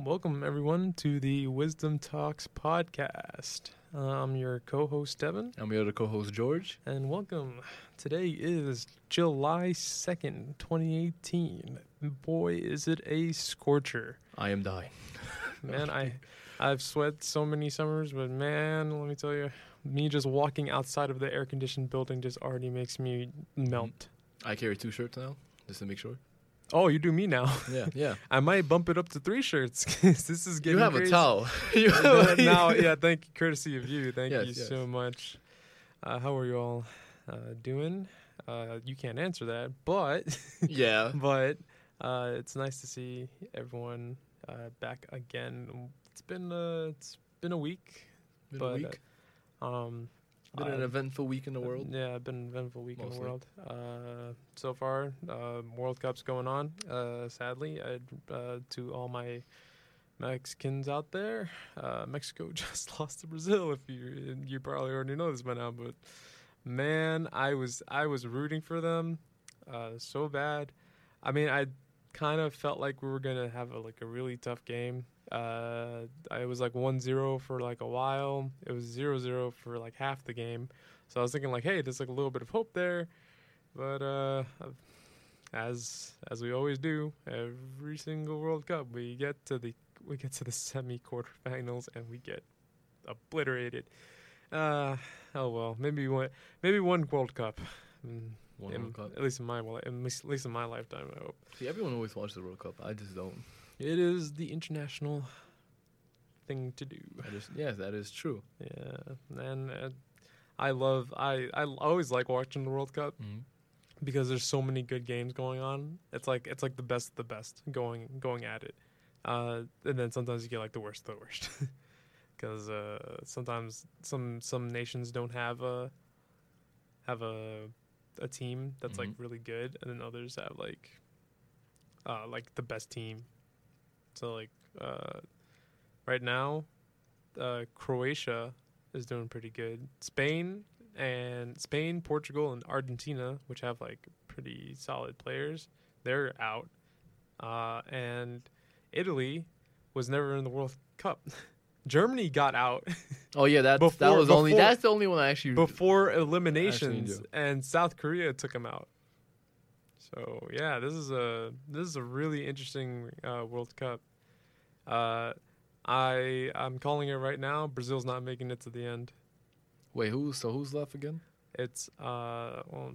Welcome, everyone, to the Wisdom Talks podcast. Uh, I'm your co host, Devin, I'm your other co-host George. and welcome. Today is July 2nd, 2018. Boy, is it a scorcher. I am dying. Man, I, I've sweat so many summers, but man, let me tell you, me just walking outside of the air conditioned building just already makes me melt. I carry two shirts now, just to make sure. Oh, you do me now. Yeah, yeah. I might bump it up to three shirts 'cause this is you getting have crazy. a towel. you Uh, have a- now, yeah, thank you, courtesy of you. Thank Yes, you yes. so much. Uh, how are you all uh, doing? Uh, you can't answer that, but yeah. but uh, it's nice to see everyone uh, back again. It's been uh, it's been a week. Been But, uh, a week. Um, Been an I've- eventful week in the world. Yeah, it's been an eventful week in Mostly. the world. Uh, so far, uh, World Cup's going on. Uh, sadly, I, uh, to all my Mexicans out there, uh, Mexico just lost to Brazil. If you you probably already know this by now, but man, I was I was rooting for them uh, so bad. I mean, I kind of felt like we were gonna have a, like a really tough game. Uh, I was like 1-0 for like a while. It was 0-0 for like half the game. So I was thinking like, hey, there's like a little bit of hope there, but uh, as as we always do, every single World Cup, we get to the we get to the semi quarterfinals and we get obliterated. Uh, oh well, maybe one maybe one World Cup. Mm, One in- World Cup. At least in my li- at least at least in my lifetime, I hope. See, everyone always watches the World Cup. I just don't. It is the international thing to do. I just yeah, that is true. Yeah, and uh, I love I I always like watching the World Cup. because there's so many good games going on. It's like it's like the best of the best going going at it, uh, and then sometimes you get like the worst of the worst, because uh, sometimes some some nations don't have a have a a team that's like Mhm. really good, and then others have like uh, like the best team. So like uh, right now, uh, Croatia is doing pretty good. Spain and Spain, Portugal, and Argentina, which have like pretty solid players, they're out. Uh, and Italy was never in the World Cup. Germany got out Oh yeah, that's that Before- was only before- that's the only one I actually before eliminations, do. and South Korea took them out. So yeah, this is a this is a really interesting uh, World Cup. Uh, I I'm calling it right now. Brazil's not making it to the end. Wait, who so who's left again? It's uh, well,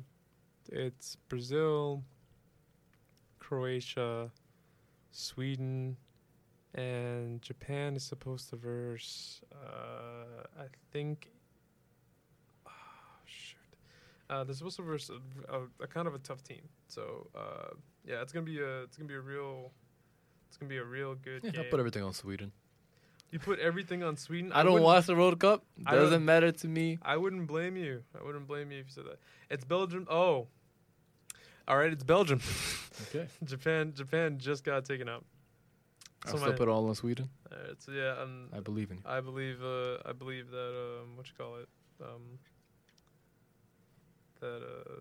it's Brazil, Croatia, Sweden, and Japan is supposed to verse. Uh, I think. Oh, shoot. Uh, they're supposed to verse a, a, a kind of a tough team. So uh, yeah, it's gonna be a it's gonna be a real. It's gonna be a real good Yeah, I game. put everything on Sweden. you put everything on Sweden. I don't wouldn't- watch the World Cup. I don't- Doesn't matter to me. I wouldn't blame you. I wouldn't blame you if you said that. It's Belgium. Oh, all right. It's Belgium. Okay. Japan. Japan just got taken out. I So still my- put all on Sweden. All right. So yeah, um, I believe in you. I believe. Uh, I believe that. Um, what you call it? Um, that uh,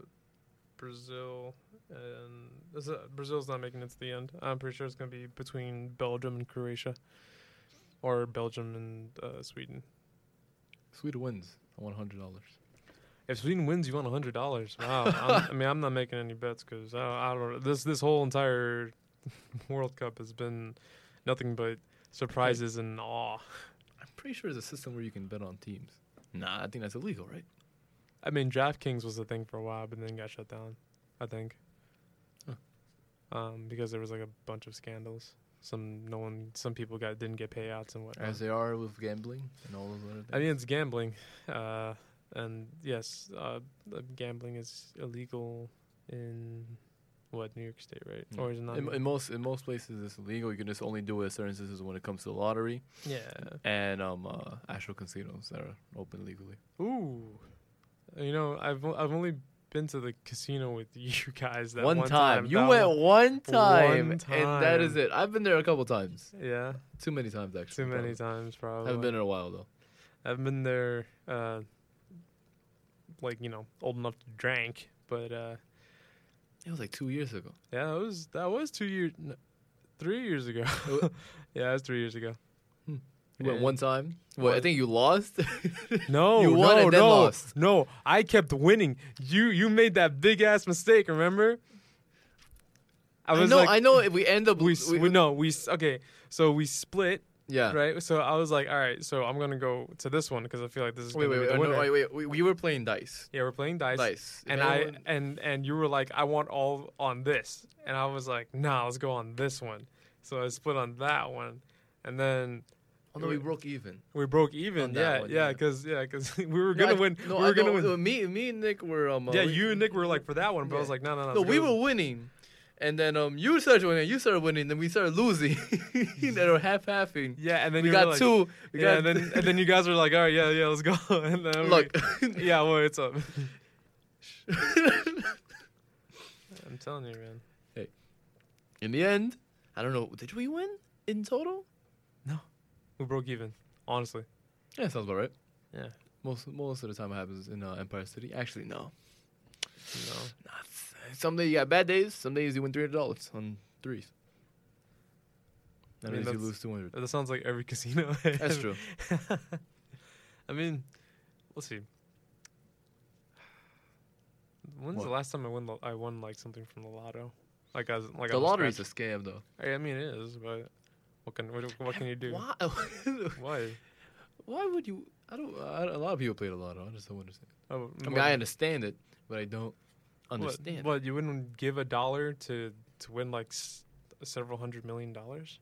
Brazil and is it, Brazil's not making it to the end. I'm pretty sure it's going to be between Belgium and Croatia, or Belgium and uh, Sweden. Sweden wins. I want hundred dollars. If Sweden wins, you want hundred dollars. Wow. I'm, I mean, I'm not making any bets because I, I don't know. This this whole entire World Cup has been nothing but surprises and awe. I'm pretty sure there's a system where you can bet on teams. Nah, I think that's illegal, right? I mean, DraftKings was the thing for a while, but then got shut down. I think. Huh. Um, because there was like a bunch of scandals. Some no one, some people got didn't get payouts and whatnot. As they are with gambling and all those other things. I mean, it's gambling, uh, and yes, uh, uh, gambling is illegal in what New York State, right? Yeah. Or is it not? in, in most in most places it's illegal. You can just only do it in certain instances when it comes to the lottery Yeah. and um uh, actual casinos that are open legally. Ooh. You know, I've o- I've only been to the casino with you guys that One, one, time. you That went one- one time, One and that is time. it. I've been there a couple times. Yeah, Too many times actually. too many probably. times probably. Haven't been in a while though. I've been there, uh, like you know, old enough to drink, but uh, It was like two years ago. yeah, that was that was two years. n- Three years ago. Oh. yeah, it was three years ago. You went And- one time. Well, I What? think you lost. No, You won no, and then no, lost. no. I kept winning. You you made that big ass mistake. Remember? I I, was know. like, I know. If we end up, we, we, s- we no, we s- okay. So we split, yeah. right? So I was like, all right. So I'm gonna go to this one because I feel like this is Wait, gonna be wait, wait, the oh, no, winner. wait, wait, We, we were playing dice. Yeah, we're playing dice. Dice. If And I anyone- and and you were like, I want all on this, and I was like, Nah, let's go on this one. So I split on that one, and then oh no, we broke even. we broke even. On that Yeah, one, yeah, yeah. because yeah, because we were No, gonna I- win. No, we I- were gonna no, win. no, Me, me and Nick were um. uh, yeah, we- you and Nick were like for that one, but I was Yeah. like, No, no, no. No, let's we go. were winning, and then um, you started winning. You started winning. Then we started losing. and were half halving. Yeah, and then We you were got like, two. We Yeah, got and then and then you guys were like, All right, yeah, yeah, let's go. And then we- look. yeah, well, it's up. I'm telling you, man. In the end, I don't know. Did we win in total? We broke even, honestly. Yeah, sounds about right. Yeah. Most most of the time it happens in uh, Empire City. Actually, no. You know. Not some days you got bad days. Some days you win three hundred dollars on threes. I That mean, means you that's- lose two hundred. That sounds like every casino. That's true. I mean, let's see. When's the What? last time I won? the- I won like something from the lotto, like as like the I was lottery's a scratch- scam, though. I I mean, it is, but what can what, what can you do? Why? Why? Why would you? I don't. I, a lot of people play the lotto. I just don't understand. Oh, I mean, what- I understand it, but I don't what- understand. What, you wouldn't give a dollar to to win like s- several hundred million dollars?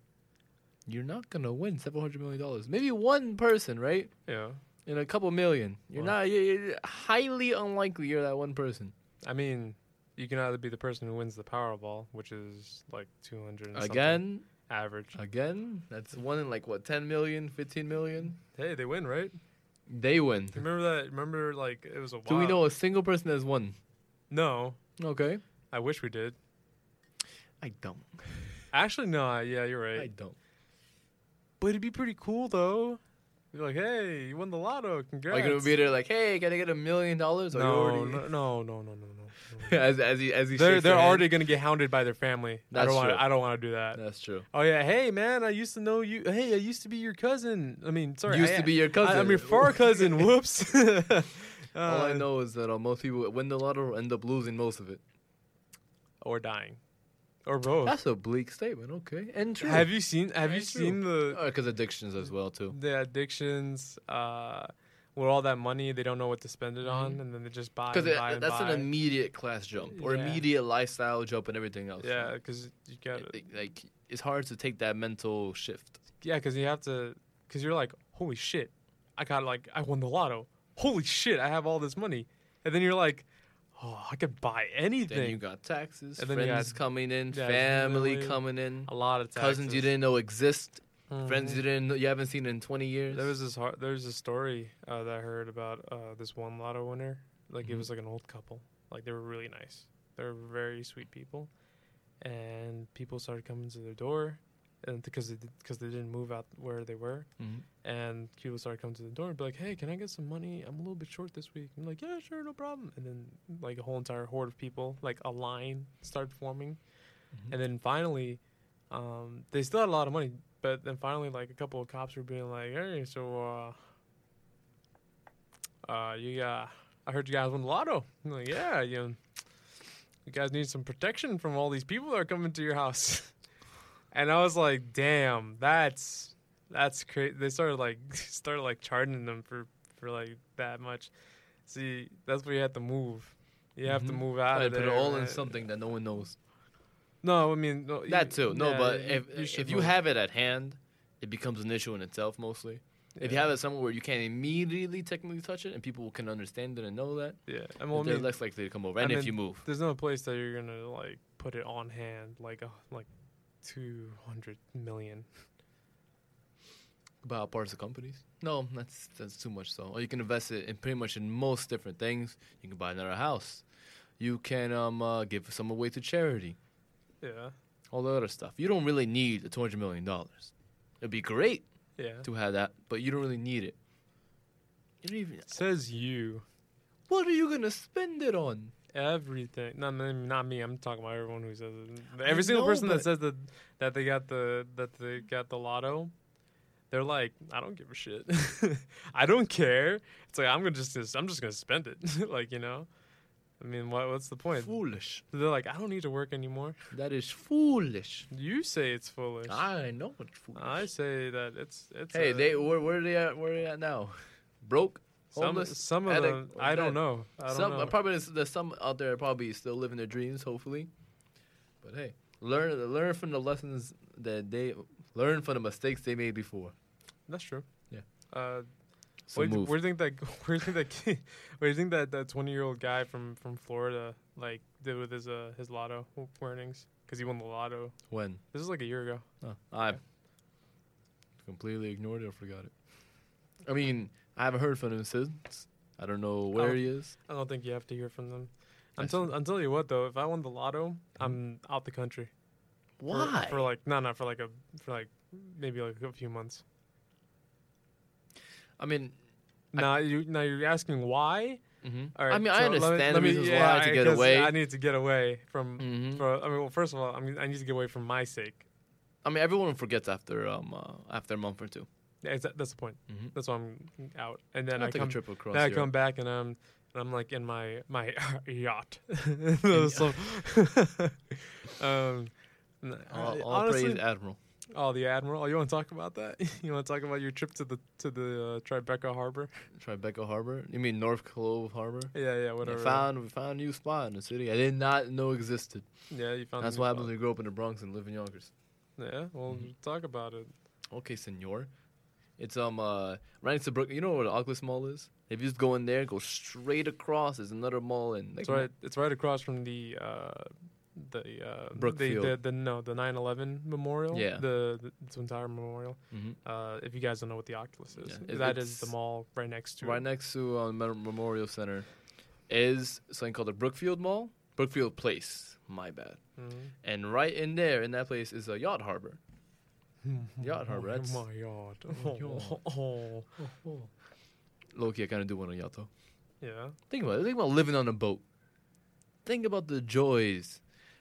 You're not gonna win seven hundred million dollars. Maybe one person, right? Yeah. In a couple million. You're Wow. not. You're, you're highly unlikely. You're that one person. I mean, you can either be the person who wins the Powerball, which is like two hundred and something Again, average. again. That's one in like what 10 million, 15 million. Hey, they win, right? They win. Remember that? Remember, like it was a. While. Do we know a single person that's won? No, Okay. I wish we did. I don't. Actually, no. I- Yeah, you're I right. don't. But it'd be pretty cool though. Be like, hey, you won the lotto. Congrats. Are you gonna be there like, hey, can I get a million dollars? Are you no, already- no, no, no, no, no, no. no. as as he as he they're shakes they're your hand. already gonna get hounded by their family. I That's don't want. true. I don't want to do that. That's true. Oh yeah. Hey man, I used to know you. Hey, I used to be your cousin. I mean, sorry. Used I- to be your I, cousin. am your far cousin. Whoops. All I Uh, know is that uh, most people win the lotto will end up losing most of it. Or dying, or both. That's a bleak statement. Okay, and true. Have you seen? Have you That's true. seen the? Because addictions as well too. the addictions uh with all that money they don't know what to spend it on Mhm. and then they just buy Because and buy uh, that's and an buy. immediate class jump or Yeah. immediate lifestyle jump and everything else. yeah because you got It- it- like it's hard to take that mental shift. yeah because you have to because you're like holy shit i got like i won the lotto holy shit i have all this money and then you're like oh i could buy anything Then you got taxes, And then you friends got- coming in, yeah, family family, coming in, a lot of taxes. cousins you didn't know exist, friends Mhm. you didn't know, you haven't seen in twenty years. There was this hard, there was a story uh, that I heard about uh, this one lotto winner. Like it Mhm. was like an old couple. Like they were really nice. They were very sweet people, and people started coming to their door, and because they because they didn't move out where they were, Mhm. and people started coming to the door and be like, "Hey, can I get some money? I'm a little bit short this week." I'm like, "Yeah, sure, no problem." And then like a whole entire horde of people, like a line, started forming, Mhm. and then finally, um, they still had a lot of money. But then finally, like a couple of cops were being like, "Hey, so uh, uh, you uh, I heard you guys won the lotto." I'm like, "Yeah, you, you guys need some protection from all these people that are coming to your house." and I was like, "Damn, that's that's crazy." They started like started like charging them for for like that much. See, that's where you have to move. You have to Mhm. move Try out to of put it there, all in man. something that no one knows. No, I mean no, you- That too. No, yeah, but you- if you should if you move. have it at hand, it becomes an issue in itself mostly. If you Yeah. have it somewhere where you can't immediately technically touch it and people can understand it and know that, yeah, I mean, I they're mean, less likely to come over. I And if mean- you move, there's no place that you're gonna like put it on hand like uh, like two hundred million. buy out parts of companies. No, that's that's too much. So, or you can invest it in pretty much in most different things. You can buy another house. You can um uh, give some away to charity. Yeah, All the other stuff. You don't really need the two hundred million dollars. It'd be great yeah. to have that, but you don't really need it. You don't even. Says you. What are you gonna spend it on? everything. No, no, not me. I'm talking about everyone who says it. Every single know, person that but- says that that they got the that they got the lotto, they're like, I don't give a shit. I don't care. It's like I'm gonna just I'm just gonna spend it. like you know, I mean, what what's the point? Foolish. They're like, I don't need to work anymore. That is foolish. You say it's foolish. I, I know it's foolish. say that it's it's. hey, a- they where, where are they at? Where are they at now? Broke. some homeless, some of addict, them. or I dead. don't know. I don't some know. uh, probably there's, there's some out there probably still living their dreams, hopefully. But hey, learn learn from the lessons that they learn from the mistakes they made before. That's true. Yeah. Uh, So Where, do- move. where do you think that? Where do you think that? kid- Where do you think that that twenty year old guy from from Florida like did with his uh his lotto earnings? Because he won the lotto. When This is like a year ago. oh, I completely ignored it or forgot it. I mean, I haven't heard from him since. I don't know where Oh. he is. I don't think you have to hear from them. I'm That's telling I'm telling you what though. If I won the lotto, I'm out the country. for- Why? For, like no no for like a for like maybe like a few months. I mean, I- Now you now you're asking why? Mm-hmm. All I mean, so I let me- understand let the me- reasons yeah, why to I- get 'cause away. I need to get away from. Mhm. For, I mean, well, first of all, I mean, I need to get away from my sake. I mean, everyone forgets after um uh, after a month or 2 Yeah, exa- that's the point. Mm-hmm. That's why I'm out. And Then then I'll I take come, a trip across. then I Europe. come back and I'm and I'm like in my my yacht. In- so, um, n- All, all honestly, praise Admiral. oh the admiral. Oh, you want to talk about that? you want to talk about your trip to the to the uh, Tribeca Harbor? Tribeca Harbor. You mean North Clove Harbor? Yeah, yeah, I whatever. found we found a new spot in the city I did not know existed. yeah, you found. That's the new what happens when you grow up in the Bronx and live in Yonkers. spot. Yeah, well, Mhm. talk about it. Okay, senor. It's um uh right next to Brook. You know where the Oculus Mall is? If you just go in there, go straight across. There's another mall and like It's right. It's right across from the. Uh, the uh the, Brookfield. the the no the 9/11 memorial Yeah. the, the Twin Tower memorial Mhm. uh, if you guys don't know what the Oculus is, Yeah, it- that is the it's- mall right next to. right next to uh, Mem- Memorial Center is something called the Brookfield Mall. Brookfield Place. My bad. And right in there, in that place, is a yacht harbor. Mm-hmm. Yacht Harbor, that's- My yacht. Oh, yacht. Oh. Loki, I kind of do want a yacht though. Yeah. Think about it. Think about living on a boat. Think about the joys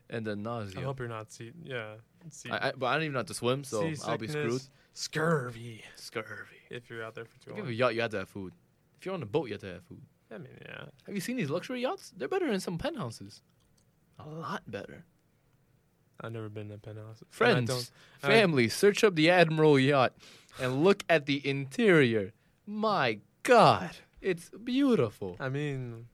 and the nausea. I I hope you're not sea. Yeah. Sea, I, but I don't even know how to swim, so I'll be screwed. seasickness, Scurvy. Scurvy. If you're out there for If too you have a long. yacht, you have to have food. If you're on a boat, you have to have food. I mean, yeah. Have you seen these luxury yachts? They're better than some penthouses. A lot better. I've never been to penthouse. And I Friends, don't- I- family, search up the Admiral yacht and look at the interior. My God, it's beautiful. I mean.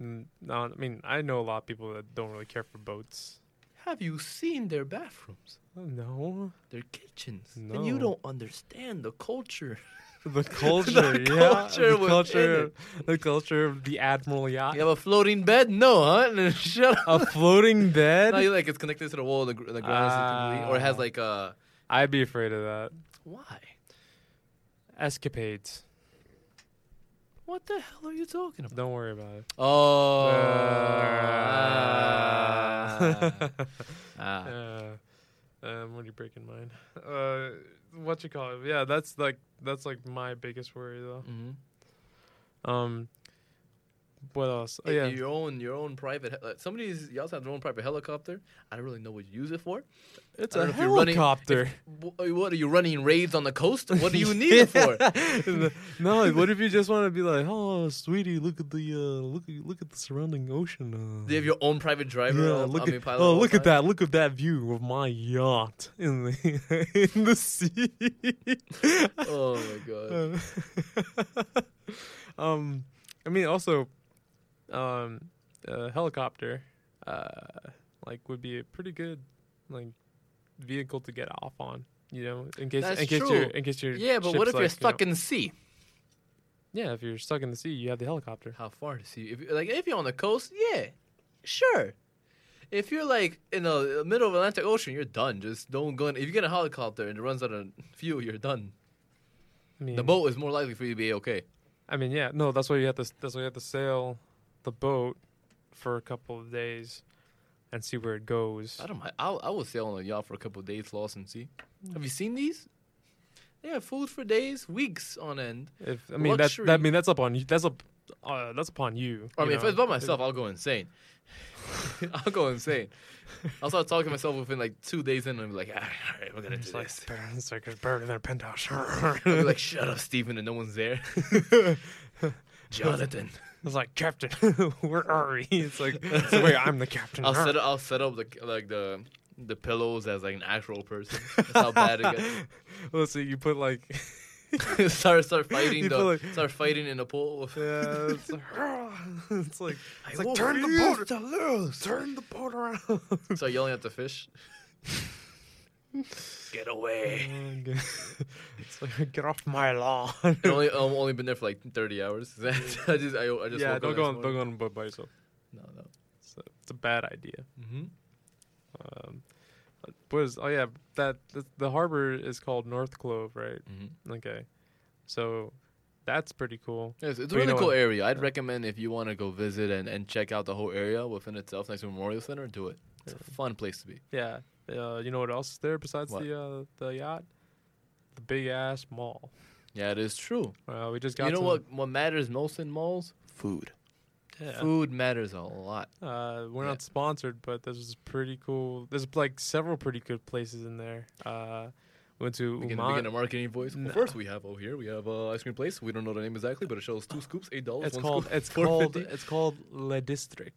n- No, I mean I know a lot of people that don't really care for boats. Have you seen their bathrooms? No, Their kitchens. And you No. don't understand the culture. the culture, yeah, culture the within culture, the culture of the Admiral yacht, You have a floating bed? No, huh? Shut up. a floating bed. No, you like it's connected to the wall, the, gr- the ground, is completely- or it has Ah. like a I'd be afraid of that. why? Escapades. What the hell are you talking about? Don't worry about it. Oh, Uh, Ah. uh, um, when you breaking mine, uh, what you call it? Yeah, that's like that's like my biggest worry though. Mhm. Um, what else? Oh, Yeah, yeah, Your own, your own private. he- Like some of these y'all have their own private helicopter. I don't really know what you use it for. it's I don't a know if you're running- helicopter. Wh- What are you running raids on the coast? What do you need it for? no, what if you just want to be like, oh, sweetie, look at the uh, look look at the surrounding ocean. Uh, Do you have your own private driver? yeah, all- look I at, mean, pilot oh, all look the at that! Look at that view of my yacht in the in the sea. time? Oh my god. Uh, um, I mean, also, um, a helicopter, uh, like would be a pretty good like vehicle to get off on. You know, in case That's in case true. you're in case you're Yeah, but what if you're stuck in in the sea? yeah if you're stuck in the sea you have the helicopter. How far to sea? If you- like if you're on the coast, yeah, sure. If you're like in the middle of Atlantic Ocean, you're done. Just don't go. In. If you get a helicopter and it runs out of fuel, you're done. I mean, The boat is more likely for you to be okay. I mean, yeah, no, that's why you have to that's why you have to sail the boat for a couple of days and see where it goes. I don't mind. I'll, I will sail on a yacht for a couple of days, lost in sea. Mm. Have you seen these? They have food for days, weeks on end. If I mean that's that, I Luxury. mean that's up on you. That's up uh, that's upon you. I you mean, if know. it's by myself, I'll go insane. I'll go insane. I'll start talking to myself within like two days in, and be like, "Ah, all right, we're gonna do It's like, this. it's like it's better than a penthouse. I'll be like, shut up, Steven, and no one's there. Jonathan, It's like Captain, where are we? It's like it's like, wait, I'm the captain. I'll set up, I'll set up the like the the pillows as like an actual person. That's how bad it Let's see, you put like gets. start start fighting You the feel like- start fighting in the pool. yeah, it's like, it's like, it's I like turn the refuse boat, turn the boat around. Start yelling at the fish. Get away! it's like get off my lawn. I only I've only been there for like thirty hours. I just I, I just yeah, woke up don't go this on, don't morning. go on a boat by yourself. No, no. It's a, it's a bad idea. Mm-hmm. Um, what is? Oh yeah, that the, the harbor is called North Clove, right? Mm-hmm. Okay, so that's pretty cool. Yes, it's But a you really know cool what? area. I'd Yeah. recommend if you want to go visit and, and check out the whole area within itself next to Memorial Center, do it. It's a fun place to be. Yeah. Uh, you know what else is there besides What? the uh, the yacht? The big ass mall. Yeah, it is true. Uh, we just got you know some- what what matters most in malls? Food. Yeah. Food matters a lot. Uh, we're Yeah. not sponsored, but this is pretty cool. There's like several pretty good places in there. Uh, went to We can Uman- begin a marketing voice. Well, No. first we have over here we have uh, ice cream place. We don't know the name exactly, but it shows two scoops, eight dollars. It's one called Scoop, it's called 4.50. it's called Le District.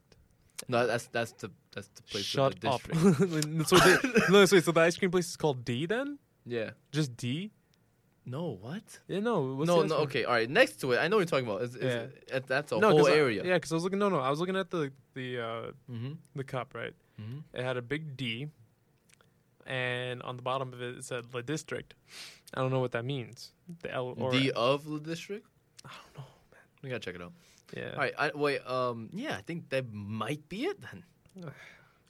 No, that's that's the that's the place. Shut with the up. district. so, they, no, so, so the ice cream place is called D then? Yeah. Just D? No, what? Yeah, no. what's the no, ice no. cream- Okay, all right. Next to it, I know what you're talking about. It's, it's, it- that's a whole 'cause I- area. yeah, because I was looking. No, no, I was looking at the the uh, Mm-hmm. the cup right. Mm-hmm. It had a big D, and on the bottom of it, it said Le District. I don't know what that means. The L or the of the district. I don't know. We gotta check it out. Yeah. All right, I, wait. Um, yeah, I think that might be it then.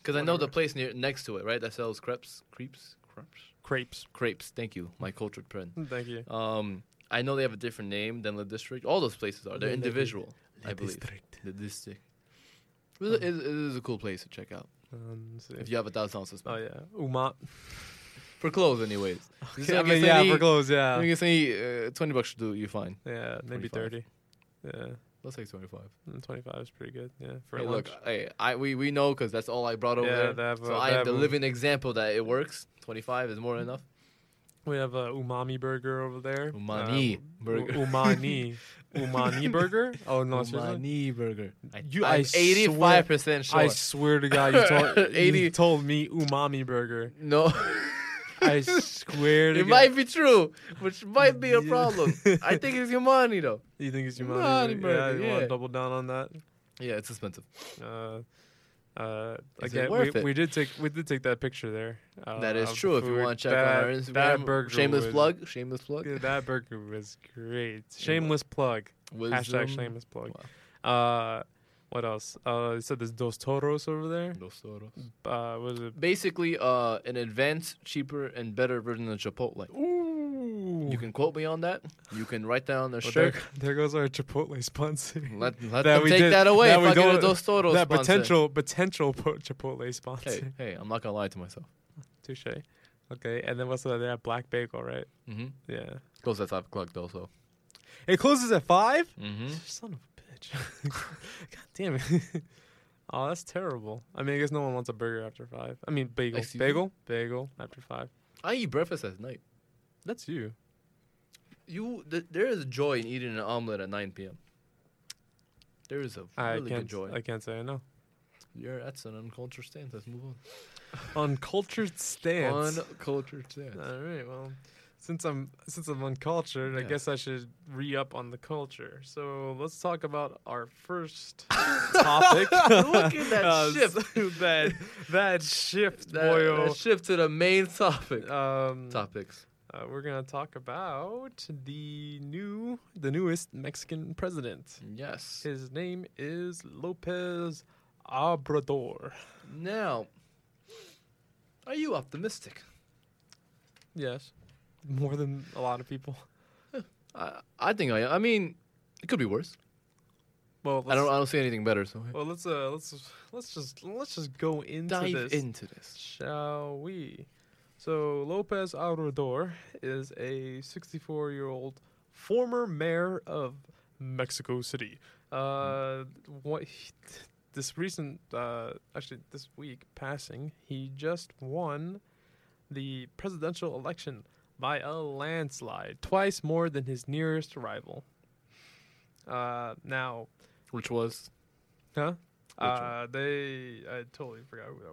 Because I know the Whatever. place near next to it, right? That sells crepes, crepes, crepes, Crepes. crepes. Thank you, my cultured friend. Thank you. Um, I know they have a different name than the district. All those places are. They're Le- Le- individual, I believe. District. The district. It is, it is a cool place to check out Um, let's see. if you have a thousand dollars to Oh spend yeah, Uma. for clothes, anyways. Just Yeah, I like it's mean, yeah, any- for clothes. I Yeah. think it's any uh, twenty bucks should do you fine. Yeah, maybe 25. thirty. Yeah, Let's say twenty-five. and twenty-five is pretty good. Yeah, for hey, lunch. look, hey, I we we know because that's all I brought over Yeah, there. they have, so uh, I they am the have- living example that it works. Twenty-five is more than enough. We have a umami burger over there. Umani Um, burger. u- umani. umani burger? Oh no, seriously. Umani burger. I, You- I I'm swear- eighty-five percent sure. I swear to God, you told, 80. you told me umami burger. no, I swear to it God. might be true, which might be a Yeah. problem. I think it's Umani though. You think it's umami, Umami Yeah, burger, you want yeah. to double down on that? Yeah, it's expensive. Uh, uh, Is it again, we, worth it? we did take we did take that picture there. Uh, that is of the true. If you food. want to check that, on our Instagram, that burger shameless was, plug, shameless plug. yeah, that burger was great. Shameless plug. Wisdom. Hashtag um, shameless plug. Uh, what else? Uh, you said there's Dos Toros over there. Los Toros. Uh, was it? Basically, uh, an advanced, cheaper, and better version of Chipotle. Ooh. You can quote me on that. You can write that on the Well, shirt. there, there goes our Chipotle sponsor. Let, That let them we take did- that away. that we fucking don't- Dos Toros that sponsor. potential potential po- Chipotle sponsor. Hey, hey, I'm not gonna lie to myself. Touche. Okay, and then what's the other? Black Bagel, right? Mm-hmm. Yeah. Goes at five o'clock though, so. It closes at five. Mm-hmm. Son of a bitch. God damn it. oh, that's terrible. I mean, I guess no one wants a burger after five. I mean, bagel, Excuse me? bagel, bagel after five. I eat breakfast at night. That's you. You, th- there is joy in eating an omelet at 9 p.m. There is a I really good can't. joy. I can't say I know. You're that's an uncultured stance. Let's move on. Uncultured stance. Uncultured stance. All right. Well, since I'm since I'm uncultured, I Yeah. guess I should re up on the culture. So let's talk about our first topic. Look at that Uh, shift. so that that shift, That, boyo. that shift to the main topic. um, Topics. uh, we're gonna talk about the new, the newest Mexican president. Yes. His name is Lopez Obrador. Now, are you optimistic? Yes, more than a lot of people. I, I think I am. I mean, it could be worse. Well, I don't. I don't see anything better. So Well, let's uh, let's let's just let's just go into dive this, into this. shall we? So Lopez Obrador is a 64-year-old former mayor of Mexico City. Uh, Uh, what he- this recent, uh, actually this week passing, he just won the presidential election by a landslide, twice more than his nearest rival. Uh, now, Which was huh? Which one? Uh, they, I totally forgot who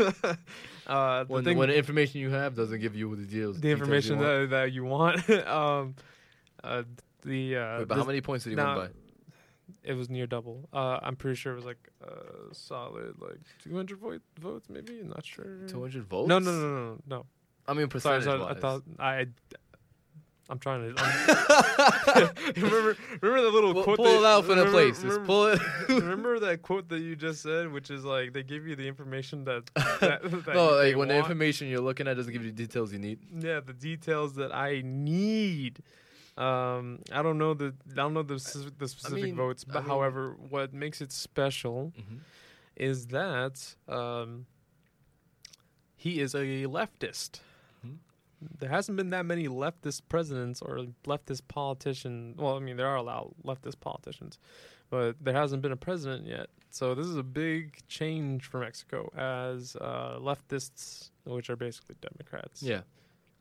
that was. uh, the when thing- when the information you have doesn't give you the deals. the details you information want. that, that you want. um, uh, the uh, Wait, but this- how many points did he nah. win it was near double. Uh, I'm pretty sure it was like uh, solid like 200 vo- votes, maybe. Not sure. by? Two hundred votes? No, no, no, no, no. I mean Sorry, percentage sorry. I thought I. I'm trying to I'm- remember. Remember the little pull, quote. pull that- it out from the remember- place. Just remember- pull it. remember that quote that you just said, which is like they give you the information that. that, that no, they like when the want. information you're looking at doesn't give you the details you need. yeah the details that I need. Um, I don't know the I don't know the specific, the specific mean- votes, I but mean- however, what makes it special Mm-hmm. is that um, he is a leftist. Mhm. There hasn't been that many leftist presidents or leftist politician. Well, I mean, there are a lot of leftist politicians, but there hasn't been a president yet. So this is a big change for Mexico as uh, leftists, which are basically Democrats. Yeah,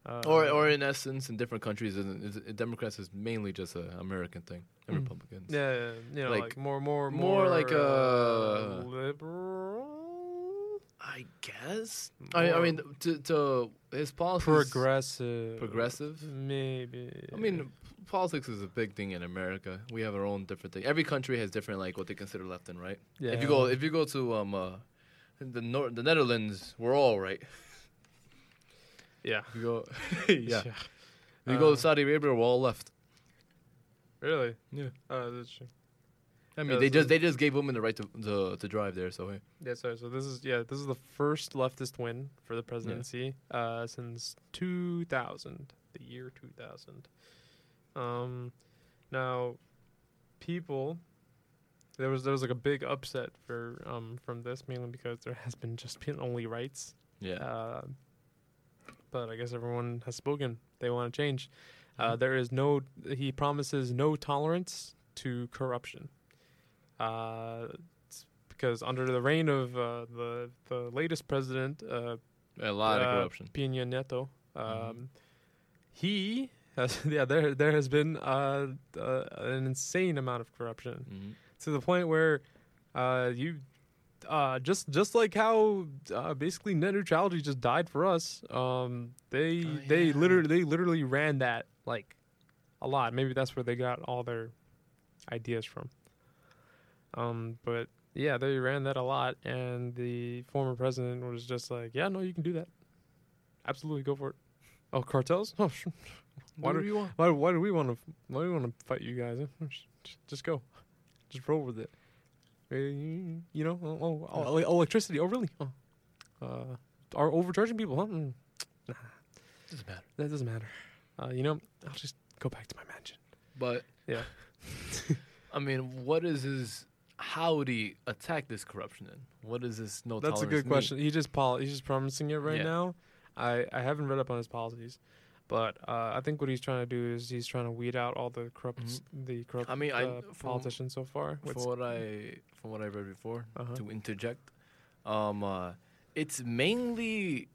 Uh, or or in essence, in different countries, isn't, is Democrats is mainly just an American thing, and Mm. Republicans. Yeah, yeah, you know, like, Like, more, more, more, more like, uh, liberal, I guess. I, I mean, to, to his policies. progressive, Progressive? maybe. I mean, politics is a big thing in America. We have our own different thing. Every country has different, like what they consider left and right. yeah. If you go, if you go to um, uh, the Nor- the Netherlands, we're all right. yeah, If you go, yeah. If you go Uh, to Saudi Arabia, we're all left. really, Yeah. Oh, that's true. I Yeah, mean, they so- just they just gave women the right to to, to drive there. So hey, Yeah, sorry. So this is yeah, this is the first leftist win for the presidency uh, since 2000, the year 2000. Um, now, people, there was there was like a big upset for um from this mainly because there has been just been only rights. yeah. Uh, but I guess everyone has spoken. They want to change. Mm-hmm. Uh, there is no. He promises no tolerance to corruption. Uh, it's because under the reign of uh, the the latest president, uh, a lot uh, of corruption. Peña Nieto, um, Mhm. he has, yeah there there has been uh, uh, an insane amount of corruption Mhm. to the point where uh, you uh, just just like how uh, basically net neutrality just died for us. Um, they Oh, they yeah. literally they literally ran that like a lot. Maybe that's where they got all their ideas from. Um, but yeah, they ran that a lot, and the former president was just like, "Yeah, no, you can do that. Absolutely, go for it." Oh, cartels? Oh, sure. Why What do- do you want? Why, why do we want to? Why do we want to fight you guys? eh? Just- Just go, just roll with it. Eh, You know, oh, oh, oh, ele- electricity. Oh, really? Oh. Uh, are overcharging people? Huh? Mm, Doesn't matter. that doesn't matter. Uh, you know, I'll just go back to my mansion. But Yeah. I mean, what is his? How do you attack this corruption? Then what is this? No, That's a tolerance good mean? question. He just poli- he's just promising it right Yeah. now. I, I haven't read up on his policies, but uh, I think what he's trying to do is he's trying to weed out all the corrupt the corrupt Mm-hmm. I mean, I- uh, from- politicians so far. What's- From what I from what I read before, Uh-huh. to interject, um, uh, it's mainly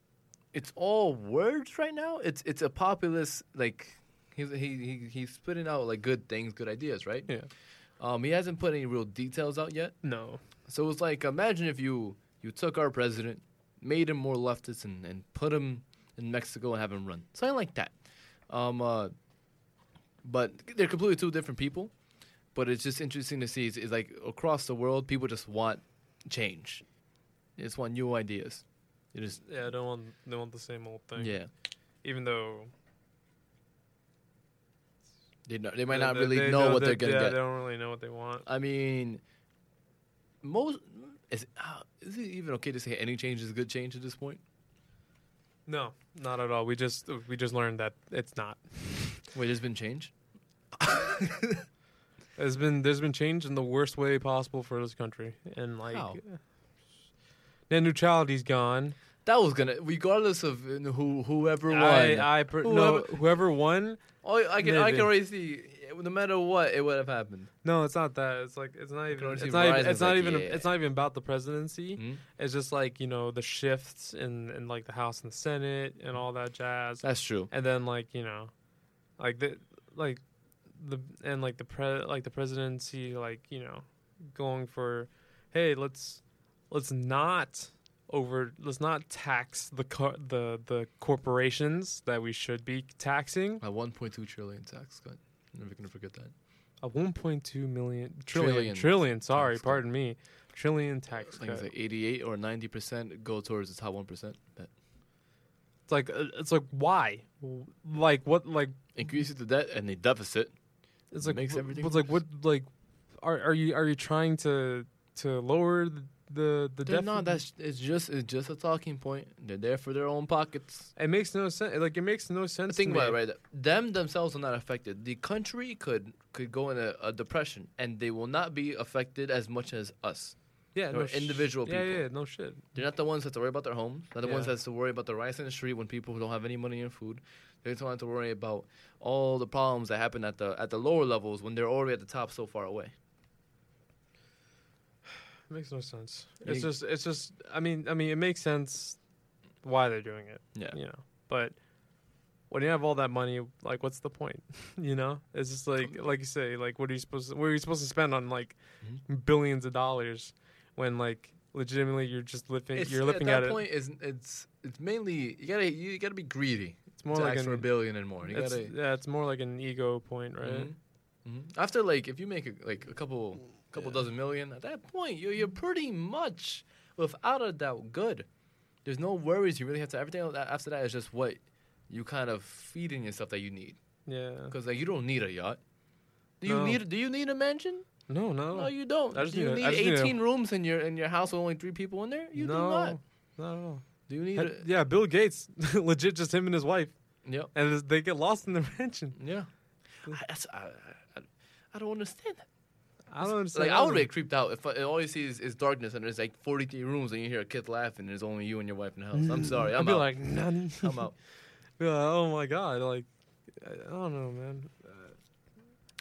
it's all words right now. It's it's a populist like he's he, he he's spitting out like good things, good ideas, right? Yeah. Um, he hasn't put any real details out yet. No. So it's like imagine if you you took our president, made him more leftist, and, and put him in Mexico and have him run something like that. Um, uh, but they're completely two different people. But it's just interesting to see. It's, it's like across the world, people just want change. They just want new ideas. They just Yeah, I don't want don't want the same old thing. yeah. even though They know, they might not really know what they're gonna yeah, get. They don't really know what they want. I mean, most is uh, is it even okay to say any change is good change at this point? No, not at all. We just we just learned that it's not. Wait, there's been change. There's been there's been change in the worst way possible for this country, and like How? net neutrality's gone. That was gonna, regardless of who whoever won. I, I per, no Whoever- whoever won. oh, I can I Maybe. can already see it- no matter what, it would have happened. No, it's not that. It's like it's not can even. already It's see not. Even, Verizon's it's not like, even. "Yeah." It's not even about the presidency. Mhm. It's just like you know the shifts in in like the House and the Senate and all that jazz. That's true. and then like you know like the like the and like the pre like the presidency like you know going for hey let's let's not over let's not tax the car the the corporations that we should be taxing A 1.2 trillion tax cut. I'm never gonna forget that. a 1.2 million trillion Trillion trillion, sorry tax cut. pardon me trillion I tax think it's cut. like 88 or 90 percent go towards the top one percent. it's like uh, it's like why like what like Increases the debt and the deficit. It's like Makes wh- everything It's like what? worse. Like, are are you are you trying to to lower the the, the They're deficit? not. That's it's just it's just a talking point. They're there for their own pockets. It makes no sense. Like it makes no sense. Think to me. about it, right? Them themselves are not affected. The country could could go in a, a depression, and they will not be affected as much as us. Yeah, Or no sh- individual yeah, people. Yeah, no shit. They're not the ones that have to worry about their homes. They're the ones Yeah. that have to worry about the rice in the street when people who don't have any money and food. They don't have to worry about all the problems that happen at the at the lower levels when they're already at the top so far away. It makes no sense. Yeah. It's just it's just. I mean, I mean, it makes sense why they're doing it. Yeah. You know, but when you have all that money, like, what's the point? you know, it's just like like you say, like, what are you supposed to? What are you supposed to spend on like Mm-hmm. billions of dollars when like legitimately you're just living you're living at at, that it. point. Is it's it's mainly you gotta you gotta be greedy. it's more to like ask an, for a billion and more. You It's, gotta. yeah, it's more like an ego point, right? Mhm. Mhm. After like if you make a, like a couple couple dozen million at that point you you're pretty much without a doubt good. There's no worries you really have to everything else a- after that is just what you kind of feed in yourself that you need Yeah. because like you don't need a yacht. Do you No. need do you need a mansion? No, no. No, you don't. I just do you need need, a- I just need a- 18 rooms in your in your house with only 3 people in there? You no, do not. Not at all. Do you need Had- a, yeah, Bill Gates, legit, just him and his wife, Yep. and this- they get lost in the mansion. Yeah. I, that's- I, I, I don't understand that. I don't understand. Like I either. would be creeped out if I, all you see is, is darkness and there's like 43 rooms and you hear a kid laughing and there's only you and your wife in the house. I'm sorry, I'd I'm be out. like, nani. I'm out. Be like, oh my god, like, I I don't know, man.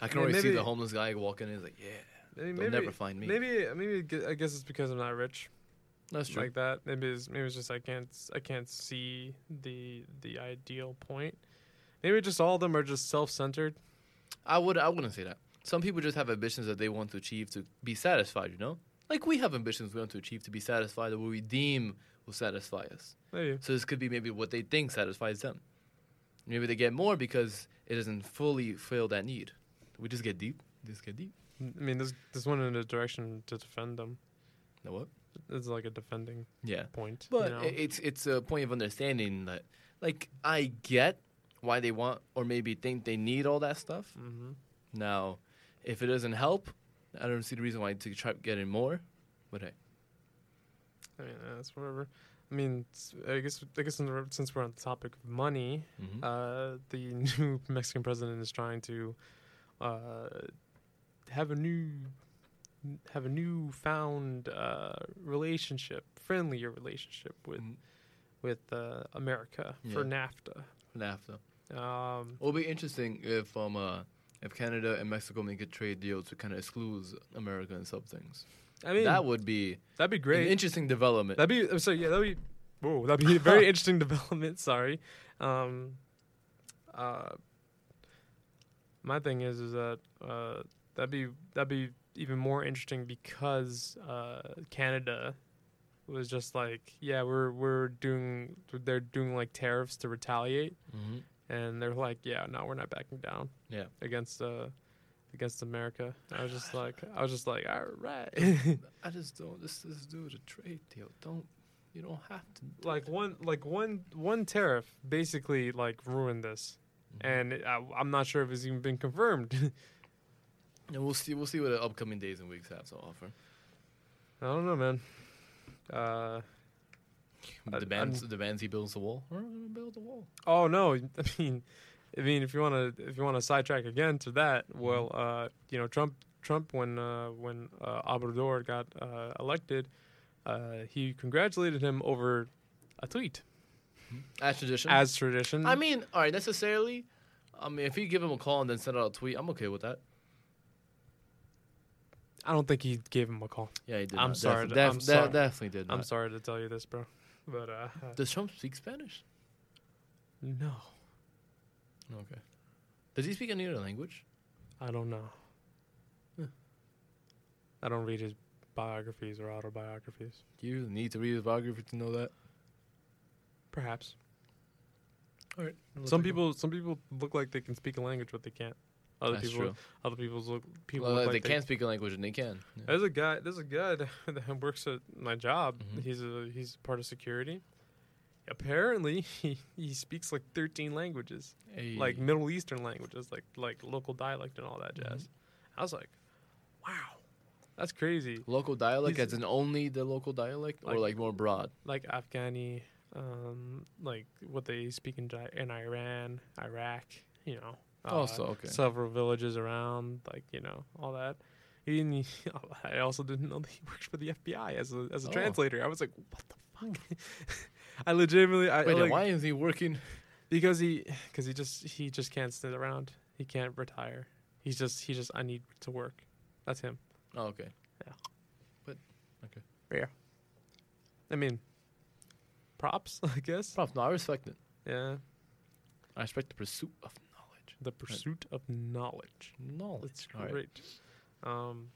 I can Yeah, already see maybe- the homeless guy walking in. He's like, yeah, Maybe, they'll maybe, never find me. maybe, maybe. it ge- I guess it's because I'm not rich, That's true. like that. Maybe it's maybe it's just I can't s- I can't see the the ideal point. Maybe just all of them are just self centered. I would. I wouldn't say that. Some people just have ambitions that they want to achieve to be satisfied. You know, like we have ambitions we want to achieve to be satisfied that what we deem will satisfy us. Maybe. So this could be maybe what they think satisfies them. Maybe they get more because it doesn't fully fill that need. We just get deep. Just get deep. I mean, this this went in a direction to defend them. Know what? It's like a defending Yeah. point. But you know? i- it's it's a point of understanding that, like, I get why they want or maybe think they need all that stuff. hmm Now, if it doesn't help, I don't see the reason why to try getting more. But hey, I mean, that's whatever. I mean, s- I guess I guess in the- since we're on the topic of money, mhm. uh, the new Mexican president is trying to uh, have a new have a newfound uh, relationship, friendlier relationship with Mhm. with uh, America for NAFTA. NAFTA. Um, It'll be interesting if um uh, if Canada and Mexico make a trade deal to kind of exclude America and some things. I mean, that would be that'd be an great. interesting development. That'd be I'm sorry, yeah, that'd be whoa, that'd be a very interesting development, sorry. Um uh my thing is is that uh that'd be that'd be even more interesting because uh Canada was just like, yeah, we're we're doing they're doing like tariffs to retaliate Mhm. and they're like, yeah, no, we're not backing down. Yeah. Against uh against America. I was just like I was just like, all right. I just don't. Let's just do the trade deal. Don't you don't have to. do like that. one like one one tariff basically like ruined this Mhm. and it, I, i'm not sure if it's even been confirmed And we'll see. We'll see what the upcoming days and weeks have to offer. i don't know man uh Uh, The bands, the bands he builds the wall. We're gonna build the wall. oh no i mean i mean if you want to if you want to sidetrack again to that well uh you know trump trump when uh when uh Obrador got uh elected uh he congratulated him over a tweet As tradition. as tradition I mean, all right, necessarily. I mean, if you give him a call and then send out a tweet, I'm okay with that. I don't think he gave him a call. Yeah, he did. I'm not. sorry Defi- to- I'm def- sorry. def- definitely did. I'm not. sorry to tell you this, bro. But uh Does Trump speak Spanish? no, Okay. Does he speak any other language? I don't know. Huh. I don't read his biographies or autobiographies. Do you need to read his biography to know that? Perhaps. All right. Some people some people look like they can speak a language but they can't. Other That's people true. other people's look people Well, look they, like can't speak a language and they can. Yeah. There's a guy. There's a guy that, that works at my job. Mhm. He's a he's part of security. Apparently, he, he speaks like 13 languages, like Hey. Middle Eastern languages, like like local dialect and all that jazz. Mm-hmm. I was like, wow, that's crazy. local dialect, he's- as in only the local dialect, or Like- like more broad. Like Afghani, um, like what they speak in Di- in Iran, Iraq, you know. uh, also, Oh, okay. several villages around, like you know, all that. He didn't, e-, oh, I also didn't know that he worked for the FBI as a as a Oh. translator. I was like, what the fuck? I legitimately, I Wait, then like, why is he working? because he because he just he just can't sit around. He can't retire. He's just he just I need to work. That's him. Oh, okay. I mean, props, I guess. Prof, no, I respect it. Yeah, I respect the pursuit of knowledge. the pursuit of knowledge. Knowledge. That's All right. great. Um,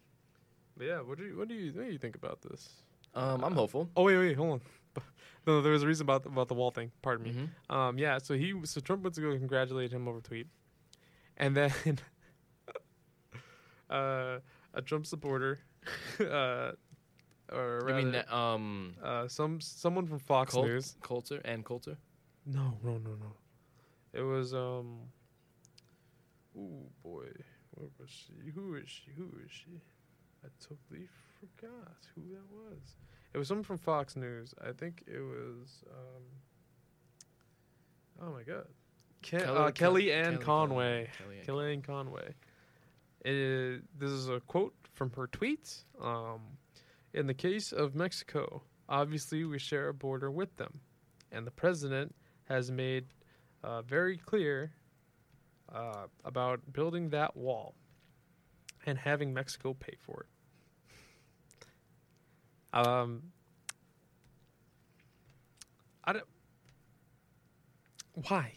but yeah, what do you what do you what do you think about this? Um, I'm Uh, hopeful. Oh wait, wait, hold on. No, there was a reason about about the wall thing. Pardon me. hmm Um, yeah. So he, so Trump went to go congratulate him over tweet, and then uh, a Trump supporter, uh, or I mean, rather, that, um, uh, some someone from Fox Colt? News. Coulter and Coulter. No, no, no, no. It was um. Ooh boy, where was she? Who is she? Who is she? I totally forgot who that was. It was someone from Fox News. I think it was um. Oh my god, Ke- uh, Kelly Ann Conway. Kelly Ann Kelly Ann Conway. It, this is a quote from her tweet. Um, in the case of Mexico, obviously we share a border with them, and the president has made uh, very clear uh, about building that wall and having Mexico pay for it. Um, I don't. Why?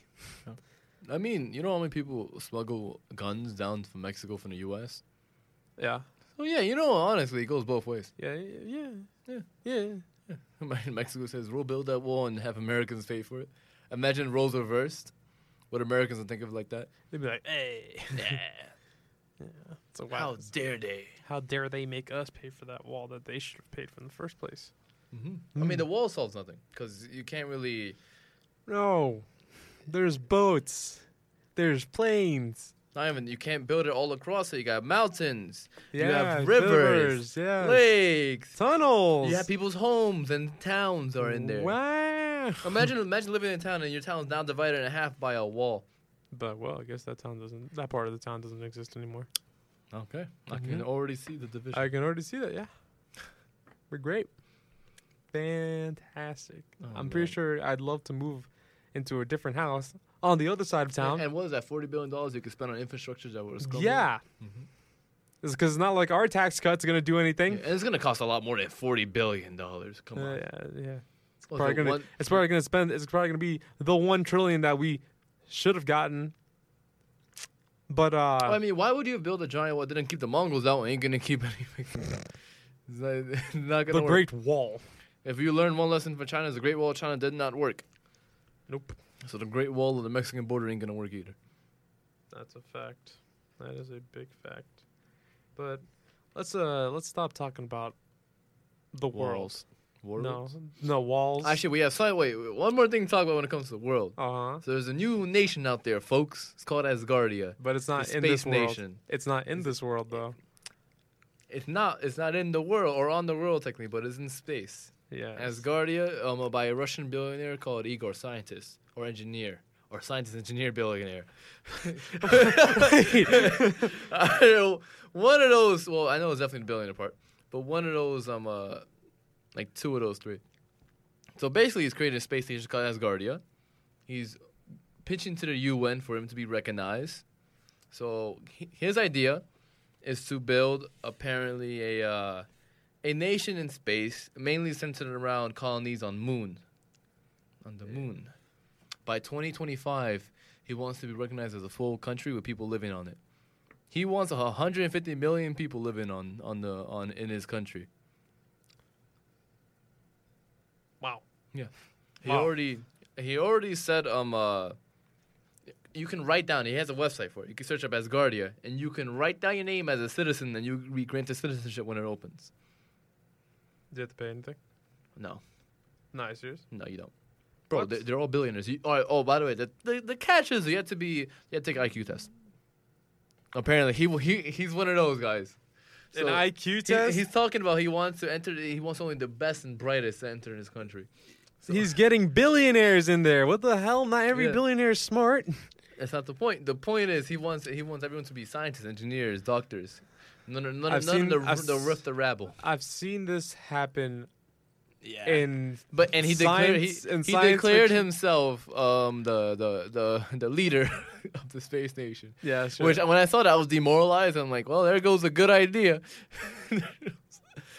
I mean, you know how many people smuggle guns down from Mexico from the U.S. Yeah. Oh yeah, you know, honestly, it goes both ways. Yeah. Yeah. Yeah. Yeah. Mexico says we'll build that wall and have Americans pay for it. Imagine roles reversed. What Americans would think of it like that? They'd be like, "Hey, yeah. So wow, how, dare they? dare they make us pay for that wall that they should have paid for in the first place?" I mean, the wall solves nothing because you can't really. No, there's boats, there's planes, Not even you can't build it all across it. You got mountains, yeah, you have rivers, yeah, lakes. tunnels. You have people's homes and towns are in there. Wow. Imagine, imagine living in a town and your town's now divided in half by a wall. But well, I guess that town doesn't. That part of the town doesn't exist anymore. Okay, I Mhm. can already see the division. I can already see that. Yeah, we're great. Fantastic. Oh, I'm pretty man. sure I'd love to move into a different house on the other side of town. And what is that? Forty billion dollars you could spend on infrastructure that was Yeah. Mhm. It's because it's not like our tax cut's going to do anything. and it's gonna cost a lot more than forty billion dollars. Uh, Come Yeah. on, yeah, it's probably gonna- It's probably going to spend. It's probably going to be the one trillion that we should have gotten. But uh, I mean, why would you build a giant wall? that Didn't keep the Mongols out. and Ain't gonna keep anything. it's not, it's not the gonna work. Great Wall. If you learn one lesson from China, is the Great Wall of China did not work. Nope, So the Great Wall of the Mexican border ain't gonna work either. that's a fact. That is a big fact. But let's uh let's stop talking about the world. Walls. World. No, no walls. Actually, we have slight. Wait, wait, one more thing to talk about when it comes to the world. uh huh. So there's a new nation out there, folks. It's called Asgardia. But it's not the in this space world. nation. It's not in this world though. It's not. It's not in the world or on the world technically, but it's in space. Yeah. Asgardia, um, by a Russian billionaire called Igor, scientist or engineer, or scientist engineer billionaire. I don't know, one of those. Well, I know it's definitely the billionaire part, but one of those. Um, uh, like two of those three. So basically, he's created a space station called Asgardia. He's pitching to the UN for him to be recognized. So hi- his idea is to build apparently a uh, a nation in space, mainly centered around colonies on moon, on the moon. By 2025, he wants to be recognized as a full country with people living on it. He wants 150 million people living on on the on in his country. Wow. He Wow. already he already said um uh you can write down he has a website for it. You can search up Asgardia and you can write down your name as a citizen and you be granted citizenship when it opens. Do you have to pay anything? No, No, you serious? no, you don't. Bro, What? they, they're all billionaires. You, all right, oh, by the way, the, the the catch is you have to be you have to take IQ test. Apparently, he will- he he's one of those guys. An So- IQ He- test? he's talking about he wants to enter. He wants only the best and brightest to enter his country. So- He's getting billionaires in there. What the hell? Not every Yeah. billionaire is smart. That's not the point. The point is he wants he wants everyone to be scientists, engineers, doctors. None, of- none, I've of- none seen- of the I've the s- riff the rabble. I've seen this happen Yeah. in but and he declared he, science- in he science declared fiction- himself um the the the, the leader of the space nation. yeah, sure. Which when I saw that I was demoralized. I'm like, well, there goes a good idea.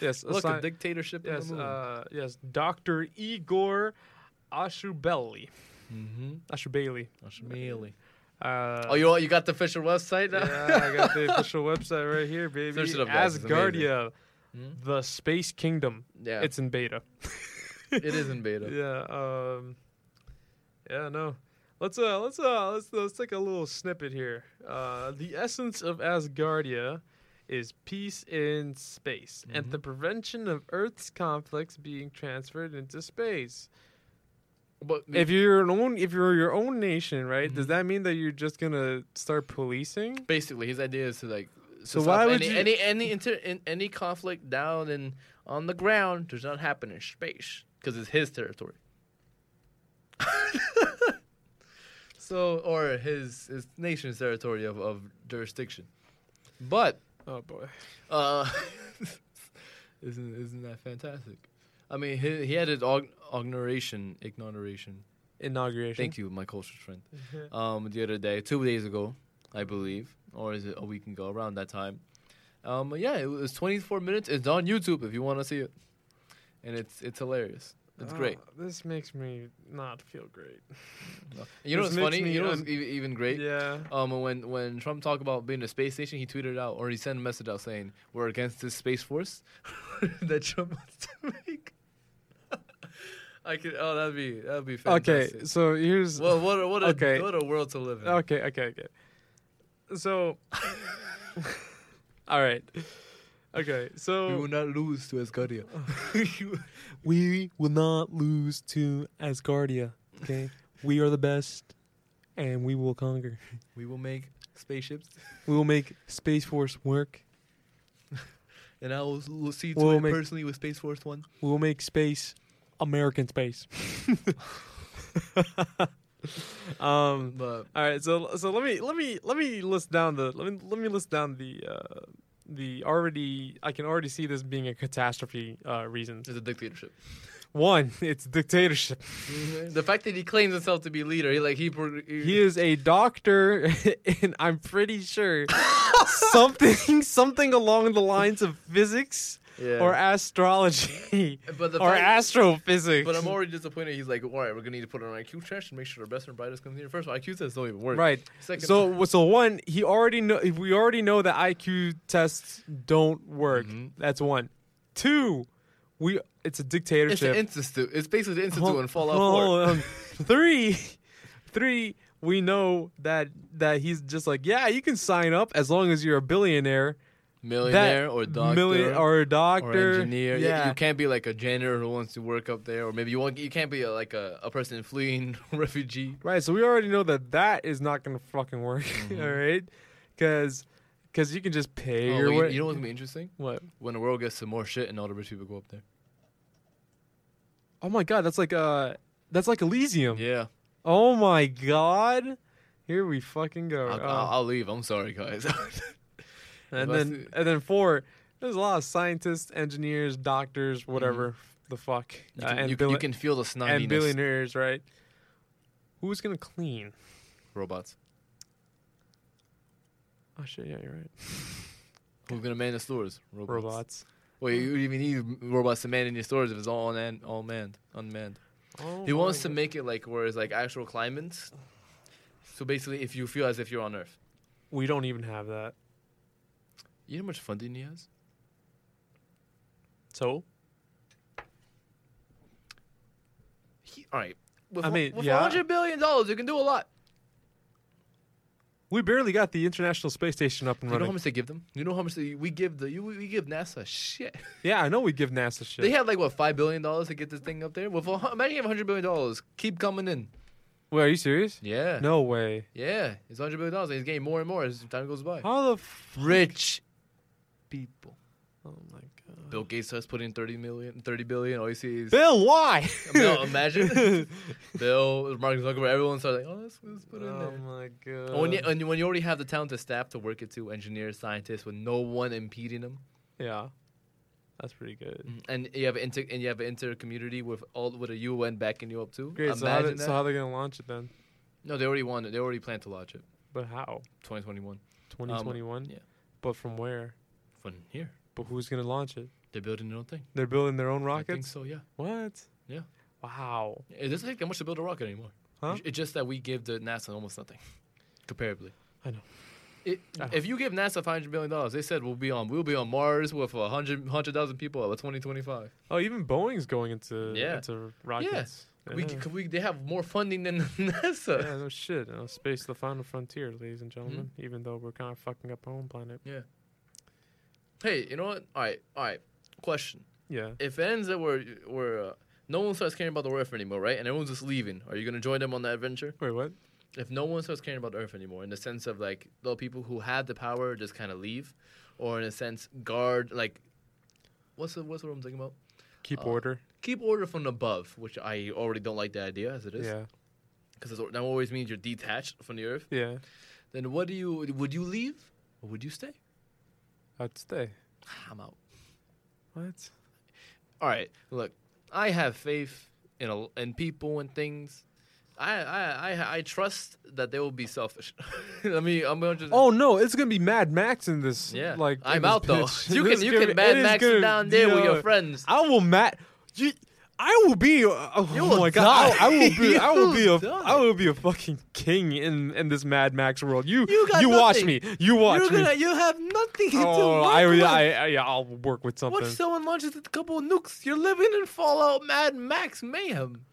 yes, a Look, sci- a dictatorship in yes, the moon. uh, yes, Doctor Igor Ashubelli, mm-hmm. Ashubelli. Uh, Oh, you all- you got the official website now. yeah, I got the official website right here, baby. Search it up, guys. It's Asgardia, amazing. Hmm? the Space Kingdom. yeah, it's It's in beta. it is in beta. Yeah. Um, yeah. No. Let's uh let's uh let's let's take a little snippet here. Uh, the essence of Asgardia is peace in space and the prevention of Earth's conflicts being transferred into space. But If you're an own if you're your own nation, right? Does that mean that you're just gonna start policing? basically his idea is to like to So stop why would any, you- any any inter, in, any conflict down and on the ground does not happen in space because it's his territory so or his his nation's territory of, of jurisdiction but Oh boy. uh isn't isn't that fantastic i mean he, he had his aug- inauguration ignoration Inauguration. Thank you, my culture's friend. Um, the other day, two days ago, I believe, or is it a week ago? Around that time. Um, but yeah, it was 24 minutes. It's on YouTube if you want to see it, and it's it's hilarious. It's Ah. great. Oh, This makes me not feel great. You know this what's makes funny? me You know what's un- e- even great? Yeah. Um, when when Trump talked about being a space station, he tweeted out or he sent a message out saying we're against this space force that Trump wants to make. I could. Oh, that'd be that'd be Okay. fantastic. So here's Well, what a, what a Okay. what a world to live in. Okay, okay, okay. So, all right. Okay, We so will not lose to Asgardia. we will not lose to Asgardia. Okay, we are the best, and we will conquer. we will make spaceships, We will make Space Force work. and I will l- see to We'll it make- personally with Space Force One. We will make space American space. um. But All right, so so let me let me let me list down the let me let me list down the uh, the already I can already see this being a catastrophe uh, reasons. it's a dictatorship. One, it's dictatorship. the fact that he claims himself to be leader, he like he, pro- He is a doctor, and I'm pretty sure something something along the lines of physics yeah. or astrology but the or fact- astrophysics. But I'm already disappointed. He's like, all right, we're gonna need to put on an IQ test and make sure the best and brightest comes here. First of all, IQ tests don't even work. right. Second, So so one, he already know we already know that IQ tests don't work. Mhm. That's one. Two, we it's a it's the dictatorship. institute. It's basically the institute Hold- and Fallout Four. hold on. um, three, three, we know that that he's just like yeah, you can sign up as long as you're a billionaire, Millionaire That or doctor. million or a or doctor, engineer. You- Yeah, You, can't be like a janitor who wants to work up there, or maybe you want you can't be a, like a, a person fleeing refugee. Right, so we already know that that is not gonna fucking work, all right? Because because you can just pay Mm-hmm. Oh, your wait, way. you know what's gonna be interesting? what? When the world gets some more shit and all the rich people go up there. Oh my god, that's like uh that's like Elysium. Yeah, Oh my god. Here we fucking go. I'll, Oh. I'll, I'll leave. I'm sorry, guys. and if I then uh, and then four, there's a lot of scientists, engineers, doctors, whatever Mm-hmm. the fuck. you, uh, can, and you, billi- you can feel the snottiness. and billionaires, right? Who's gonna clean? robots. Oh shit! Yeah, you're right. Who's gonna man the stores? Robots. Robots. Well, you would even need robots to man in your stores if it's all unmanned, all manned, unmanned. Oh, He wants my to God. make it like where it's like actual climates. So basically, if you feel as if you're on Earth, We don't even have that. you know how much funding he has? So He, all right. With, I I mean, with yeah. $100 billion, dollars, you can do a lot. we barely got the International Space Station up and Do you know running. how much they give them? You know how much they, we give the you, we give NASA shit. yeah, I know we give NASA shit. They had like what five billion dollars to get this thing up there. With a, hu- imagine you have hundred billion dollars, keep coming in. Wait, are you serious? Yeah, No way. yeah, it's hundred billion dollars. and It's getting more and more as time goes by. How the f- Rich people. Oh my god. Bill Gates starts putting 30 million, 30 billion. All you see is Bill, why? Bill. Imagine Bill, Mark Zuckerberg. Everyone starts like, oh, let's, let's put it in oh there. my god. And when, you, and when you already have the talented staff to work it to, engineers, scientists, with no one impeding them, yeah, that's pretty good. and you have inter and you have an inter community with all with a UN backing you up too. Great. Imagine So how, did, that. so how they gonna launch it then? no, they already won. it. They already planned to launch it. But how? 2021 2021. Um, yeah. But from where? from here. But who's gonna launch it? They're building their own thing. They're building their own I think rockets. so. Yeah. What? Yeah. Wow. It doesn't take that much to build a rocket anymore. Huh? It's just that we give the NASA almost nothing, comparably. I know. It, I know. If you give NASA five hundred billion dollars, they said we'll be on we'll be on Mars with a hundred hundred thousand people by twenty twenty five. Oh, even Boeing's going into Yeah. into rockets. We, Yeah. could we they have more funding than NASA. yeah, no shit. You know, space the final frontier, ladies Hmm. and gentlemen. Even though we're kind of fucking up our own planet. Hey, you know what? All right, all right. Question: Yeah. If it ends that we're we're uh, no one starts caring about the Earth anymore, right? And everyone's just leaving. Are you gonna join them on that adventure? Wait, what? if no one starts caring about the earth anymore in the sense of like the people who had the power just kind of leave or in a sense guard like what's the what's what i'm thinking about Keep Uh, order. keep order from above which i already don't like the idea as it is Yeah. because that always means you're detached from the earth Yeah. then what do you would you leave or would you stay I'd stay. i'm out What? all right look i have faith in a, in people and things I, I I I trust that they will be selfish. Let me. I'm gonna just. Oh no, it's gonna be Mad Max in this. Yeah, Like in I'm this out though. bitch. You This can is you gonna- can Mad it is Max gonna- uh, down there with yo, your friends. I will Matt. You, I will be. uh, Oh, You my will god! I, I will be. die. I will be You a. will die. I will be a fucking king in in this Mad Max world. You You got watch me. nothing. You watch You're me. gonna you have nothing to oh, work I, with. I, I yeah, I'll work with something. what if someone launches a couple of nukes? You're living in Fallout Mad Max mayhem.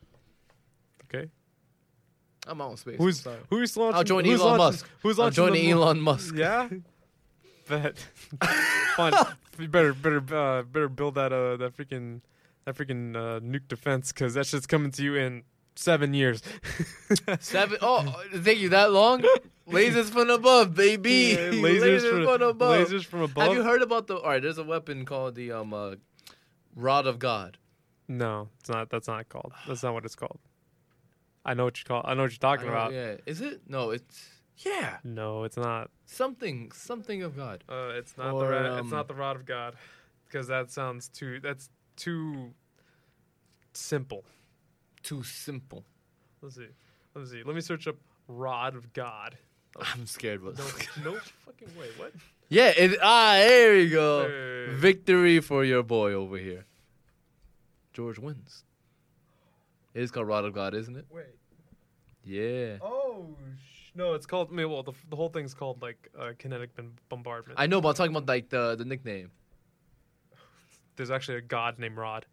Okay. I'm out of space. I'm Who's sorry. who's launching? I'll join who's Elon launching- Musk. Who's I'm launching? the joining mo- Elon Musk. Yeah. Bet. Fun. You better better uh, better build that uh that freaking that freaking uh, nuke defense because that shit's coming to you in seven years. Seven. Oh, it take you that long? Lasers from above, baby. Yeah, from above. Lasers from above. Have you heard about the? All right, there's a weapon called the um uh, Rod of God. No, it's not. That's not called. That's not what it's called. I know what you call. I know what you're talking I about. don't- Oh, Yeah. Is it? No, it's yeah. No, it's not. Something, something of God. Uh, it's not the Or, rod, it's um, not the rod of God, because that sounds too. That's too simple. Too simple. Let's see. Let me see. Let me search up rod of God. Oh, I'm scared. But No, no fucking way. What? yeah, it, ah, there you go. Hey. Victory for your boy over here. George wins. It is called Rod of God, isn't it? Wait. Yeah. Oh sh- no, it's called. I mean, well, the, the whole thing's called like uh, kinetic bom- bombardment. I know, but I'm talking about like the the nickname. There's actually a god named Rod.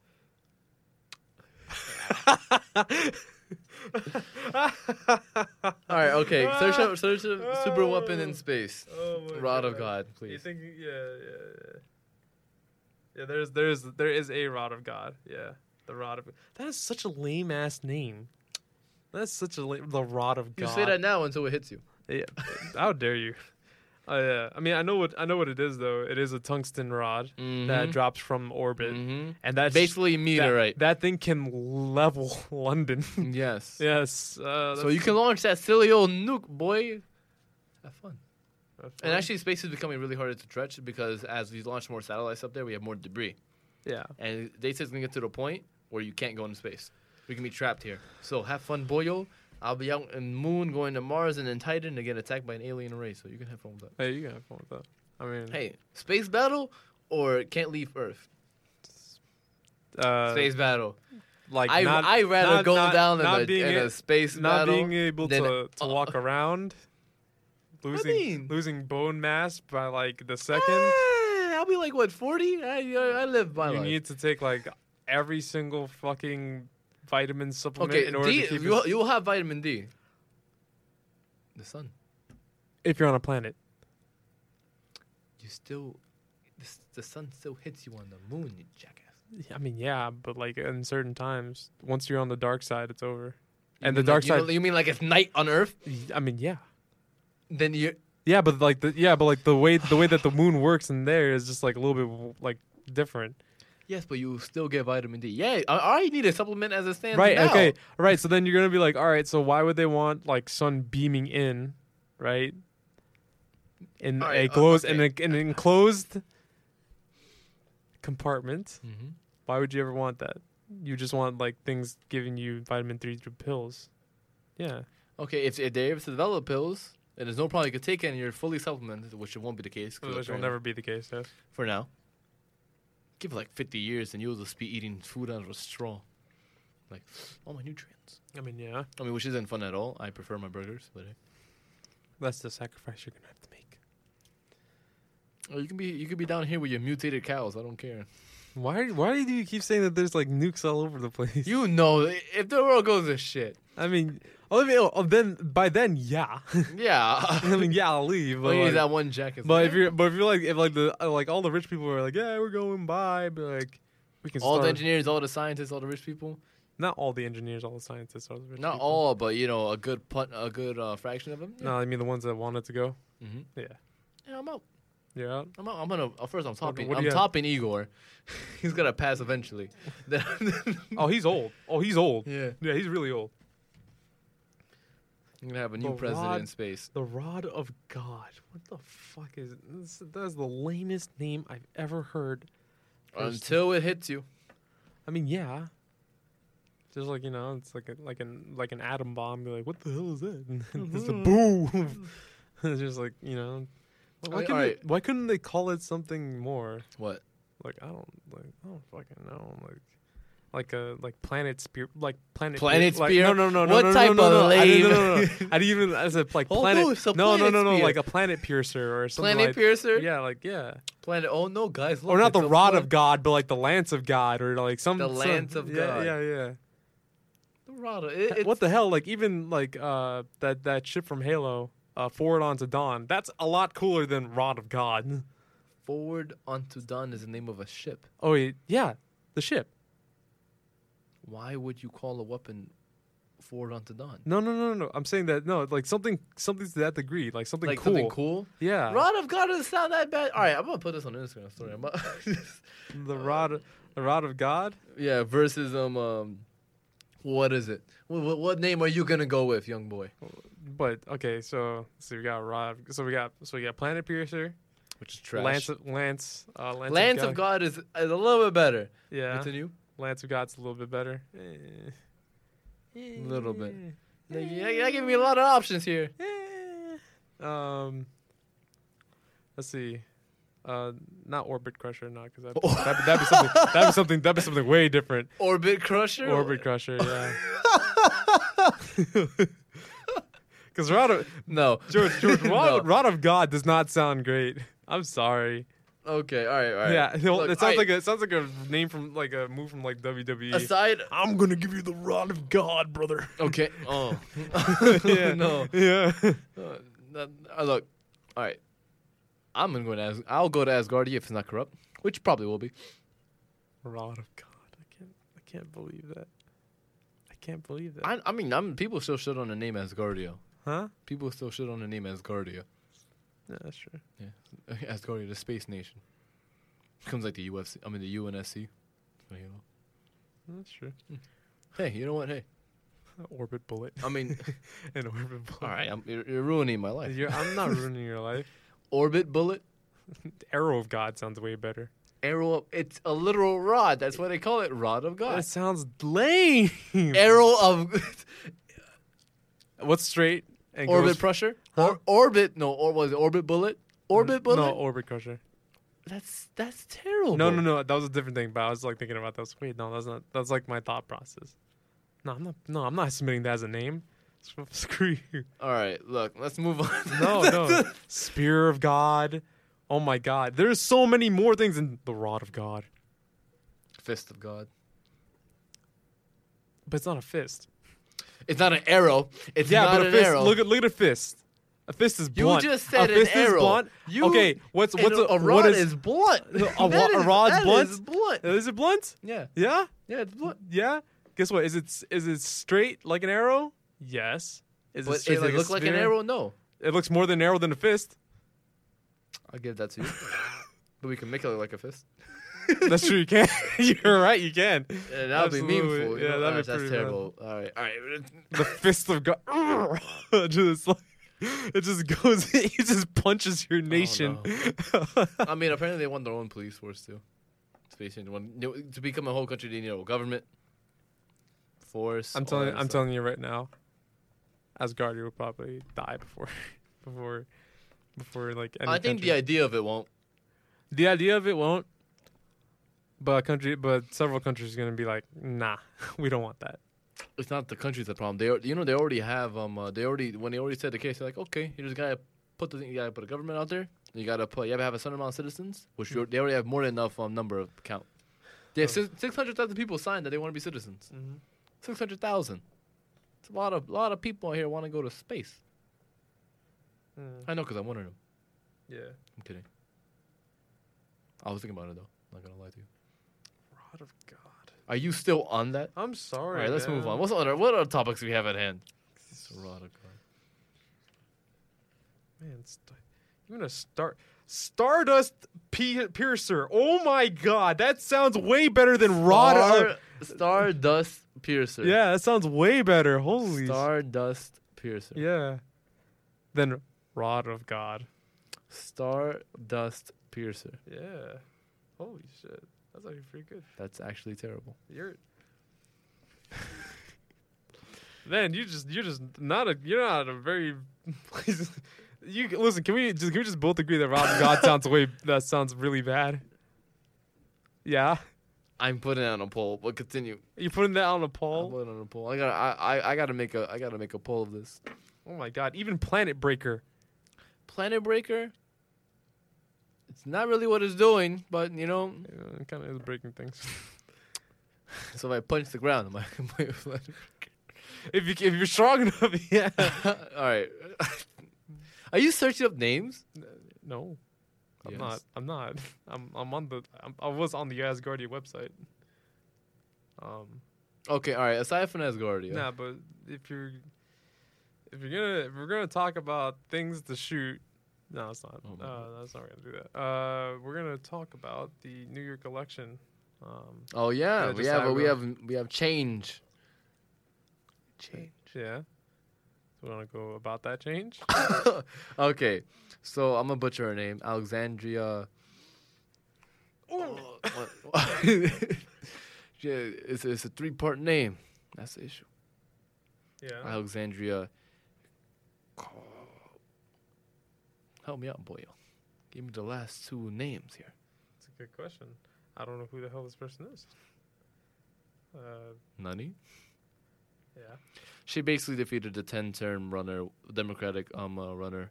All right, okay. Search up, search up super weapon in space. Oh my Rod of God, You please. think? Yeah, yeah, yeah. Yeah, there's there's there is a rod of God. Yeah, the rod of that is such a lame ass name. That's such a lame, the rod of You God. say that now until it hits you. Yeah. How dare you? Uh, yeah. I mean, I know what I know what it is though. It is a tungsten rod that Mm-hmm. Mhm. drops from orbit, Mhm. and that's Basically, that, meteorite. That thing can level London. yes. yes. Uh, So that's- you can launch that silly old nuke, boy. Have fun. that's And fine. actually, space is becoming really hard to stretch because as we launch more satellites up there, we have more debris. yeah. And they say it's going to get to the point where you can't go into space. We can be trapped here. So have fun, boyo. I'll be out in Moon going to Mars and then Titan to get attacked by an alien race. So you can have fun with that. Hey, you can have fun with that. I mean, Hey, space battle or can't leave Earth? uh, space battle. like I not, I rather not- go not- down in, not a, being in a- a space not battle. being able then- uh, to, to walk around, losing mean? losing bone mass by like the second. Ah, I'll be like what forty? I I live my you life. need to take like every single fucking vitamin supplement okay, in order D, to keep. you it- you'll have vitamin D. The sun. if you're on a planet, You still, the, s- the sun still hits you on the moon, you jackass. I mean, yeah, but like in certain times, once you're on the dark side, it's over. You and the mean dark like- you know- side, You mean like it's night on Earth? I mean, yeah. Then you. Yeah, but like the yeah, but like the way the way that the moon works in there is just like a little bit w- like different, Yes, but you still get vitamin D. Yeah, I, I need a supplement as it stands right? now. Okay, right. So then you're gonna be like, all right, so why would they want like sun beaming in, right? In All right, uh, a closed in, okay. a, in an enclosed compartment. Mhm. Why would you ever want that? You just want like things giving you vitamin three through pills. Yeah, Okay, if, if they're able to develop pills, and there's no problem you could take it and you're fully supplemented, which it won't be the case. 'cause which will apparently- never be the case. Yes. For now. Give it like 50 years and you'll just be eating food out of a straw. Like, all my nutrients. I mean, yeah, I mean, which isn't fun at all. I prefer my burgers, but hey. that's the sacrifice you're gonna have to make. Or Oh, you can be you could be down here with your mutated cows. I don't care. Why? Why do you keep saying that there's like nukes all over the place? You know, if the world goes to shit, I mean, oh, I mean, oh, oh, then by then, yeah. yeah. I mean, yeah, I'll leave. But, Only like, Oh, that one jacket. but if you're, but if you're like, if like the uh, like all the rich people are like, yeah, we're going by, but like, we can all the starve. engineers, all the scientists, all the rich people. not all the engineers, all the scientists, all the rich Not people. all, but you know, a good pun- a good uh, fraction of them. No, I mean the ones that wanted to go. Mm-hmm. Yeah. Yeah, I'm out. You're out. I'm out. I'm gonna uh, first. I'm topping. what do I'm you have? topping Igor. He's gonna pass eventually. Then- Oh, he's old. Oh, he's old. yeah. Yeah, he's really old. I'm gonna have a new The president rod- in space. The Rod of God. What the fuck is this? That's the lamest name I've ever heard. First- Until it hits you. I mean, yeah. Just like you know, it's like a, like an like an atom bomb. You're like, what the hell is that? And then it's a boom. it's just like you know, why, Like, couldn't alright. they, why couldn't they call it something more? What? Like I don't like I don't fucking know. Like like a like planet spear like planet Planet like, spear? No no no no What no, no, type no, of no, I didn't, no, no, lame? no. I didn't even as a like Oh, planet. no, it's a no no planet no spear. like a planet piercer or something. Planet like, piercer. Yeah like yeah Planet. Oh no, guys. Look, or not it's the a rod pla- of God, but like the lance of God, or like some The some- lance of yeah, God. Yeah, yeah. The rod. Of, it, it's, what the hell? Like even like uh that that ship from Halo, uh, forward on to Dawn. That's a lot cooler than Rod of God. Forward onto dawn is the name of a ship. Oh wait, yeah, the ship. Why would you call a weapon forward onto dawn? No, no, no, no, no. I'm saying that no, like something something to that degree, like something like cool. something cool. Yeah, Rod of God doesn't sound that bad. All right, I'm gonna put this on Instagram story. I'm about the rod, the rod of God. yeah. Versus um, um, what is it? What, what, what name are you gonna go with, young boy? But okay, so so we got rod. So we got so we got Planet Piercer, Which is trash. Lance, of- Lance, uh, Lance, Lance of God is, is a little bit better. Yeah, Continue. Lance of God's a little bit better. Eh. A Little bit. Eh. Yeah, yeah, yeah, give me a lot of options here. Um, let's see. Uh, not Orbit Crusher, not because Oh. that'd, that'd be something. That'd be something. That'd be something way different. Orbit Crusher. Orbit Crusher, yeah. Because Rod of No. George, George Rod, No. Rod of God does not sound great. I'm sorry. Okay. All right. All right. Yeah, no, Look, it all sounds right, like a it sounds like a name from like a move from like E. WWE. aside. I'm gonna give you the Rod of God, brother. Okay. Oh. yeah. No. Yeah. Uh, that- uh, look, all right. I'm gonna go to As- I'll go to Asgardia if it's not corrupt, which probably will be. Rod of God. I can't. I can't believe that. I can't believe that. I, I mean, I'm, people still shit on the name Asgardia. huh? People still shit on the name Asgardia. Yeah, that's true. Asgardia, the space nation. Comes like the UFC. I mean, the UNSC. So, you know. That's true. Hey, you know what? Hey, Orbit bullet. I mean, An orbit bullet. all right. I'm, you're, you're ruining my life. You're, I'm not ruining your life. Orbit bullet, Arrow of God sounds way better. arrow. Of, it's a literal rod. That's why they call it rod of God. That sounds lame. arrow of What's straight and orbit goes- pressure. Huh? Or, orbit. No. Or was it orbit bullet? Orbit bullet. No, orbit crusher. that's that's terrible. No, no, no. That was a different thing. But I was like thinking about that. I was like, Wait, no, that's not. That's like my thought process. No, I'm not. No, I'm not submitting that as a name. Screw you. All right, look. Let's move on. No, no. Spear of God. Oh my God. There's so many more things than the rod of God. Fist of God. But it's not a fist. It's not an arrow. It's Yeah, not but a an fist. arrow. Look at look at a fist. A fist is You blunt. just said a an fist arrow. Is blunt. You- okay, what's And what's a, a, a rod what is, blunt. a wa- That a is- rod's that blunt? is blunt. is it blunt? Yeah, Yeah, yeah, it's blunt. yeah. Guess what? Is it s- is it straight like an arrow? Yes. Is But does straight it like a look like an sphere? arrow? No. It looks more than an arrow than a fist. I'll give that to you. but we can make it look like a fist. That's true. You can. You're right. You can. Yeah, that would be Absolutely. meaningful. you Yeah, know? that'd be Gosh, that's pretty bad. terrible. All right, all right. The fist of God. just like, it just goes. It just punches your nation. I mean, apparently they want their own police force too. Space Ranger one you know, to become a whole country, they need a whole government force. I'm all telling. that I'm stuff. telling you right now. Asgardia will probably die before, before, before like. Any I think country. the idea of it won't. The idea of it won't. But a country, but several countries are gonna be like, nah, we don't want that. It's not the country's the problem. They, al- you know, they already have. Um, uh, they already when they already said the case, they're like, okay, you just gotta put the thing, you gotta put a government out there. You gotta put. You gotta have a certain amount of citizens, Hmm. which you they already have more than enough um, number of count. They Oh. have six hundred thousand people signed that they want to be citizens. Six hundred thousand. It's a lot of lot of people out here want to go to space. I know, cause I'm one of them. Yeah. I'm kidding. I was thinking about it though. Not gonna lie to you. Rod of God. Are you still on that? I'm sorry. All right, let's move man. on. What's other what other topics we have at hand? Man, st- even a star Stardust P- Piercer. Oh my god, that sounds way better than Rod. Star, of- Stardust Piercer. yeah, that sounds way better. Holy s- Stardust Piercer. Yeah. Than Rod of God. Stardust Piercer. Yeah. Holy shit. That's actually pretty good. That's actually terrible. You're Man, you just you're just not a you're not a very you listen, can we just can we just both agree that Rod of God sounds way that sounds really bad? Yeah. I'm putting it on a poll, but continue. You putting that on a I'm poll? putting it on a poll. I gotta I, I, I gotta make a I gotta make a poll of this. Oh my god! Even Planet Breaker. Planet Breaker. It's not really what it's doing, but you know, kind of is breaking things. so if I punch the ground, am I, am I a planet if you if you're strong enough, yeah. All right. Are you searching up names? No, I'm Yes. not. I'm not. I'm I'm on the. I'm, I was on the Asgardia website. Um. Okay, all right. Aside from Asgardia. Nah, but if you're if you're gonna if we're gonna talk about things to shoot, no, it's not. Oh my uh, that's not we're gonna do that. Uh, we're gonna talk about the New York election. Um. Oh yeah, Yeah, we just have a, we Asgard. have we have change. Change. Yeah. Do you want to go about that change? okay, so I'm gonna butcher her name, Alexandria. Oh, what- yeah, it's it's a three part name. That's the issue. yeah. Alexandria. Help me out, boy. Give me the last two names here. That's a good question. I don't know who the hell this person is. Uh, Nani. yeah. She basically defeated the ten-term runner, Democratic um uh, runner,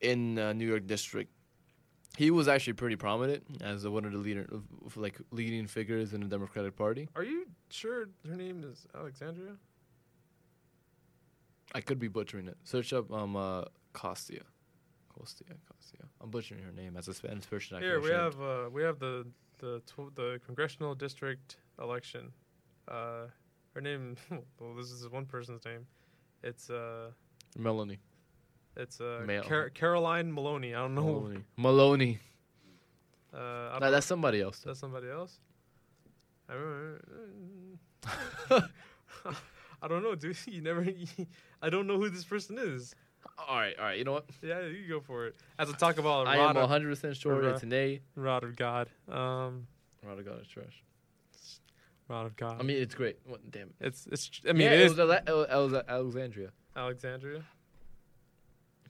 in uh, New York district. He was actually pretty prominent as one of the leader, of, of, like leading figures in the Democratic Party. Are you sure her name is Alexandria? I could be butchering it. Search up um uh, Costia, Costia, Costia. I'm butchering her name as a Spanish person. I Here can we share. have uh, we have the the tw- the congressional district election. Uh, her name. Well, this is one person's name. It's uh, Melanie. it's uh, Male. Car- Caroline Maloney. I don't know. Maloney. Maloney. Uh, I don't No, that's somebody else. Is that somebody else? I uh, don't know. I don't know, dude. You never. I don't know who this person is. All right, all right. You know what? Yeah, you go for it. As I talk about I am rod, of, 100 percent sure Rada. that today, rod of God, um, Rada God is trash. rod of God. I mean, it's great. What, damn it. it's it's. I mean, yeah, it it is. was Ale- Ale- Ale- Alexandria. Alexandria.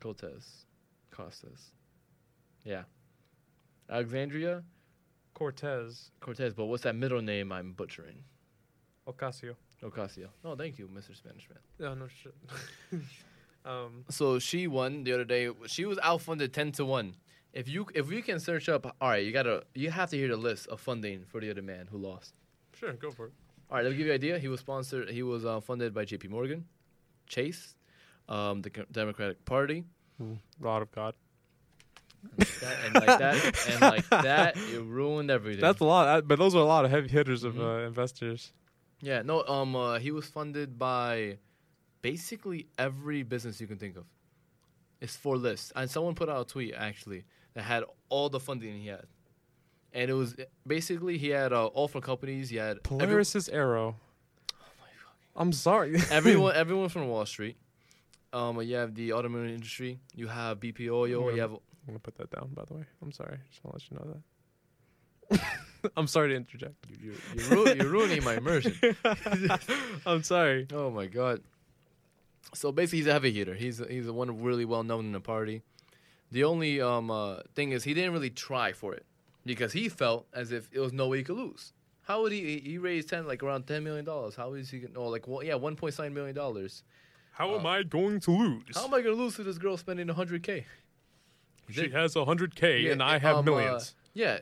Cortez. Costas. Yeah. Alexandria Cortez Cortez, but what's that middle name I'm butchering? Ocasio. Ocasio. Oh, thank you, Mr. Spanish man. Oh, no shit. um, So she won the other day. She was outfunded ten to one. If you if we can search up, all right, you gotta you have to hear the list of funding for the other man who lost. sure, go for it. All right, let me give you an idea. He was sponsored. He was uh, funded by J.P. Morgan, Chase, um, the Co- Democratic Party, Hmm. Rod of God. that, and like that, and like that. It ruined everything. That's a lot, uh, but those are a lot of heavy hitters of Mhm. uh, investors. yeah, no. Um, uh, he was funded by basically every business you can think of. It's four lists, and someone put out a tweet actually that had all the funding he had, and it was basically he had uh, all four companies. He had every- Oh, Polaris's arrow. I'm sorry. everyone everyone from Wall Street. Um, you have the automotive industry. You have BP oil. You Yeah. have I'm gonna put that down, by the way. I'm sorry. Just want to let you know that. I'm sorry to interject. you're, you're, ru- you're ruining my immersion. I'm sorry. Oh my god. So basically, he's a heavy hitter. He's he's the one really well known in the party. The only um, uh, thing is he didn't really try for it because he felt as if it was no way he could lose. How would he? He raised ten like around ten million dollars. How is he? gonna- Oh, like well, yeah, one point nine million dollars. How am I going to lose? Uh, How am I gonna lose to this girl spending hundred k? She has 100k Yeah, and I have um, uh, millions. yeah,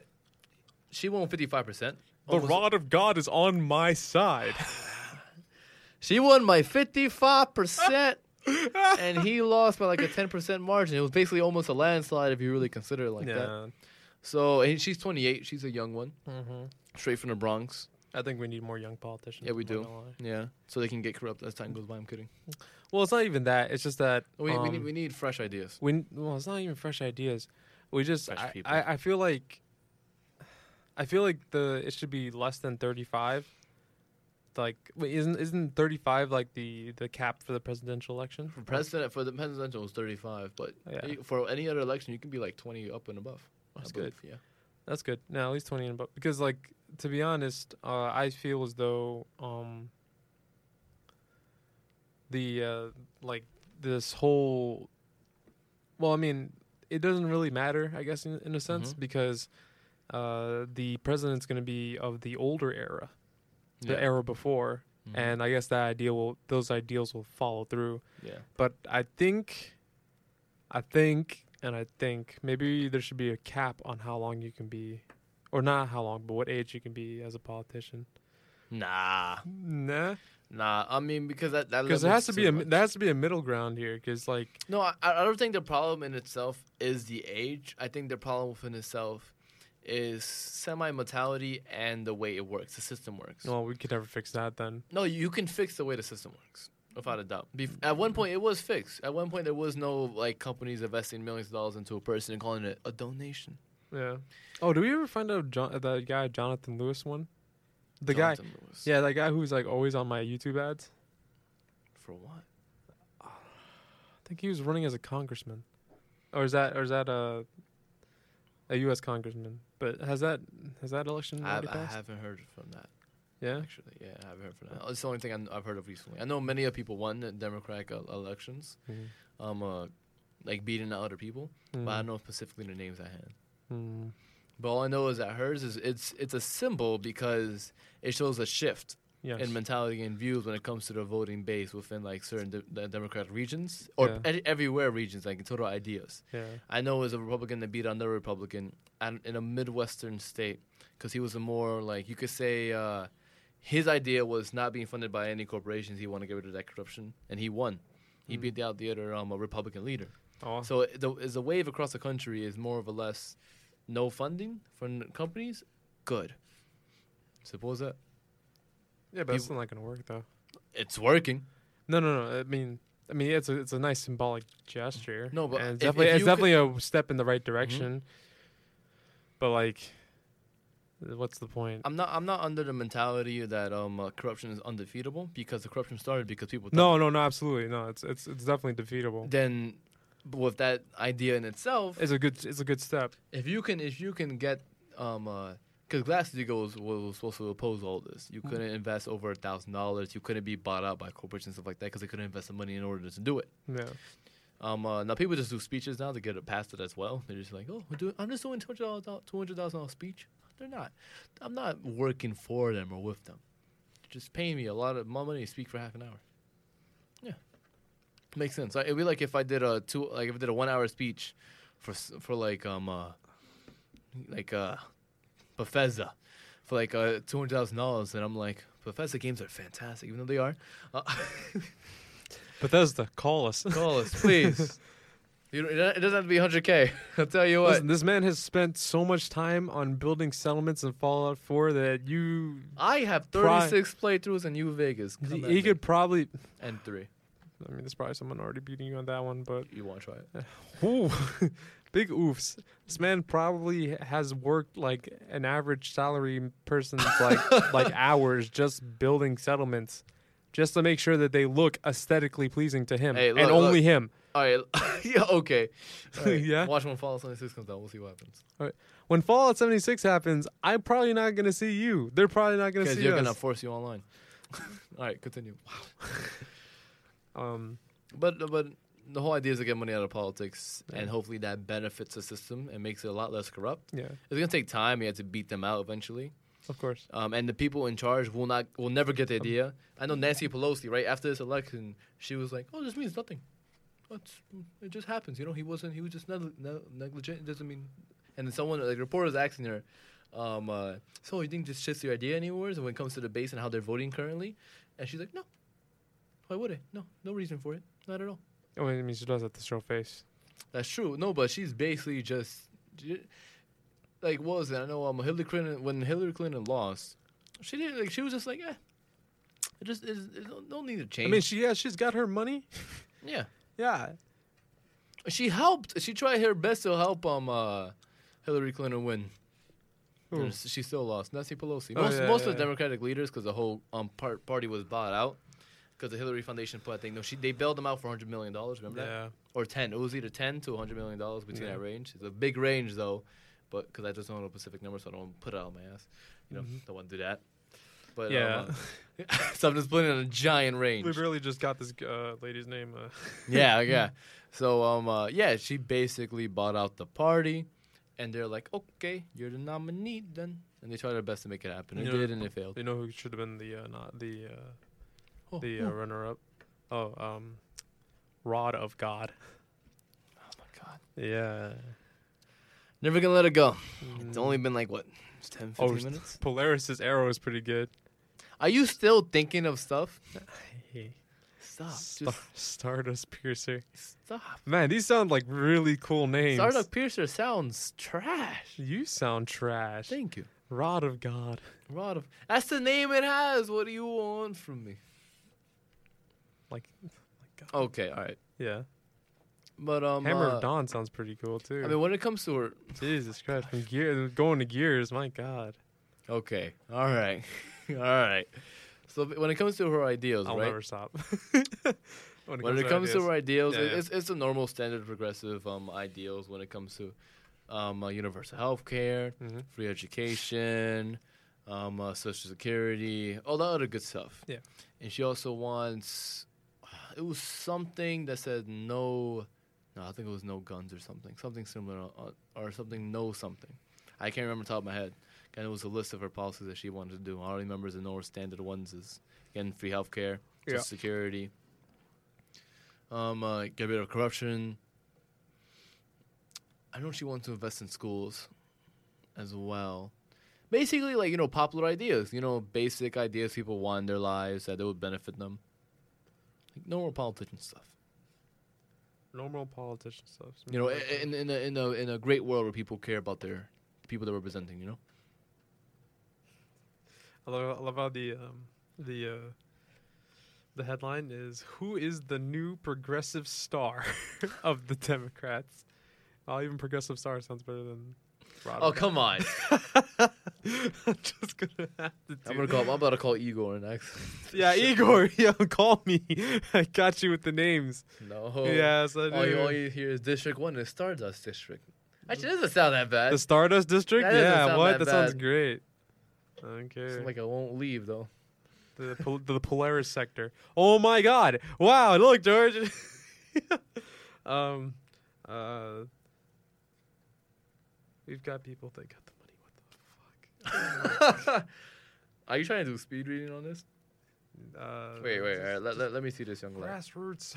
she won fifty five percent. the rod of God is on my side. She won by 55%, and he lost by like a 10% margin. It was basically almost a landslide if you really consider it like that. So, and she's 28. She's a young one, Mm-hmm. straight from the Bronx. I think we need more young politicians. Yeah, we I'm not do. gonna lie. Yeah. So they can get corrupt as time goes by. I'm kidding. Well, it's not even that. It's just that We, we, um, need, we need fresh ideas. we well, it's not even fresh ideas. We just Fresh I, people. I, I feel like I feel like the it should be less than 35. Like wait, isn't isn't 35 like the the cap for the presidential election? For president, for the presidential, it was 35, but Yeah. you- for any other election, you can be like 20 up and above. I That's believe, Yeah. That's good. No, at least 20 and above because like to be honest, uh, I feel as though um the uh like this whole well, I mean, it doesn't really matter, I guess in, in a sense Mhm. because uh the president's going to be of the older era, the yeah. era before, Mhm. and I guess that idea will those ideals will follow through yeah. but I think, I think, and I think maybe there should be a cap on how long you can be, or not how long, but what age you can be as a politician. Nah. Nah, Nah. I mean, because that. because Because there has to be a there has to be a middle ground here. Because like, No, I, I don't think the problem in itself is the age. I think the problem within itself is semi mortality and the way it works, the system works. well, we could never fix that then. No, you can fix the way the system works, without a doubt. Bef- at one point, it was fixed. At one point, there was no like companies investing millions of dollars into a person and calling it a donation. Yeah. Oh, do we ever find out John, the guy Jonathan Lewis one? The guy, Jonathan Lewis. yeah, that guy who's like always on my YouTube ads. For what? I think he was running as a congressman, or is that or is that a a U.S. congressman? But has that has that election I, already I passed? haven't heard from that. yeah. Actually, yeah, I haven't heard from that. It's the only thing I'm, I've heard of recently. I know many of people won the Democratic uh, elections, Mhm. um, uh, like beating out other people. but I Mm. don't know specifically the names at hand. Mm. But all I know is that hers is it's it's a symbol because it shows a shift Yes. in mentality and views when it comes to the voting base within like certain de- the Democratic regions or Yeah. e- everywhere regions, like in total ideas. yeah. I know as a Republican that beat another Republican and in a Midwestern state because he was a more like you could say uh, his idea was not being funded by any corporations. He wanted to get rid of that corruption, and he won. He Mm. beat out the other um, a Republican leader. Oh, So it- the, is the wave across the country is more of a less no funding from companies. Good. Suppose that yeah, but that's not gonna work though. it's working. No, no, no. I mean, I mean, it's a it's a nice symbolic gesture. No, but and it's if- definitely if it's you definitely a step in the right direction. Mm-hmm. But like, what's the point? I'm not. I'm not under the mentality that um uh, corruption is undefeatable because the corruption started because people. thought- no, no, no. Absolutely, no. It's it's it's definitely defeatable. Then, with that idea in itself, It's a good it's a good step. if you can if you can get um uh, because Glass Steagall was, was supposed to oppose all this. You couldn't invest over a thousand dollars. You couldn't be bought out by corporations and stuff like that because they couldn't invest the money in order to do it. Yeah. Um, uh, now people just do speeches now to get it past it as well. They're just like, oh, we're doing, I'm just doing two hundred dollars, two hundred thousand dollars speech. They're not. I'm not working for them or with them. They're just paying me a lot of my money to speak for half an hour. Yeah, makes sense. I, it'd be like if I did a two, like if I did a one hour speech for s- for like um uh like uh Bethesda for like uh two hundred thousand dollars, and I'm like, Bethesda games are fantastic, even though they are. Uh, Bethesda, call us. Call us, please. you don't, it doesn't have to be 100K. I'll tell you what. Listen, this man has spent so much time on building settlements in Fallout 4 that you I have Pri- 36 playthroughs in New Vegas. Come at he me. could probably. and three. I mean, there's probably someone already beating you on that one, but You want to try it? Ooh, big oofs. This man probably has worked like an average salary person's like like hours just building settlements, just to make sure that they look aesthetically pleasing to him Hey, look, and only look. him. All right. yeah. Okay. All right. Yeah. Watch when Fallout 76 comes out. We'll see what happens. When Fallout 76 happens, I'm probably not gonna see you. They're probably not gonna Because see you're us. gonna force you online. All right. Continue. um, But but the whole idea is to get money out of politics, and hopefully that benefits the system and makes it a lot less corrupt. yeah, It's gonna take time. You have to beat them out eventually. of course. um, and the people in charge will not will never get the idea. I know Nancy Pelosi, right after this election, she was like, "Oh, this means nothing. It's, it just happens." You know, he wasn't. He was just neg- ne- negligent. It doesn't mean. And then someone, like reporters, asking her, um, uh, "So you think this shifts your idea anywhere when it comes to the base and how they're voting currently?" And she's like, "No. Why would it? No, no reason for it. Not at all." I mean, Oh, I mean, she does have to show face. That's true. No, but she's basically just like what was it? I know um, Hillary Clinton when Hillary Clinton lost, she didn't like she was just like, eh, it just it, it don't, don't need to I change. mean, she yeah, she's got her money. yeah, Yeah, she helped. She tried her best to help um uh, Hillary Clinton win. Who? And She still lost. Nancy Pelosi. Oh, Most, yeah, most yeah, of the yeah. Democratic leaders, because the whole um part, party was bought out, because the Hillary Foundation put that thing. No, she they bailed them out for hundred million dollars. Remember that? yeah. or ten. It was either ten to hundred million dollars between Yeah. that range. It's a big range though, but because I just don't know a specific number, so I don't wanna put it out my ass. You know, don't want to do that. But Mm-hmm. Yeah. um, uh, so I'm just putting it on a giant range. We really just got this uh, lady's name. Uh, yeah, yeah. So um, uh, yeah, she basically bought out the party, and they're like, okay, you're the nominee then. And they tried their best to make it happen. They You know- did, and it failed. You know who should have been the uh, not the uh, Oh, the oh, uh, runner up? Oh, um, Rod of God. oh my god, Yeah. never gonna let it go. Mm. It's only been like what, 10, 15 Oh, minutes. Polaris's arrow is pretty good. Are you still thinking of stuff? Stop. Star- Ah, Just Stardust Piercer. stop. Man, these sound like really cool names. Startup Piercer sounds trash. You sound trash. Thank you. Rod of God. Rod of That's the name it has. What do you want from me? oh Like, Okay, all right. yeah. But um Hammer uh, of Dawn sounds pretty cool too. I mean when it comes to her Jesus Christ, from gear going to gears. My God. Okay. All right. all right. So when it comes to her ideals, I'll right? never stop. when when it comes to ideas. her ideals, Yeah, it- yeah. it's it's a normal standard progressive um ideals when it comes to um uh, universal health care, Mhm. free education, um uh, social security, all that other good stuff. Yeah. And she also wants uh, it was something that said no no, I think it was no guns or something. Something similar uh, or something no something. I can't remember off the top of my head. And it was a list of her policies that she wanted to do. I only remember the normal standard ones is again free health care, social Yeah. security, um, uh, get rid of corruption. I know she wants to invest in schools as well. Basically, like, you know, popular ideas, you know, basic ideas people want in their lives that it would benefit them. Like normal politician stuff. normal politician stuff. You know, i- Mm-hmm. i- in, in, a, in, a, in a great world where people care about their people they're representing, you know? I love, I love how the um, the uh, the headline is "Who is the new progressive star of the Democrats?" Oh, even progressive star sounds better than. Rod Oh, of come on. God. I'm just gonna have to. Do I'm, gonna call, I'm about to call Igor next. Yeah, Igor, yo, call me. I got you with the names. No. Yes, I All you, all do. you hear is District 1 is Stardust District. Mm-hmm. Actually, it doesn't sound that bad. The Stardust District? That doesn't Yeah, sound what? that That, sounds bad. great. Okay. Sounds like I won't leave though. the, Pol- the Polaris sector. Oh my God! Wow, look, George. um, uh, we've got people that got the money. What the Are you trying to do speed reading on this? fuck? Uh, Wait, wait, all just- right, let, let, let me see this young lad. grassroots.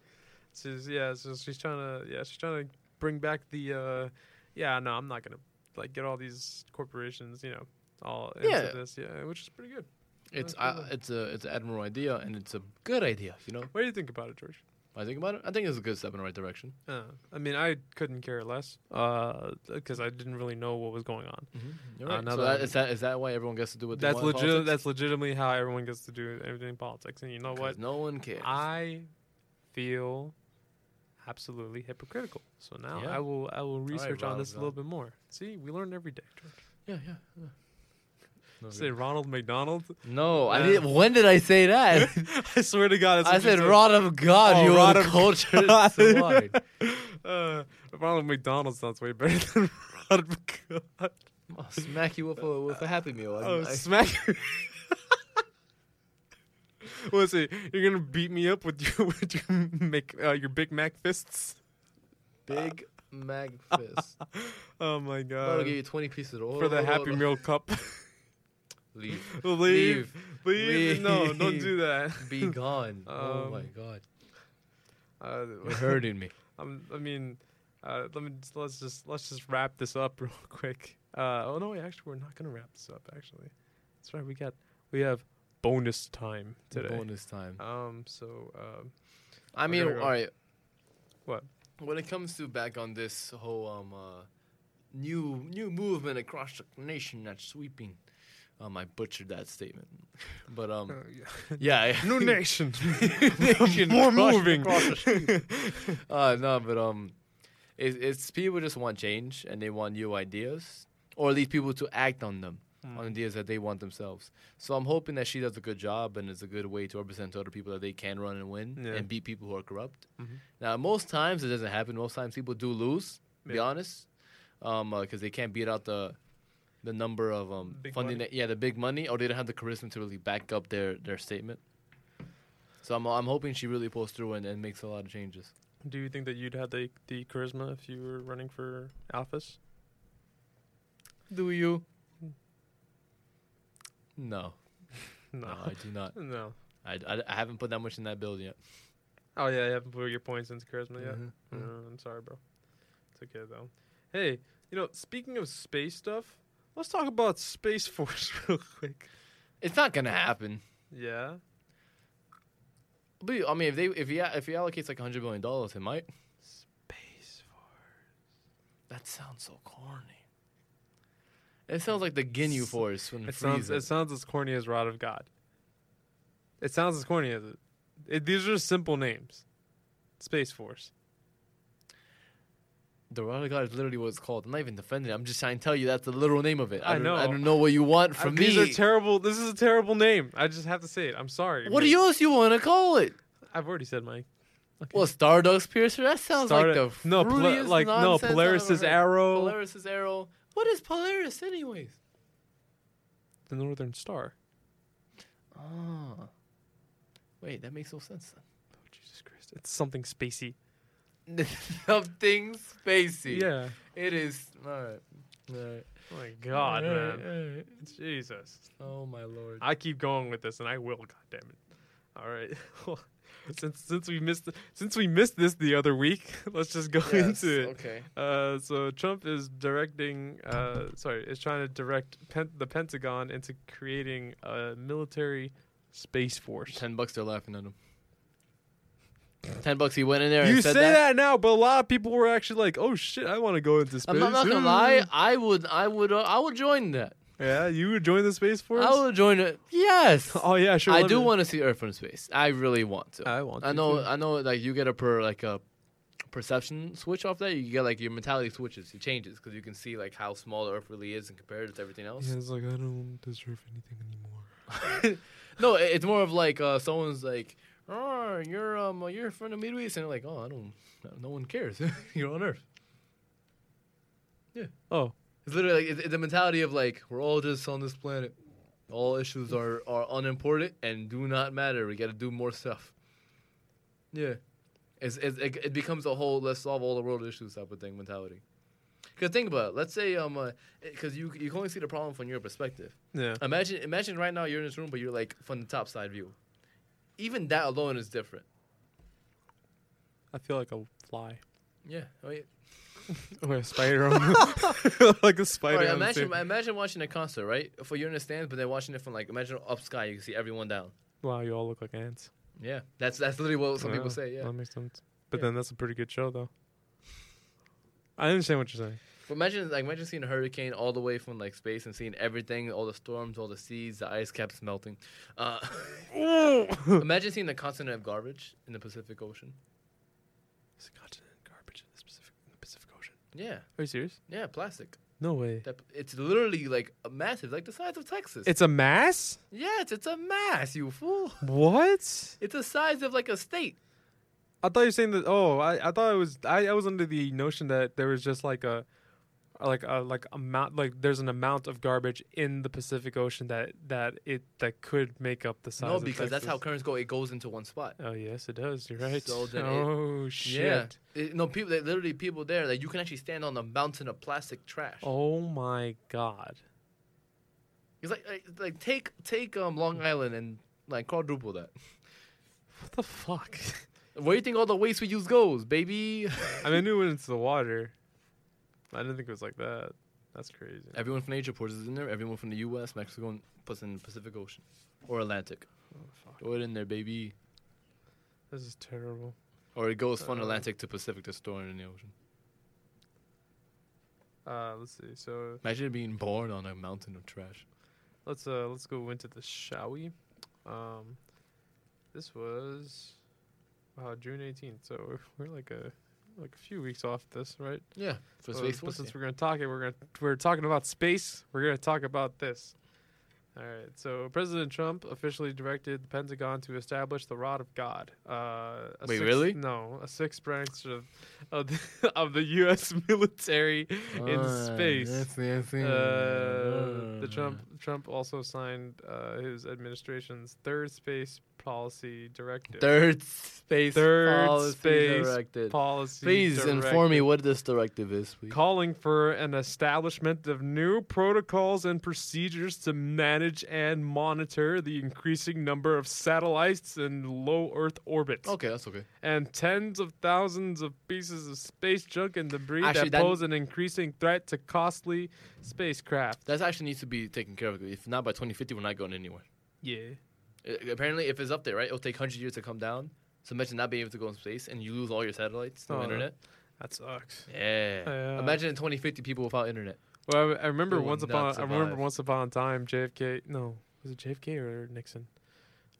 she's yeah, so she's trying to yeah, she's trying to bring back the uh yeah, no, I'm not gonna like get all these corporations, you know, all into Yeah. this, yeah, which is pretty good. It's Let's uh, do it's a it's an admirable idea and it's a good idea. You know, What do you think about it, George? when I think about it, I think it's a good step in the right direction. Uh, I mean, I couldn't care less uh, because I didn't really know what was going on. You're Uh, right. now so that Mm-hmm. that, is that is that why everyone gets to do what they That's want in legit. politics? That's legitimately how everyone gets to do everything in politics, and you know 'Cause what? No one cares. I feel absolutely hypocritical. So now Yeah. I will I will research on Ronald this a little Reagan. bit more. See, we learn every day, George. yeah, yeah. yeah. No, Say good. Ronald McDonald. no I Uh, did. When did I say that? I swear to God, that's I what you said rod of God. Oh, you rod rod of of culture. God. swine. Uh, Ronald McDonald sounds way better than Ronald McDonald. I'll smack you with a with a happy meal. I- Oh, I- smack! What's it? You're gonna beat me up with your with your Mc, uh, your Big Mac fists? big mag fist. Oh my I'll give God! you twenty pieces of oil For the Happy Meal cup. Leave. leave, leave, Leave. No, don't do that. Be gone. oh Um, my god. Uh, You're hurting me. I'm, I mean, uh, let me just, let's just let's just wrap this up real quick. Uh, oh no, wait, actually, we're not gonna wrap this up. Actually, that's right. We got we have bonus time today. Bonus time. Um, so um, I we're mean, gonna go. all right. What? When it comes to back on this whole um uh, new new movement across the nation that's sweeping, um I butchered that statement, but um yeah I- Oh, new nation, nation more across- moving. across the street. uh no, but um, it, it's people just want change and they want new ideas, or at least people to act on them. Hmm. on ideas that they want themselves. So I'm hoping that she does a good job and is a good way to represent to other people that they can run and win Yeah. and beat people who are corrupt. Mhm. Now, most times it doesn't happen. Most times people do lose. to Be Yeah. honest, because they can't beat out the the number of um Big funding. money. That, yeah, the big money, or they don't have the charisma to really back up their their statement. So I'm I'm hoping she really pulls through and, and makes a lot of changes. Do you think that you'd have the the charisma if you were running for office? Do you? No, no, No, I do not. no. I, I, I haven't put that much in that build yet. Oh yeah, you haven't put your points into charisma yet. Mhm. Uh, I'm sorry, bro. It's okay though. Hey, you know, speaking of space stuff, let's talk about Space Force real quick. It's not gonna happen. Yeah. But I mean, if they if he if he allocates like hundred million dollars, it might. Space Force. That sounds so corny. It sounds like the Ginyu Force when It sounds it Frieza. sounds as corny as Rod of God. It sounds as corny as it. it these are simple names. Space Force. The Rod of God is literally what it's called. I'm not even defending it. I'm just trying to tell you that's the literal name of it. I don't, know. I don't know what you want I- from these me. are terrible. This is a terrible name. I just have to say it. I'm sorry. what man. do else you want to call it? I've already said my Well, Stardust Piercer. That sounds like Stardust- the no, Pol- fruitiest like no nonsense I've Polaris's ever heard. arrow, Polaris's arrow. What is Polaris, anyways? the Northern Star. Ah, wait, that makes no sense. Oh Jesus Christ! It's something spacey. Then. Something spacey. Yeah. It is. All right. All right. Oh my God, All man. right, all right. Jesus. Oh my lord. I keep going with this, and I will. God damn it! All right. Well, since since we missed since we missed this the other week, let's just go into it. Okay. Uh, so Trump is directing, uh, sorry, is trying to direct pen- the Pentagon into creating a military space force. Ten bucks. They're laughing at him. Ten bucks. He went in there. You and say said that. now, but a lot of people were actually like, "Oh shit, I want to go into space." I'm not, not Ooh. gonna lie. I would. I would. Uh, I would join that. Yeah, you would join the space force. I would join it. Yes. Oh yeah, sure. I let do me- want to see Earth from space. I really want to. I want. I to, know. too. I know. Like you get a per like a perception switch off that. You get like your mentality switches. It changes because you can see like how small Earth really is and compared to everything else. Yeah, it's like I don't deserve anything anymore. No, it- it's more of like uh, someone's like, "Oh, you're um, you're from the Middle East," and they're like, "Oh, I don't, no one cares. you're on Earth." Yeah. Oh, It's literally like, it's, it's the mentality of like we're all just on this planet. All issues are are unimportant and do not matter. We got to do more stuff. Yeah, it's, it's it, it becomes a whole let's solve all the world issues type of thing mentality. Because think about it. Let's say um because you you can only see the problem from your perspective. yeah. Imagine imagine right now you're in this room but you're like from the top side view. Even that alone is different. I feel like a fly Yeah. I mean, or a spider. on- like a spider. Alright, on the imagine table. imagine watching a concert, right? For you're in the stands, but then watching it from like imagine up sky, you can see everyone down. Wow, you all look like ants. Yeah, that's that's literally what some Wow, people say. Yeah, that makes sense. But Yeah. then that's a pretty good show, though. I understand what you're saying. but imagine like imagine seeing a hurricane all the way from like space and seeing everything, all the storms, all the seas, the ice caps melting. Uh, imagine seeing the continent of garbage in the Pacific Ocean. It's a continent of garbage in the Pacific, in the Pacific Ocean. Yeah, Are you serious? yeah, plastic. No way. That, it's literally like a massive, like the size of Texas. It's a mass? yes, it's a mass, you fool. What? It's the size of like a state. I thought you were saying that. Oh, I, I thought it was. I, I was under the notion that there was just like a, like a like amount like there's an amount of garbage in the Pacific Ocean that that it that could make up the size. no, of because that's how Texas. currents go. It goes into one spot. Oh yes, it does. You're right. So then it- oh shit. Yeah. It- no, people. They, literally, people there. Like you can actually stand on a mountain of plastic trash. Oh my god. It's like, like like take take um Long Island and like quadruple that. What the fuck? Where do you think all the waste we use goes, baby? I mean, I knew it went into the water. I didn't think it was like that. That's crazy. Everyone from Asia pours it in there. Everyone from the U.S., Mexico, and puts it in the Pacific Ocean or Atlantic. Oh, Throw it in there, baby. This is terrible. Or it goes from Uh, Atlantic to Pacific to store it in the ocean. Uh, let's see. So Imagine being born on a mountain of trash. let's uh let's go into the shall we? Um, this was wow June eighteenth. So we're- we're like a like a few weeks off this, right? Yeah, for Uh, space but force. since we're gonna talk it, we're gonna we're talking about space. We're gonna talk about this. All right. So President Trump officially directed the Pentagon to establish the Rod of God. Uh, a Wait, sixth- really? No, a sixth branch of of the, of the U.S. military Ah, in space. Uh, the Trump Trump also signed uh, his administration's third space policy directive. Third space. Third policy space directed. policy. Please inform me directive, what this directive is, please. Calling for an establishment of new protocols and procedures to manage and monitor the increasing number of satellites in low Earth orbits okay, that's okay. and tens of thousands of pieces of space junk and debris Actually, that that- pose an increasing threat to costly spacecraft. That actually needs to be taken care of. If not by 2050, we're not going anywhere. Yeah. I- apparently, if it's up there, right, it'll take 100 years to come down. So imagine not being able to go in space and you lose all your satellites, no Oh, internet. That sucks. Yeah. Yeah. Imagine in 2050 people without internet. Well, I, I remember They will once not upon I remember survive. once upon a time JFK. No, was it JFK or Nixon?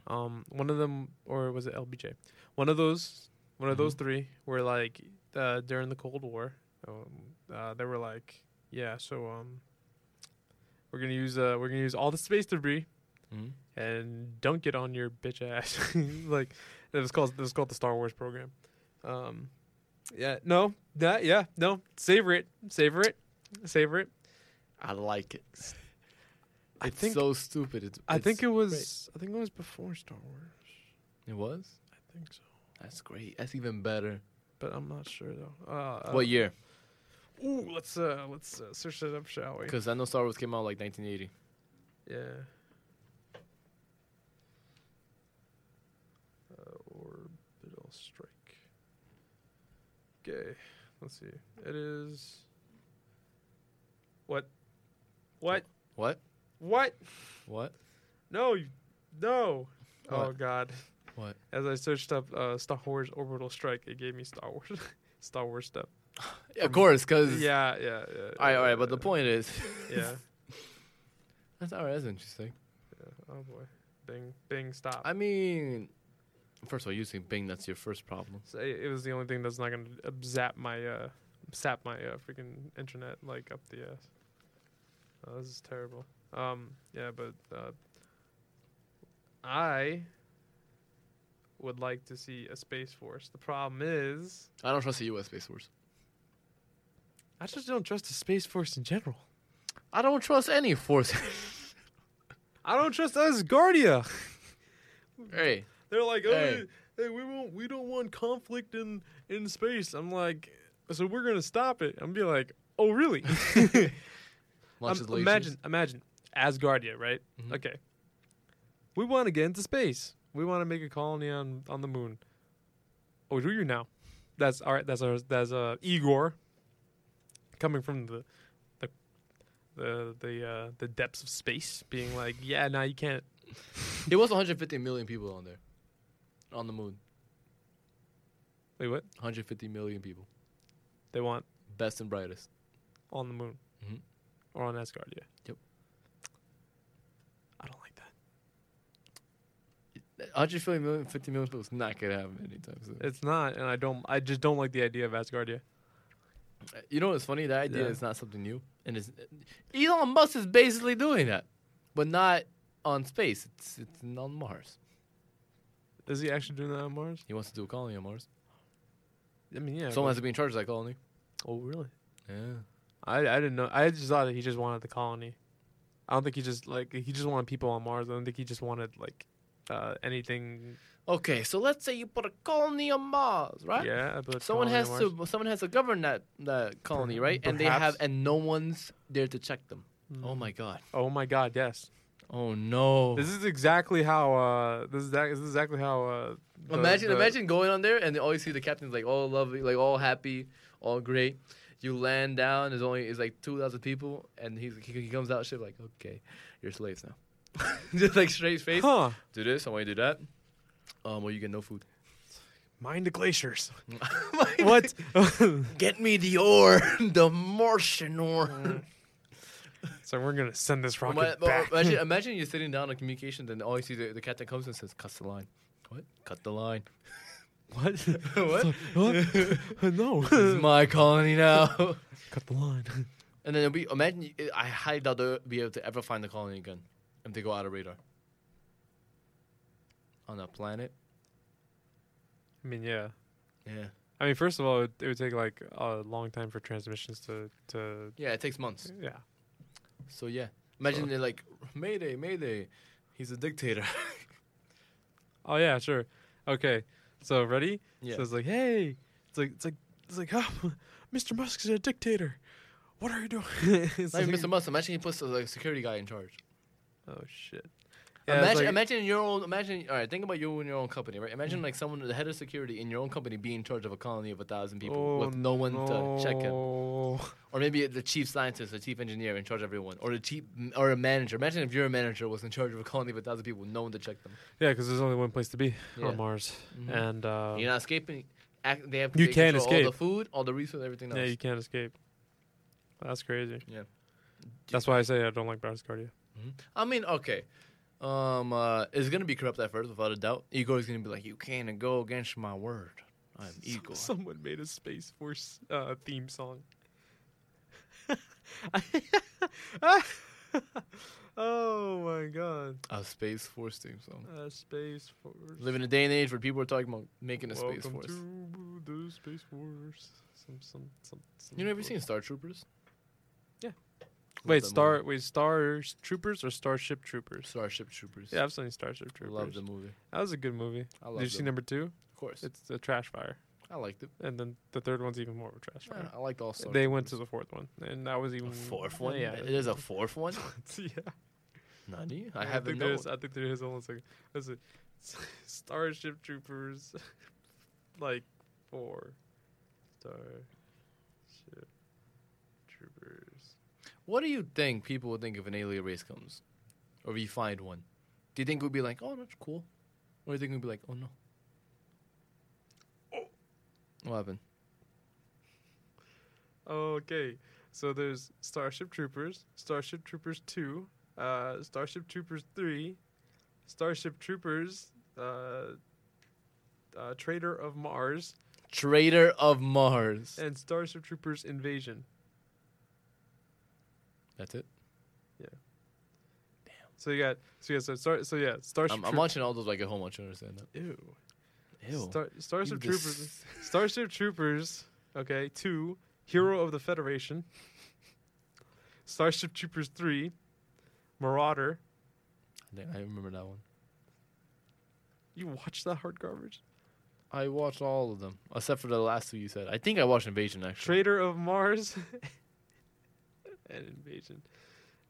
Um, one of them, or was it LBJ? One of those, one of those three were like uh, during the Cold War. Um, uh, they were like, yeah, so um, we're gonna use uh, we're gonna use all the space debris Mhm. and dunk it on your bitch ass. like it was called it was called the Star Wars program. Um, yeah, no, that yeah, no, savor it, savor it, savor it. I like it. It's I think so stupid. It's, I it's think it was great. I think it was before Star Wars. It was? I think so, That's great. That's even better. but I'm not sure though. Uh, what uh, year? Ooh, let's uh let's uh, search it up, shall we? Because I know Star Wars came out like 1980. Yeah. Uh, orbital strike. Okay, let's see. It is. What? What? What? What? What? No, you- no. Oh What? God. What? As I searched up uh, Star Wars orbital strike, it gave me Star Wars, Star Wars stuff. Of course, because Yeah, yeah, yeah. All right, all yeah, right, but the yeah, point is, Yeah. that's all right. That's interesting. yeah. Oh boy. Bing, Bing, stop. I mean, first of all, using Bing, that's your first problem. So it it was the only thing that's not gonna uh, zap my uh, sap my uh, freaking internet like up the ass. Oh, this is terrible. Um, yeah, but uh, I would like to see a space force. The problem is I don't trust the U.S. Space Force. I just don't trust the Space Force in general. I don't trust any force. I don't trust Asgardia. hey, They're like, oh, Hey. hey, we won't, we don't want conflict in in space. I'm like, so we're gonna stop it. I'm be like, oh, really? Um, much as lazy. imagine, imagine Asgardia, right? Mhm. Okay. We want to get into space. We want to make a colony on on the moon. Oh, do you now? That's all right. That's our that's uh Igor coming from the the the the uh, the depths of space, being like, yeah, now you can't. Mm-hmm. It was 150 million people on there, on the moon. Wait, what? 150 million people, They want best and brightest. on the moon Mhm. or on Asgardia. Yep. I don't like that. 150 million, 50 million people is not gonna happen anytime soon. It's not, and I don't. I just don't like the idea of Asgardia. You know what's funny? That idea Yeah. is not something new, and it's Elon Musk is basically doing that, but not on space. It's it's on Mars. Is he actually doing that on Mars? He wants to do a colony on Mars. I mean, yeah. but- Someone has to be in charge of that colony. oh, really? Yeah. I I didn't know. I just thought that he just wanted the colony. I don't think he just like he just wanted people on Mars. I don't think he just wanted like uh, anything. Okay, so let's say you put a colony on Mars, right? Yeah, but Someone colony on has Mars. to someone has to govern that that colony, right? And they have Perhaps. and no one's there to check them. Mm. Oh my god. Oh my God! Yes, Oh no. this is exactly how. Uh, this is that. This is exactly how. Uh, the- imagine the- imagine going on there and all you see the captain's like all lovely, like all happy, all great. You land down, there's only it's like two thousand people, and he's he, he comes out shit like, okay, you're slaves now. Just like straight face. Huh? Do this, I want you to do that. Um, well, you get no food. Mind the glaciers. Like, what? Get me the ore, the Martian Hmm. ore. so we're gonna send this rocket Ima- back. Imagine, imagine you're sitting down on communication, then all you see the, the captain comes and says, "Cut the line." What? Cut the line. What? What? what? no. This is my colony now. Cut the line. and then it'll be imagine you- I highly doubt they'll be able to ever find the colony again if they go out of radar. On a planet. I mean, yeah. Yeah. I mean, first of all, it, it would take like a long time for transmissions to to Yeah, it takes months. yeah. So yeah, imagine they're like, "Mayday, Mayday, he's a dictator." Oh yeah, sure. Okay. So ready? yeah. So it's like, hey, it's like it's like it's like, oh, Mr. Musk's a dictator. What are you doing? It's Not even like- Mr. Musk. Imagine he puts a like, security guy in charge. Oh shit. imagine, it's like- imagine your own. Imagine, all right. Think about you in your own company, right? Imagine like someone, the head of security in your own company, being in charge of a colony of a thousand people oh, with no one to check him, no. or maybe the chief scientist, the chief engineer in charge of everyone, or the chief or a manager. Imagine if your manager was in charge of a colony of a thousand people with no one to check them. Yeah, because there's only one place to be Yeah. on Mars, Mhm. and uh, You're not escaping. Ac- They have You they can't control all the escape. food, all the resources, everything else. yeah, you can't escape. That's crazy. Yeah. That's why I say I don't like Brass Cardia. I mean, okay. Um, uh, it's gonna be corrupt at first, without a doubt. Igor is gonna be like, "You can't go against my word. I'm Igor." Someone made a Space Force uh, theme song. oh my god. A space force team song. Uh, space Force. Live in a day and age where people are talking about making a Welcome space force. to the Space Force. Some, some, some, some You never force. seen Star Troopers? Yeah. Love Wait, that Star. movie. Wait, Star Troopers or Starship Troopers? Starship Troopers. Yeah, I've seen Starship Troopers. love the movie. That was a good movie. I love Did you see number two? Of course, It's a trash fire, I liked it. and then the third one's even more of a trash Yeah, fire. I liked all. Star they went to the fourth one, and that was even a fourth one. Mm, Yeah, there's a fourth one. yeah. Nani? I think haven't there known. is- I think there is almost like let's see, Starship Troopers, like four, Starship Troopers. What do you think people would think if an alien race comes, or if you find one? Do you think we'd be like, "Oh, that's cool," or do you think we'd be like, "Oh no"? Oh. What happened? Okay, so there's Starship Troopers, Starship Troopers two, uh, Starship Troopers three, Starship Troopers, uh, uh, Trader of Mars, Traitor of Mars. and Starship Troopers Invasion. That's it. So you got so yeah so star so yeah Starship I'm, I'm Troop- watching all those like at home. I don't understand that. Ew. Star- Starship You Troopers. Starship Troopers. Okay, two. Hero of the Federation, Starship Troopers 3, Marauder. I think- I remember that one. You watched that hard garbage? I watched all of them except for the last two you said. I think I watched Invasion actually. Traitor of Mars and Invasion.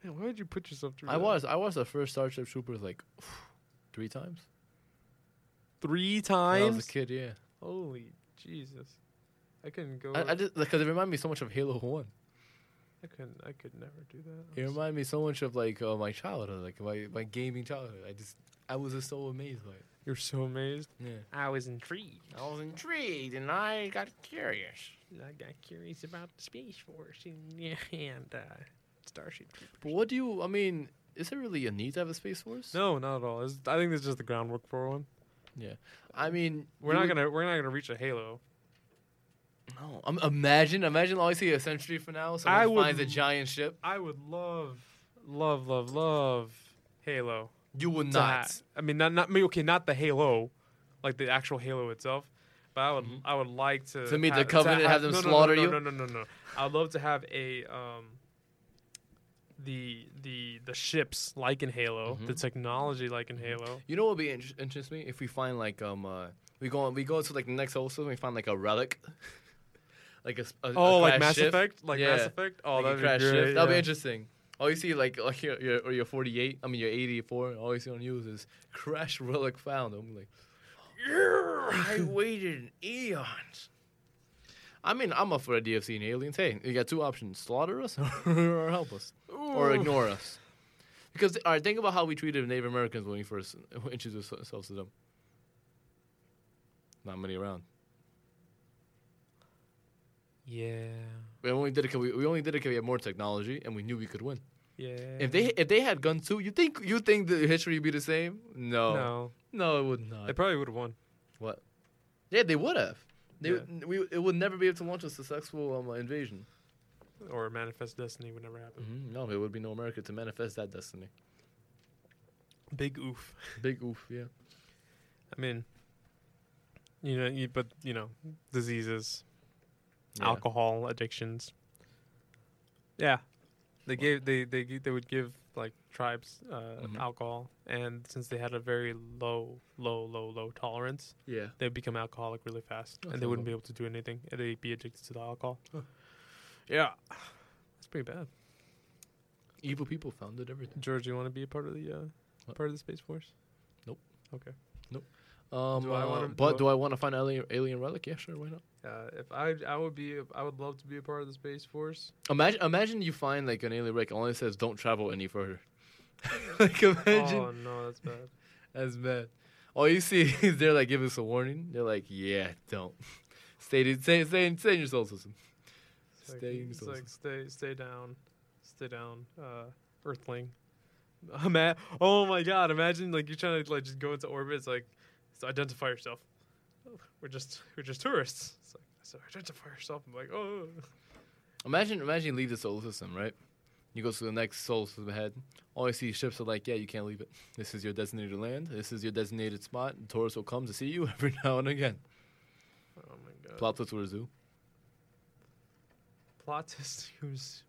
Man, why would you put yourself through I that? watched I watched the first Starship Troopers like three times. Three When I was times? a kid, yeah. Holy Jesus. I couldn't go. I, I just because it reminded me so much of Halo One. I couldn't. I could never do that. It I'm s- reminded me so much of like uh, my childhood, like my, my gaming childhood. I just I was just so amazed by it. You're so amazed. Yeah. I was intrigued. I was intrigued and I got curious. I got curious about the Space Force and, and uh, Starship But what do you? I mean, is there really a need to have a space force? No, not at all. It's, I think this is just the groundwork for one. I mean, We're you not would- gonna we're not gonna reach a Halo. No. Um, imagine, imagine. All I see a century from now, someone I would finds a l- giant ship. I would love, love, love, love Halo. You would to not. ha- I mean, not not I mean, okay, not the Halo, like the actual Halo itself. But I would Mhm. I would like to To meet the ha- Covenant, have them no, no, no, slaughter no, you? No, no, no, no. I'd love to have a um. The the the ships like in Halo, the Mhm. technology like in Halo. You know what would be inter- interest me if we find like um uh, we go on, we go to like the next episode and we find like a relic, like a, s- a- a Oh, like crashed Mass ship. Effect, like Mass Yeah. Effect. Oh, Like a that'd crashed be ship. great. That'd be yeah. interesting. All you see like like your your, or your 48, I mean your 84. All you see on news is crash relic found. I'm like, I waited eons. I mean, I'm up for a DFC and aliens. Hey, you got two options: slaughter us or help us or Ooh. ignore us. Because all right, think about how we treated Native Americans when we first introduced ourselves to them. Not many around. Yeah. We only did it 'cause we, we only did it 'cause we had more technology and we knew we could win. Yeah. If they if they had guns too, you think you think the history would be the same? No, no, no, it would not. they probably would have won. what? Yeah, they would have. They, Yeah. we, it would never be able to launch a successful um, invasion. Or Manifest Destiny would never happen. Mhm, No, there would be no America to manifest that destiny. Big oof. Big oof, yeah. I mean, you know, you, but you know, diseases, Yeah. alcohol addictions. Yeah, they gave they they gi- they would give like tribes uh, Mhm. alcohol, and since they had a very low, low, low, low tolerance, Yeah. they'd become alcoholic really fast, Oh, and they sounds wouldn't like- be able to do anything. and They'd be addicted to the alcohol. Huh. Yeah, that's pretty bad. Evil people founded everything. George, you want to be a part of the uh, What? part of the space force? Nope. Okay. Um, Do I uh, wanna- but do I- do I want to find alien, alien relic? Yeah, sure, why not? Uh, if I I would be I would love to be a part of the space force. Imagine imagine you find like an alien relic only says don't travel any further. like imagine Oh no, that's bad. that's bad. All you see is they're like giving us a warning. They're like, yeah, don't stay stay stay, stay in your soul system. It's like, Stay in it's yourself. like stay stay down, stay down, uh, Earthling. Ima- oh my God! Imagine like you're trying to like just go into orbit. It's like so identify yourself. We're just we're just tourists. It's like so identify yourself. I'm like oh Imagine imagine you leave the solar system, right? You go to the next solar system ahead. All you see ships are like, yeah, you can't leave it. This is your designated land. This is your designated spot. And tourists will come to see you every now and again. oh my God. Plop to a zoo. Plotus who's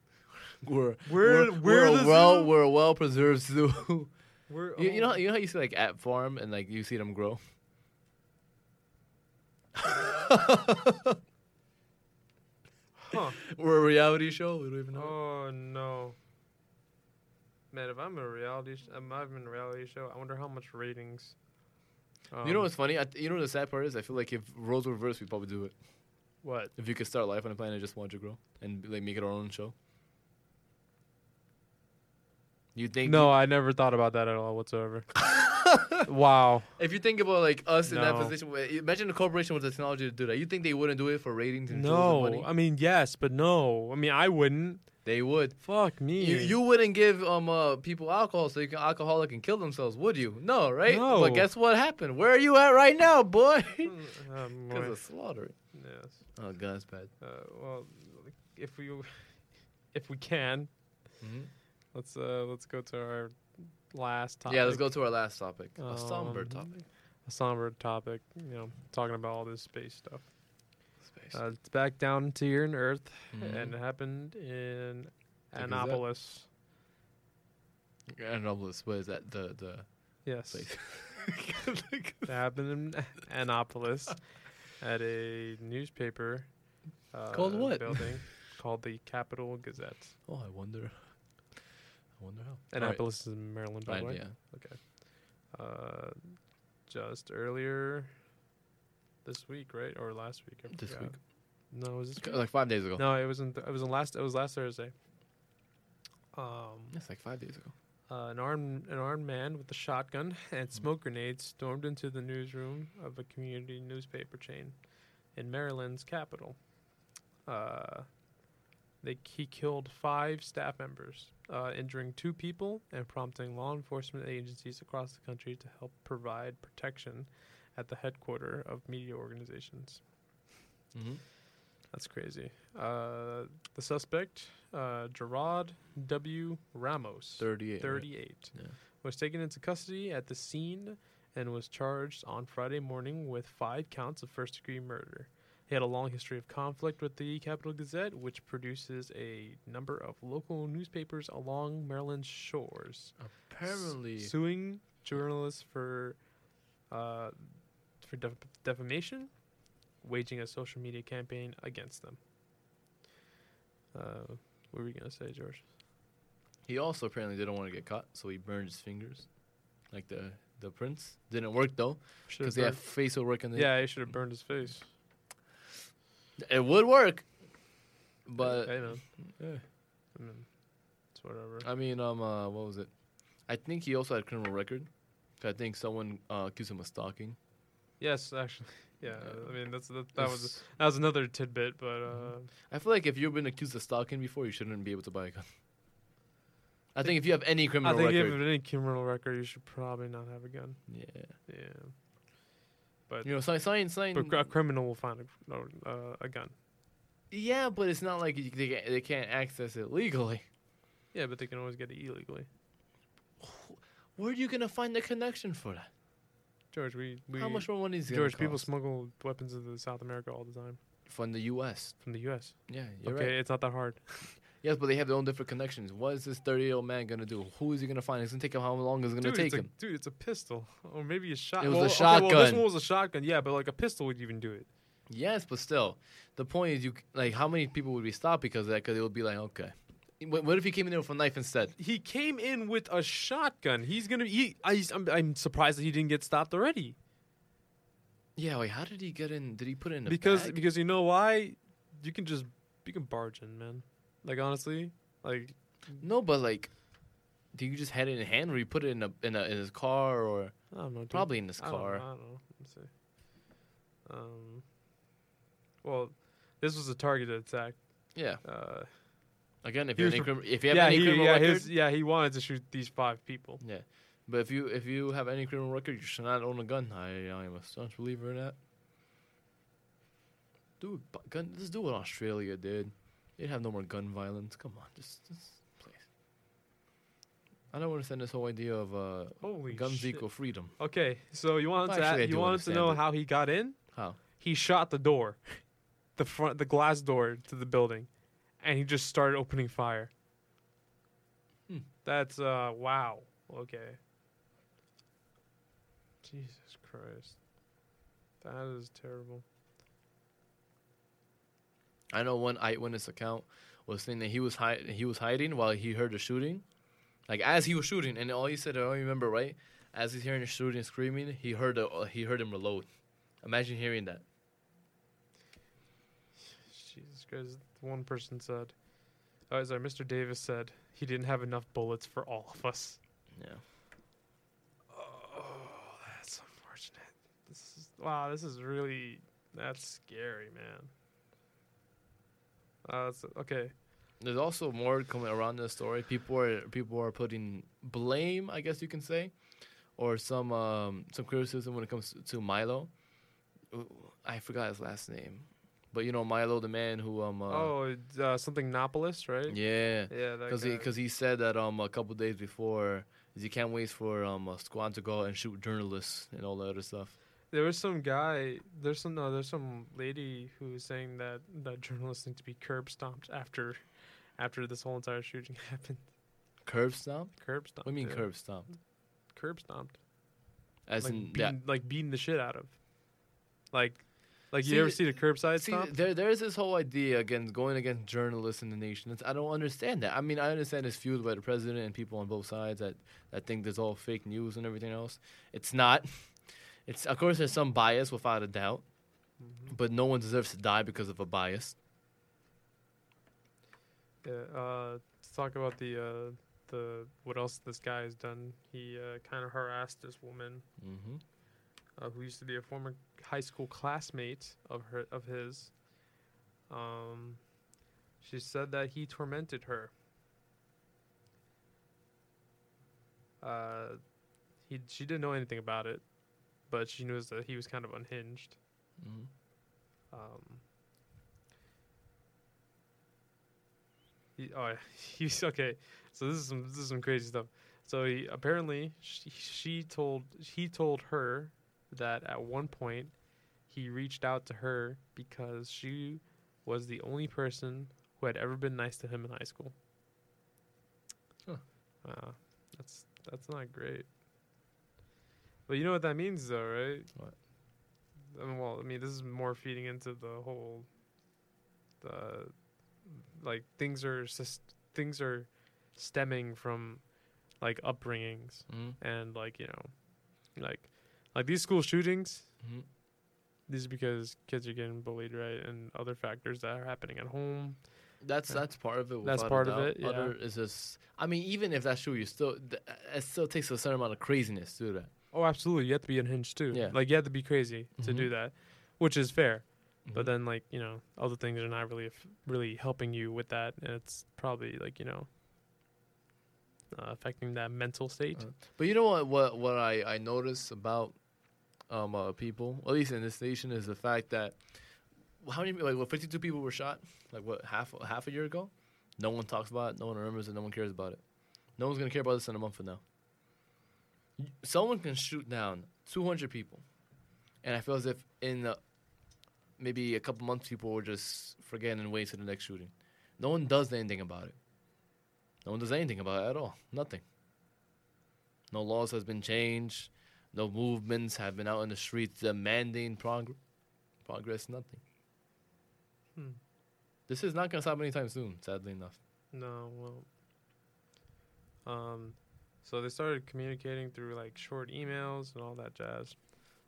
We're We're- we're, we're we're the a well zoo? we're a well preserved zoo. we're you, you know oh, how- you know how you see like at farm and like you see them grow. huh. We're a reality show. We don't even know. Oh no. Man, if I'm in a reality, sh- I'm I'm in a reality show. I wonder how much ratings. you know um, what's funny? I, you know what the sad part is? I feel like if roles were reversed, we'd probably do it. what? If you could start life on a planet and just watch it grow and like make it our own show. You think? No, I never thought about that at all whatsoever. wow. If you think about like us in that No. position, where- imagine a corporation with the technology to do that. You think they wouldn't do it for ratings and shows and No, money? I mean yes, but no. I mean I wouldn't. They would. Fuck me. You, you wouldn't give um uh, people alcohol so you can alcoholic and kill themselves, would you? No, right? No. But guess what happened? Where are you at right now, boy? Mm, um, Because well, of slaughter. yes. Oh god, that's bad. Uh, well, if we if we can, let's uh let's go to our last topic. Yeah, let's go to our last topic. Um, a somber topic. A somber topic. You know, talking about all this space stuff. Space. Christ. Uh, it's back down to your earth, Mhm. and it happened in Like, is that- Annapolis. Annapolis, what is that? The the Yes, place. it happened in Annapolis at a newspaper uh, Called what? building called the Capital Gazette. oh, I wonder. I wonder how. All Annapolis is in Maryland, by right. the Right, way. yeah. Uh, just earlier this week, right, or last week? I This forgot. week, No, it was this C- like five days ago. No, it wasn't. Th- it was on last. It was last Thursday. Um, That's like five days ago. uh, an armed an armed man with a shotgun and smoke grenades stormed into the newsroom of a community newspaper chain in Maryland's capital. Uh, they he killed five staff members, uh, injuring two people and prompting law enforcement agencies across the country to help provide protection at the headquarter of media organizations. Mm-hmm. That's crazy. Uh, the suspect, uh, Gerard W. Ramos, Thirty-eight. 38, Yeah. was taken into custody at the scene and was charged on Friday morning with five counts of first degree murder. He had a long history of conflict with the Capital Gazette, which produces a number of local newspapers along Maryland's shores, Right? s- Apparently, suing journalists for uh, for def- defamation, waging a social media campaign against them. Uh, what were you gonna say, George? he also apparently didn't want to get caught, so he burned his fingers, like the the prince. Didn't work though, because they have facial recognition. yeah, he should have burned his face. It would work, but hey, man, eh, I mean, it's whatever. I mean, um, uh, what was it? I think he also had a criminal record. 'cause I think someone uh, accused him of stalking. yes, actually, yeah. Yeah. I mean, that's that, that was It's- that was another tidbit, but uh, I feel like if you've been accused of stalking before, you shouldn't be able to buy a gun. I think if you have any I Mm-hmm. criminal think if you record, have any criminal record, you should probably not have a gun. yeah, Yeah, you know, sign, sign, but cr- a sign. criminal will find a, no, uh, a gun. Yeah, but it's not like you, they, ca- they can't access it legally. Yeah, but they can always get it illegally. Where are you gonna find the connection for that? George, we, we How much more money is it gonna George, people cost? smuggle weapons into South America all the time from the U.S. from the U.S. Yeah, you're okay, right. it's not that hard. Yes, but they have their own different connections. What is this 30 year old man gonna do? Who is he gonna find? It's gonna take him how long is it gonna dude, take it's a, him? dude, it's a pistol or maybe a shot. It was a well, Okay, well, this shotgun. one was a shotgun. Yeah, but like a pistol would even do it. Yes, but still, the point is, you c- like how many people would be stopped because of that? Because it would be like, okay, what, what if he came in there with a knife instead? He came in with a shotgun. He's gonna. He, I, he's- I'm, I'm surprised that he didn't get stopped already. Yeah, wait, how did he get in? Did he put it in a Because bag? because you know why? You can just you can barge in, man. Like honestly, like no, but like, do you just had it in hand, or you put it in a in a in his car, or I don't know. Dude. probably in his I don't know, car? I don't know. Let's see. Um. Well, this was a targeted attack. Yeah, Uh, again, if He you was have any, pre- crim- if you have yeah, any he, criminal yeah, record, his, yeah, he wanted to shoot these five people. yeah, but if you if you have any criminal record, you should not own a gun. I I am a staunch believer in that. Dude, bu- gun. Let's do what Australia did. They'd have no more gun violence. Come on, just, just please. I don't understand this whole idea of uh, Holy guns shit. equal freedom. Okay, so you wanted Actually, I to do you wanted to understand know it. how he got in? How? He shot the door, the front, the glass door to the building, and he just started opening fire. Hmm. That's uh wow. Okay. Jesus Christ, that is terrible. I know one eyewitness account was saying that he was hi- he was hiding while he heard the shooting, like as he was shooting, and all he said I don't remember right. As he's hearing the shooting and screaming, he heard the, uh, he heard him reload. Imagine hearing that. Jesus Christ, one person said. Oh, sorry, Mr. Davis said he didn't have enough bullets for all of us. Yeah. Oh, that's unfortunate. This is wow. This is really that's scary, man. Uh, that's, okay. There's also more coming around this story. People are people are putting blame, I guess you can say, or some um, some criticism when it comes to, to Milo. Ooh, I forgot his last name, but you know Milo, the man who um uh, oh, it's, uh, something Nopolis, right? yeah, Yeah, that because he guy. because he said that um a couple days before is he can't wait for um a squad to go out and shoot journalists and all that other stuff. there was some guy. There's some. No, there's some lady who was saying that that journalists need to be curb stomped after, after this whole entire shooting happened. Curb stomp? Curb stomped. What do you mean yeah. curb stomp? Curb stomped. As like, in that. beating, like beating the shit out of. Like, like See, you ever see the curbside See, stomp? there there is this whole idea against going against journalists in the nation. It's, I don't understand that. I mean, I understand it's fueled by the president and people on both sides that, that think this all fake news and everything else. It's not. It's of course there's some bias without a doubt, but no one deserves to die because of a bias. Yeah, uh, let's talk about the uh, the what else this guy has done. He uh, kind of harassed this woman Mm-hmm. uh, who used to be a former high school classmate of her of his. Um, she said that he tormented her. Uh, he she didn't know anything about it, but she knew that he was kind of unhinged. Mm-hmm. Um, he, oh, he's okay. So this is some this is some crazy stuff. So he, apparently she, she told he told her that at one point he reached out to her because she was the only person who had ever been nice to him in high school. Huh. Wow, that's that's not great. But you know what that means, though, right? What? I mean, well, I mean, this is more feeding into the whole, uh, like things are sus- things are stemming from like upbringings and like you know, like like these school shootings. Mm-hmm. These are because kids are getting bullied, right, and other factors that are happening at home. That's Yeah. that's part of it. That's without a part of doubt. it, yeah. Other is just. I mean, even if that's true, you still th- it still takes a certain amount of craziness to do that. Oh, absolutely, you have to be unhinged too. Yeah. like you have to be crazy to Mhm. do that, which is fair. Mhm. But then, like you know, other things are not really f- really helping you with that, and it's probably like you know, uh, affecting that mental state. Uh, But you know what? What what I I notice about um uh, people, at least in this nation, is the fact that how many like what fifty two people were shot like what half half a year ago. No one talks about it. No one remembers it. No one cares about it. No one's gonna care about this in a month from now. Y- Someone can shoot down two hundred people, and I feel as if in uh, maybe a couple months people will just forget and wait to the next shooting. No one does anything about it. No one does anything about it at all. Nothing. No laws has been changed. No movements have been out in the streets demanding prog- progress. Nothing. Hmm. This is not going to stop anytime soon, sadly enough. No, well, um, so they started communicating through like short emails and all that jazz.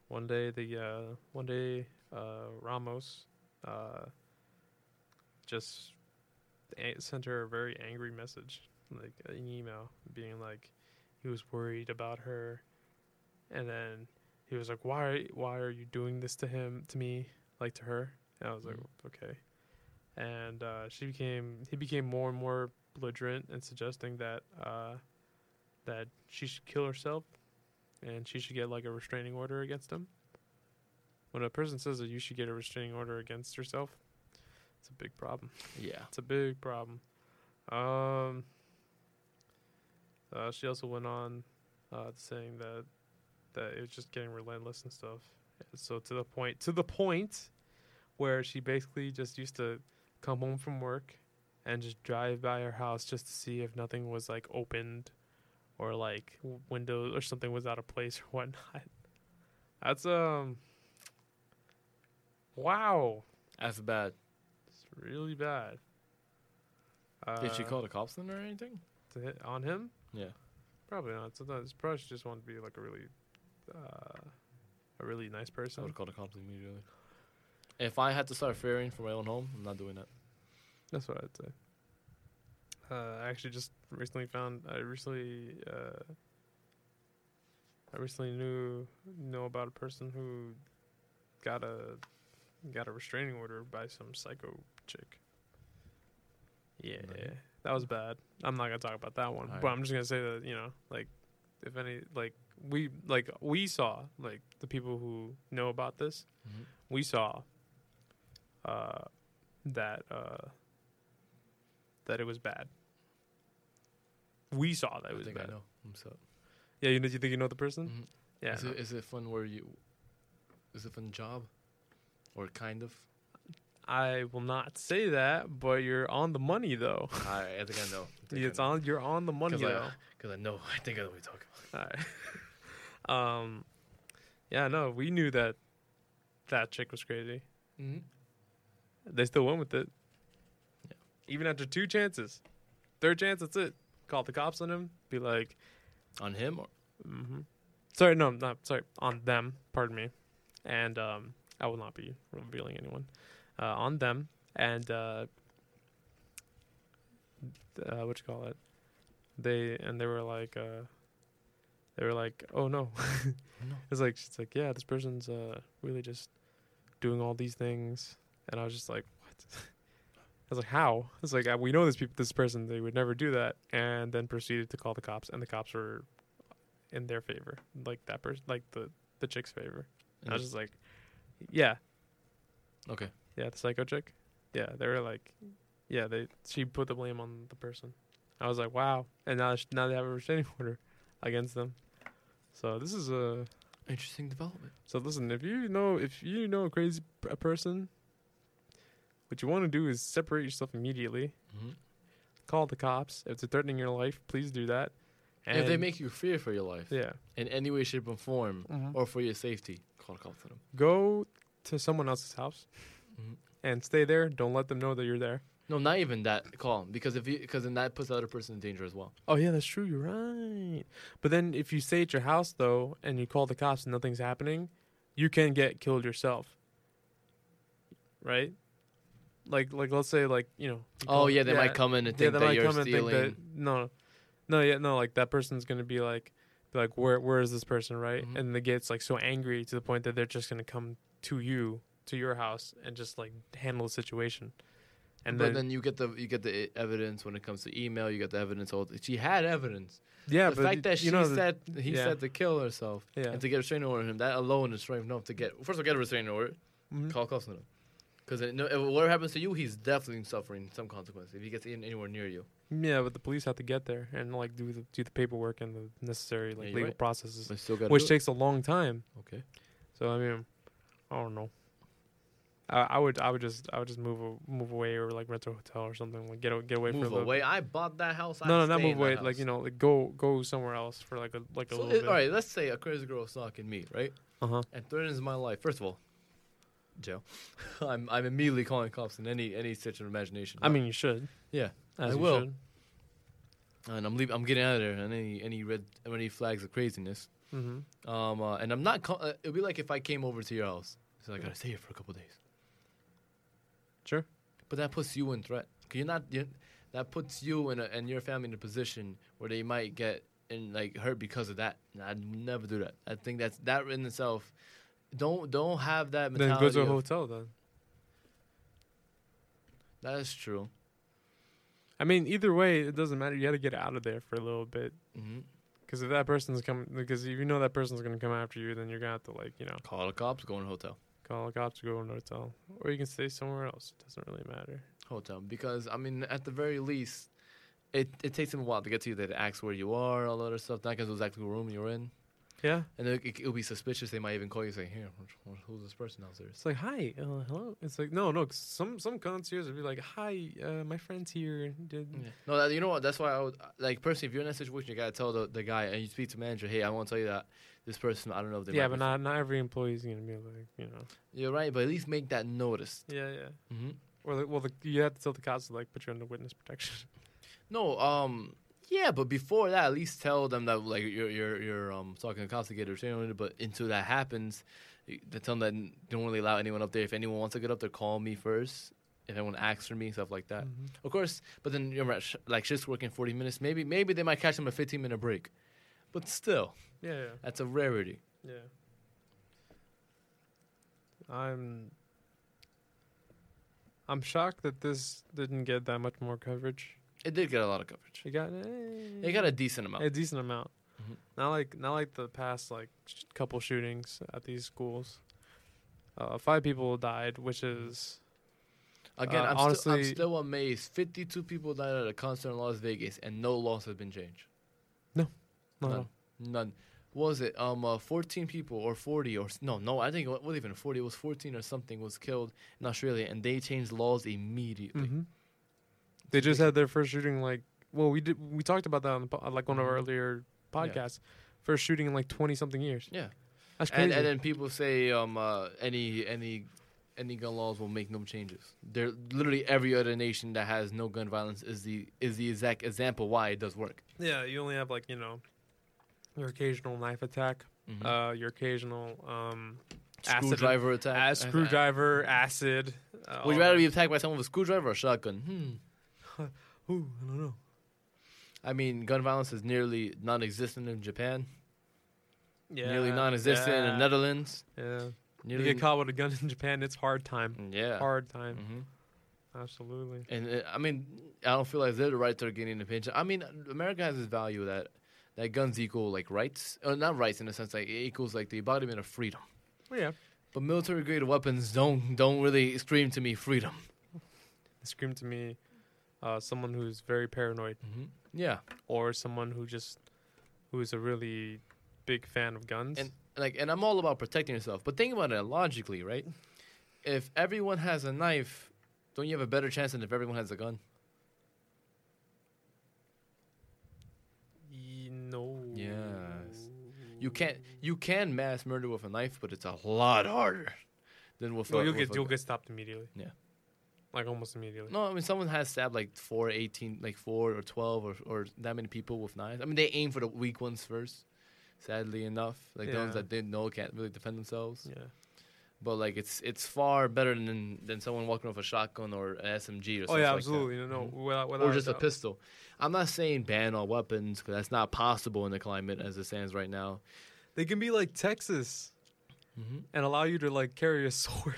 One day, the uh, one day uh, Ramos uh, just a- sent her a very angry message, like an email, being like he was worried about her, and then he was like, "Why, why are you doing this to him, to me, like to her?" And I was like, Mhm. "Okay." and uh, she became he became more and more belligerent and suggesting that uh, that she should kill herself and she should get like a restraining order against him. When a person says that you should get a restraining order against yourself, it's a big problem. Yeah. It's a big problem. Um, uh, she also went on uh, saying that that it was just getting relentless and stuff. So to the point, to the point where she basically just used to come home from work and just drive by her house just to see if nothing was like opened or like w- windows or something was out of place or whatnot. That's um, wow, That's bad. it's really bad. Did she Uh, call the cops then or anything? to hit on him? Yeah. Probably not. Sometimes probably she just wanted to be like a really, uh, a really nice I would person. have called the cops immediately. If I had to start fearing for my own home, I'm not doing that. That's what I'd say. Uh, I actually just recently found. I recently, uh, I recently knew know about a person who got a got a restraining order by some psycho chick. Yeah, Nice. that was bad. I'm not gonna talk about that one, but Alright. I'm just gonna say that you know, like, if any, like we like we saw like the people who know about this Mm-hmm. we saw uh, that uh, that it was bad. We saw that it I was think I bad. know. I'm so. Yeah, you know, you think you know the person? Mhm. Yeah. Is, no. it, is it fun where you is it Punjab, or kind of? I will not say that, but you're on the money though. I, I think I know. I think I It's know. on. You're on the money Cause though. I, Cause I know. I think I know what you're talking about. All right. um, yeah, no, we knew that that chick was crazy. Mm-hmm. They still went with it. Yeah. Even after two chances, third chance, that's it. Call the cops on him. Be like, On him or hmm sorry, no, not sorry, on them. Pardon me. And um, I will not be revealing anyone. Uh, on them and uh, uh, what you call it? They and they were like, uh, they were like, oh no, no. It's like she's like, yeah, this person's uh really just doing all these things, and I was just like, what? I was like, how? It's like uh, we know this people, this person, they would never do that, and then proceeded to call the cops, and the cops were in their favor, like that person, like the the chick's favor. And Mm-hmm. I was just like, yeah, okay. yeah, the psycho chick, yeah, they were like, yeah, they she put the blame on the person. I was like, wow, and now sh- now they have a restraining order against them. So this is a Interesting development. so listen, if you know if you know a crazy p- a person, what you want to do is separate yourself immediately. Mm-hmm. Call the cops if they're threatening your life. Please do that. And if they make you fear for your life yeah, in any way, shape, or form, Mhm. or for your safety, call cops on them. go to someone else's house Mhm. and stay there. Don't let them know that you're there. No, not even that. Call 'em, because if because then that puts the other person in danger as well. Oh yeah, that's true. You're right. But then if you stay at your house though, and you call the cops and nothing's happening, you can get killed yourself. Right? Like like let's say like you know. you Oh call- yeah, they might come in and yeah, think they that might you're come and think stealing. that no, no, yeah, no. Like that person's gonna be like, be like, where, where is this person, right? Mhm. And they gets like so angry to the point that they're just gonna come to you, to your house, and just like handle the situation. And but then, then, you get the you get the i- evidence when it comes to email. You get the evidence. All she had evidence. yeah, the but fact that she you know, the- said he yeah. said to kill herself Yeah. and to get a restraining order on him. That alone is strong enough to get first of all get a restraining order. Mhm. Call cops on him. Because no, if whatever happens to you, he's definitely suffering some consequence if he gets in anywhere near you. yeah, but the police have to get there and like do the do the paperwork and the necessary like you're legal right. processes, But still got which takes a long time. okay. So I mean, I don't know. I, I would I would just I would just move a, move away or like rent a hotel or something like get a- get away move for a little away. I bought that house. I no, no, stay not move in that away. Like you house. know, like go go somewhere else for like a like a So little it- bit. all right, let's say a crazy girl is knocking me right Uh huh. and threatens my life. First of all, jail. I'm I'm immediately calling cops in any any such imagination. I mean, you should. Yeah, as I you will. should. and I'm leaving. I'm getting out of there. And any any red any flags of craziness. Mhm. Um, uh, and I'm not. Call- uh, it'd be like if I came over to your house. So I gotta stay here for a couple days. Sure. But that puts you in threat. 'Cause You're not. You're, that puts you and uh, and your family in a position where they might get and like hurt because of that. And I'd never do that. I think that's that in itself. Don't don't have that Then mentality. go to a of- hotel. Then that is true. I mean, either way, it doesn't matter. You got to get out of there for a little bit hmm because if that person's coming, because if you know that person's gonna come after you, then you're gonna have to like you know Call the cops. Go in a hotel. call the cops to go to a hotel, or you can stay somewhere else. It doesn't really matter. Hotel because I mean at the very least. It, it takes them a while to get to you. They ask where you are, all that other stuff. Not because it was actually room you're in. Yeah. And it, it, it'll be suspicious. They might even call you and say, "Here, wh- wh- who's this person out there?" It's like hi, uh, hello. It's like no, no. 'cause Some some concierge would be like, hi, uh, my friend's here. Did No, that, you know what? That's why I would like personally. If you're in that situation, you gotta tell the, the guy and you speak to manager. Hey, I want to tell you that this person. I don't know if they. yeah, might but be- not not every employee's gonna be like you know. You're right, but at least make that notice. Yeah, yeah. Mm-hmm. Or the, well, the, you have to tell the cops to like put you under witness protection. No, um, yeah, but before that, at least tell them that like you're you're you're um talking to cops to get a restraining order. But until that happens, you- they tell them that n- don't really allow anyone up there. If anyone wants to get up there, call me first. If anyone asks for me, stuff like that. Mm-hmm. Of course, but then you're right, sh- like shift's working 40 minutes. Maybe maybe they might catch him a 15 minute break, but still, Yeah, that's a rarity. yeah, yeah. I'm I'm shocked that this didn't get that much more coverage. It did get a lot of coverage. It got eh, It got a Mm. decent amount. a decent amount. Mhm. Not like not like the past like sh- couple shootings at these schools. Uh, five people died, which is uh, Again, I'm, still, I'm honestly- still amazed. 52 people died at a concert in Las Vegas, and no loss has been changed. no, None. None. what was it um uh, 14 people or 40 or s- no no I think it wasn't even 40 it was 14 or something was killed in Australia and they changed laws immediately. Mhm. They just had their first shooting like well we did we talked about that on the, po- like one of our Mhm. earlier Yeah. podcasts. First shooting in like twenty something years. Yeah. That's crazy. And and then people say um uh, any any any gun laws will make no changes. They're literally every other nation that has no gun violence is the is the exact example why it does work. yeah, you only have like you know your occasional knife attack, uh, your occasional um, acid- Mm-hmm. screwdriver attack. a- uh, screwdriver, acid. Uh, Would all you rather that. be attacked by someone with a screwdriver or a shotgun? Hmm. Ooh, I don't know. I mean, gun violence is nearly non-existent in Japan, Yeah, nearly non-existent in the yeah, Netherlands. Yeah, you Nearly Mm, get caught with a gun in Japan, it's hard time. Yeah. Hard time, hmm absolutely. And uh, I mean, I don't feel like they're the right to getting the pension. I mean, America has this value that that guns equal like rights, or not rights in a sense like it equals like the embodiment of freedom. Well, Oh, yeah, But military grade weapons don't don't really scream to me freedom. it screamed to me, uh, someone who's very paranoid. Mm-hmm. Yeah, or someone who just who is a really big fan of guns. and like, and I'm all about protecting yourself. But think about it logically, right? If everyone has a knife, don't you have a better chance than if everyone has a gun? Ye- no. Yes. You can't. You can mass murder with a knife, but it's a lot harder than with. No, a, you'll with get a you'll gun. get stopped immediately. Yeah. Like almost immediately. No, I mean someone has stabbed like four, 18, like four or twelve or or that many people with knives. I mean they aim for the weak ones first. Sadly enough, like the ones Yeah. that didn't know can't really defend themselves. Yeah. But like it's it's far better than than someone walking with a shotgun or an SMG or Oh something yeah, like absolutely. No, no. Mhm. Without, that. without Or just a doubt. pistol. I'm not saying ban all weapons because that's not possible in the climate as it stands right now. They can be like Texas and allow you to like carry a sword.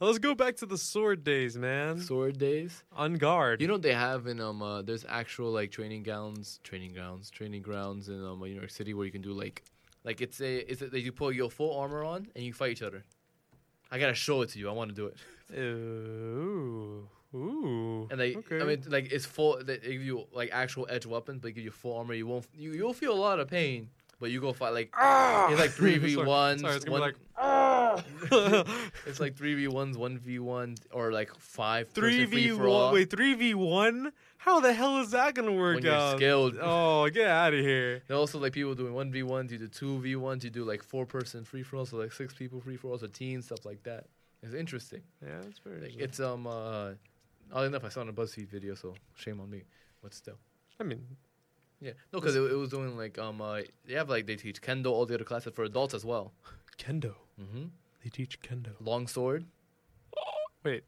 Let's go back to the sword days, man. Sword days. On guard. You know what they have in um uh, there's actual like training grounds, training grounds, training grounds in um New York City where you can do like like it's a it's a, you put your full armor on and you fight each other. I gotta show it to you. I want to do it. Ooh. Ooh. And they okay. I mean like it's full they they give you like actual edge weapons, but they give you full armor. You won't you you'll feel a lot of pain, but you go fight like Ah! it's like Sorry, 3v1s, Sorry, it's gonna one- be like. Ah! it's like three v ones, one v one, or like five Three v one. Wait, three v one. How the hell is that gonna work When you're out? skilled. Oh, get out of here. And also like people doing one v ones, you do two v ones, you do like four person free for all, so like six people free for all, so teams stuff like that. It's interesting. Yeah, that's very. Like, interesting. it's um uh, oddly enough, I saw it on a BuzzFeed video, so shame on me. But still, I mean, yeah, no, because it, it was doing like um uh, they have like they teach kendo, all the other classes for adults as well. kendo. Mm-hmm. They teach kendo. Long sword, Wait,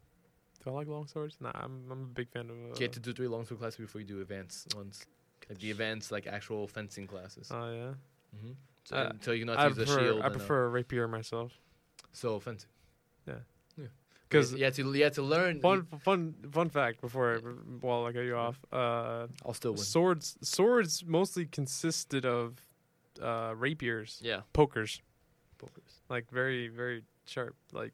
do I like long swords? Nah, I'm I'm a big fan of. Uh, you have to do three long sword classes before you do advanced ones, like the advanced like actual fencing classes. Oh yeah. Mm-hmm. So, I- until you know how uh, I to use a prefer shield. I and, uh, prefer a rapier myself so fencing. because. you have to you have to learn. Fun, fun, fun fact! Before, I, while I cut you off, uh, I'll still win. swords, swords mostly consisted of uh, rapiers, Yeah, pokers. pokers. like very very sharp like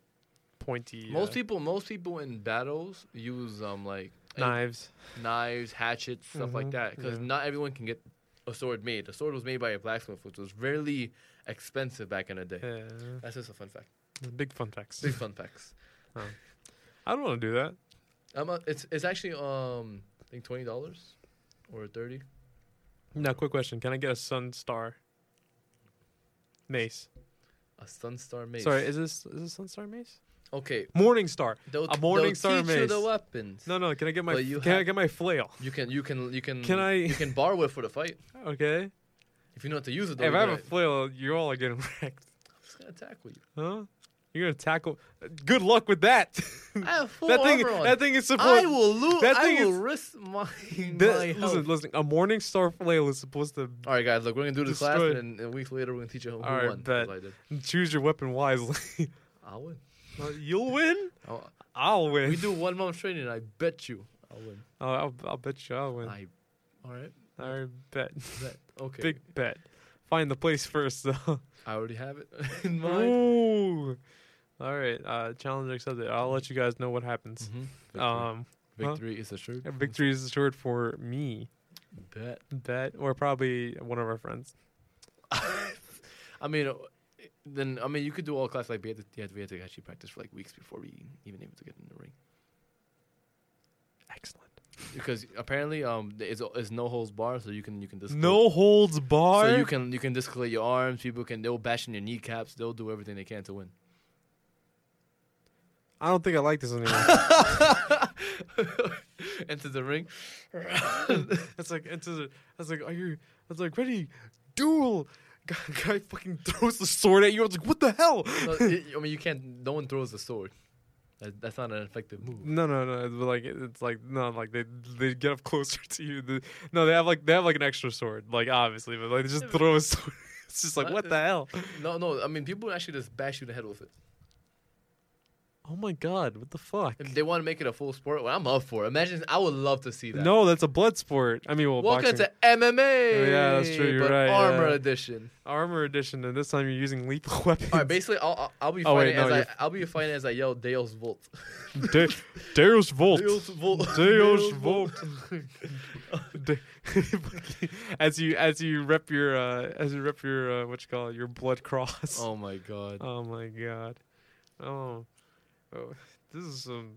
pointy Most uh, people, most people in battles use um like eh, knives knives, hatchets, stuff like Mhm, that, because yeah. not everyone can get a sword made. The sword was made by a blacksmith, which was really expensive back in the day. yeah That's just a fun fact. big fun facts Big fun facts. i don't want to do that Um, uh, it's it's actually um I think twenty dollars or thirty. now quick question can i get a sun star mace, A sunstar mace. sorry is this is this sun star mace okay. morning star They'll, A morning they'll star teach you the mace. weapons. no no can i get my But you can i have- get my flail You can you can you can Can I- you can bar with for the fight okay if you know how to use it. Though, if you're i have gonna, a flail you all are getting wrecked I'm just gonna tackle you. huh you're gonna tackle good luck with that I have full that thing armor on. that thing is supposed I will lose. that I thing will is- risk my. that- my listen health. listen a morning star flail is supposed to All right, guys. Look, we're gonna do this class, Destroy- and then a week later we're gonna teach you who All right, won. 'cause bet. I did. choose your weapon wisely I'll win. Uh, You'll win. I'll- I'll win. we do one month training. I bet you, I'll win. Oh, I'll, I'll bet you I'll win. I, I. All right. bet. Bet. Okay. Big bet. Find the place first, though. I already have it in mind. Ooh. All right. Uh, challenge accepted. I'll let you guys know what happens. Mhm. Mm-hmm. Victory. Um, huh? Victory is assured. victory is assured for me. Bet. Bet or probably one of our friends. I mean, uh, then I mean you could do all class like we had, to, we had to- we had to actually practice for like weeks before we even able to get in the ring Excellent. because apparently um th- it's, it's no holds bar so you can you can disclose. No holds bar. So you can you can disclose your arms. People can they'll bash in your kneecaps. They'll do everything they can to win. I don't think I like this anymore. Enter the ring. that's like it's a, that's like are you? That's like ready, duel. Guy, guy fucking throws the sword at you. I was like, what the hell? No, it- I mean you can't. No one throws the sword. That, that's not an effective move. No, no, no. But like it- it's like no, like they they get up closer to you. The, no, they have like they have like an extra sword, like obviously, but like they just throw a sword. It's just like what the hell? No, no. I mean people actually just bash you in the head with it. Oh my god, what the fuck? If they want to make it a full sport, well, I'm up for it. Imagine I would love to see that. No, that's a blood sport. I mean, well, Welcome boxing. Oh, to MMA. Yeah, that's true, you're but right, Armor yeah. edition. armor edition, and this time you're using lethal weapons. All right, basically, I'll I'll- I'll be Oh, wait, fighting no, as I you're- I'll be fighting as I yell Deus Volt. De- Deus Volt. Deus Volt. Deus Volt. De- as you as you rep your uh, as you rep your uh, what you call it, your blood cross. Oh my god. Oh my god. Oh. oh. This is some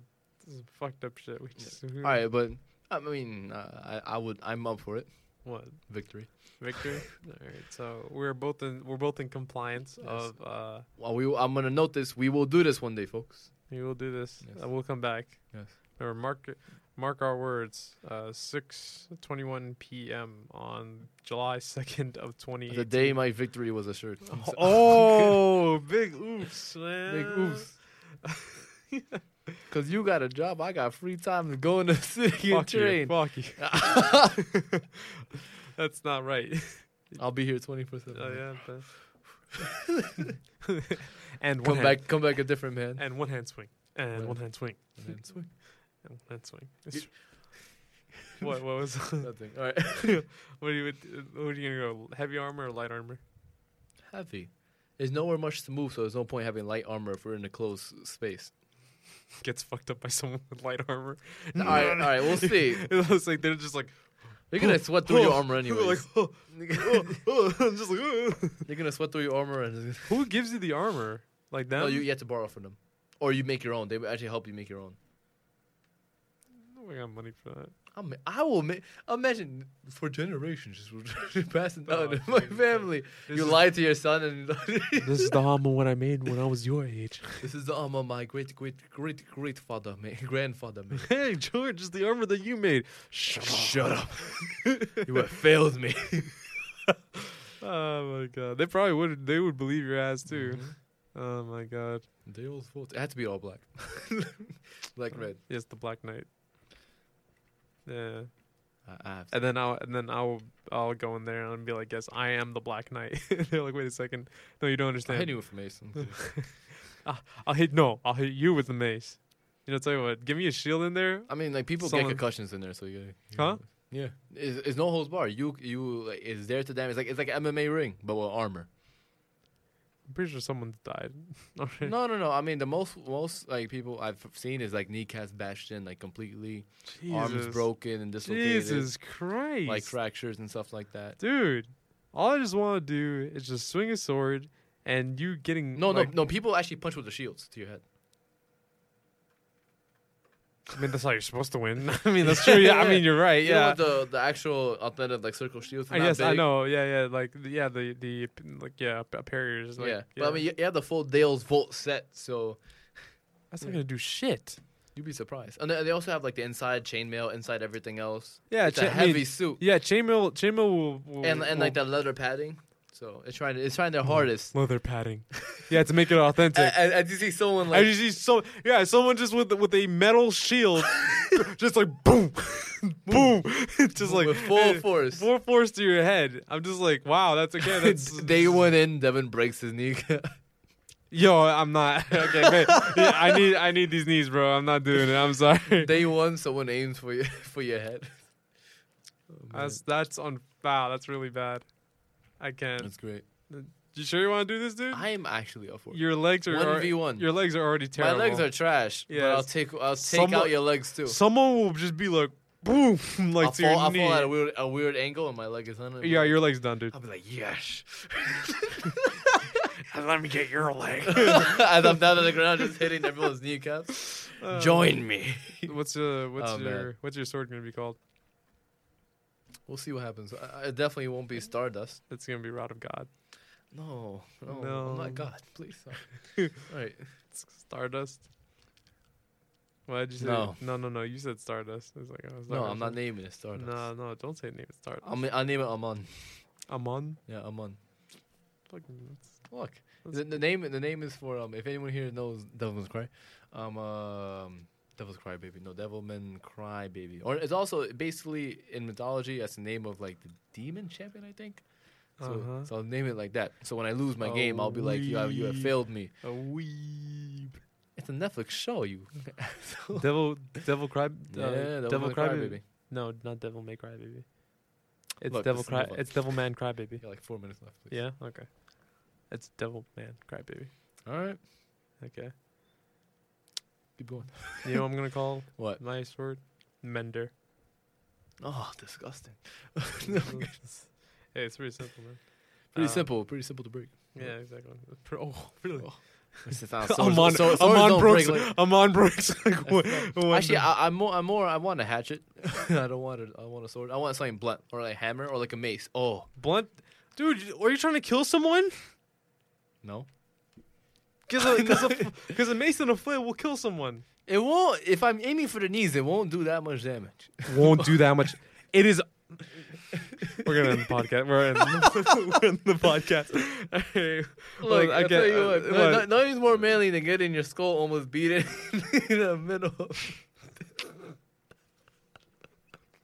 this is fucked up shit. We just All right, but I mean, uh, I I would I'm up for it. what Victory. Victor? All right. So we're both in we're both in compliance Yes. of uh Well, we I'm gonna note this. We will do this one day, folks. we will do this. Yes. Uh, we'll come back. Yes. Or mark it- mark our words. Uh 6:21 p.m. on July 2nd of 2018. The day my victory was assured. Oh, big oops, man. Big oops. Cause you got a job, I got free time to go in the city and Fuck you. train. Fuck you. That's not right. I'll be here twenty four Oh seven. yeah. the- and one Come hand, back, come back a different man. and one hand swing. And Right. one hand swing. And then swing. And one hand swing. It's- what what was Nothing. All right. what are you what are you gonna go? Heavy armor or light armor? Heavy. There's nowhere much to move, so there's no point having light armor if we're in a closed space. Gets fucked up by someone with light armor. All right, all right, we'll see. it was like they're just like You're gonna sweat through your armor anyways. like oh, oh, oh, just like oh. You're gonna sweat through your armor and who gives you the armor like that? no, you, you have to borrow from them, or you make your own. They will actually help you make your own. we got money for that. I mean, I will make. Imagine for generations, just we're passing down Oh, in my Jesus. family. This you is- lie to your son, and This is the armor what I made when I was your age. this is the armor my great great great great father made, grandfather made. hey George, it's the armor that you made. Shut up. Shut up! you have failed me. Oh my god. They probably would they would believe your ass too. Mm. Oh my god. They all fought. It had to be all black, black red. Yes, the Black Knight. Yeah. I, I have And then I'll and then I'll I'll go in there and be like, Yes, I am the Black Knight. They're like, wait a second. No, you don't I understand. hate you with Mason. I'll hit no, I'll hit you with the mace. You know, tell you what, give me a shield in there. I mean, like people Someone- get concussions in there, so you. you Huh? Yeah, it's, it's no holds bar. You you like, is there to damage. It's like it's like an MMA ring, but with armor. I'm pretty sure someone's died. Alright. no, no, no. I mean, the most most like people I've seen is like kneecaps bashed in, like completely arms Jesus. broken and dislocated, Jesus Christ. like fractures and stuff like that. Dude, all I just want to do is just swing a sword and you getting No, like, no, no. People actually punch with the shields to your head. I mean, that's how you're supposed to win. I mean, that's true. Yeah, I mean, you're right. You know Yeah. what the the actual authentic like circle shields. I not guess I big. know. Yeah, yeah. Like, the- yeah, the the like, yeah, a parrier is like, yeah. but I mean, you, you have the full Dale's Volt set, so that's not gonna do shit. you'd be surprised. And they they also have like the inside chainmail, inside everything else. Yeah, it's cha- I a mean, heavy suit. Yeah, chainmail, chainmail will, will and and like will- that leather padding. So it's trying to it's Mm. trying their hardest. leather padding. yeah, to make it authentic. I, I, I just see someone I like just see so yeah, someone just with with a metal shield, just like boom, boom, just like with full force. full force to your head. I'm just like, wow, that's okay. That's Day one in, Devin breaks his knee. Yo, I'm not okay. Man. Yeah, I need I need these knees, bro. I'm not doing it. I'm sorry. Day one, someone aims for your for your head. That's that's on wow. That's really bad. I can't. great. You sure you want to do this, dude? I am actually up for it. your legs are alre- 1v1, Your legs are already My terrible. legs are trash, but I'll Yes. take I'll take Someone- out your legs too. Someone will just be like, boom, like I'll to your fall, I'll knee. fall at a weird, a weird angle and my leg is on it. yeah, your leg's done, dude. I'll be like, yes. And let me get your leg. As I'm down on the ground, just hitting everyone's kneecaps. Uh, Join me. What's uh, what's Oh, man. your what's your sword gonna be called? We'll see what happens. I, I it definitely won't be Stardust. It's gonna be Rod of God. No, no, I'm No. not God. Please. no. All right. It's Stardust. Why did you say? No. no, no, no. You said Stardust. It's like, oh, No, I'm not Stardust. naming it Stardust. No, no, don't say name. It's Stardust. I'll, ma- I'll name it Amon. Amon. Yeah, Amon. Fucking, that's- Look, That's the, the name the name is for um. If anyone here knows Devil's Cry, um, um Devil's Cry Baby, no Devilman Cry Baby, or it's also basically in mythology that's the name of like the demon champion, I think. So, Uh-huh. Oh, so I'll name it like that. So when I lose my game, I'll be like, you have you have Awee. failed me. A weeb. It's a Netflix show, you. So- Devil, Devil Cry. Uh, yeah, Devilman Devil Cry Crybaby. Baby. No, not Devil May Cry Baby. It's Look, Devil listen, Cry. move on. It's Devil Man Cry Baby. You got like four minutes left. Please. Yeah. Okay. It's Devil Man Cry Baby. All right. Okay. Keep going. You know what I'm gonna call What? my sword? Mender. Oh, disgusting. hey, it's pretty simple, man. Um, Pretty simple. Pretty simple to break. Yeah, exactly. It's pre- oh, really? Amon, Amon breaks. Like, Amon Brooks. Like, what, what actually, the- I, I'm more. I'm more. I want a hatchet. I don't want a. I want a sword. I want something blunt or like a hammer or like a mace. Oh blunt, dude. you- Are you trying to kill someone? no, Because a because a mace and a flail will kill someone. it won't. If I'm aiming for the knees, it won't do that much damage. Won't do that much. It is. We're gonna end the podcast. We're in, we're in the podcast. Hey, well, Look, I again, tell you what, uh, no, no, nothing's more manly than getting your skull almost beaten in the middle.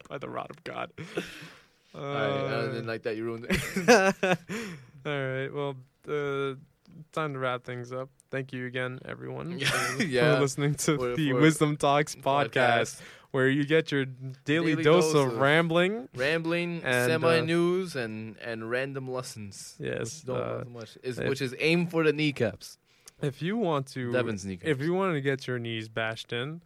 by the rod of God. Uh, I, I didn't like that. You ruined it. All right. Well, uh, time to wrap things up. Thank you again, everyone, Yeah. for- Yeah. for listening to For- the for- Wisdom Talks podcast, where you get your daily, Daily dose, dose of of- rambling. rambling, And, uh, semi news, and and random lessons. Yes, which, don't uh, want so much. Is, if- which is aim for the kneecaps. If you want to, Devin's kneecaps. if you want to get your knees bashed in,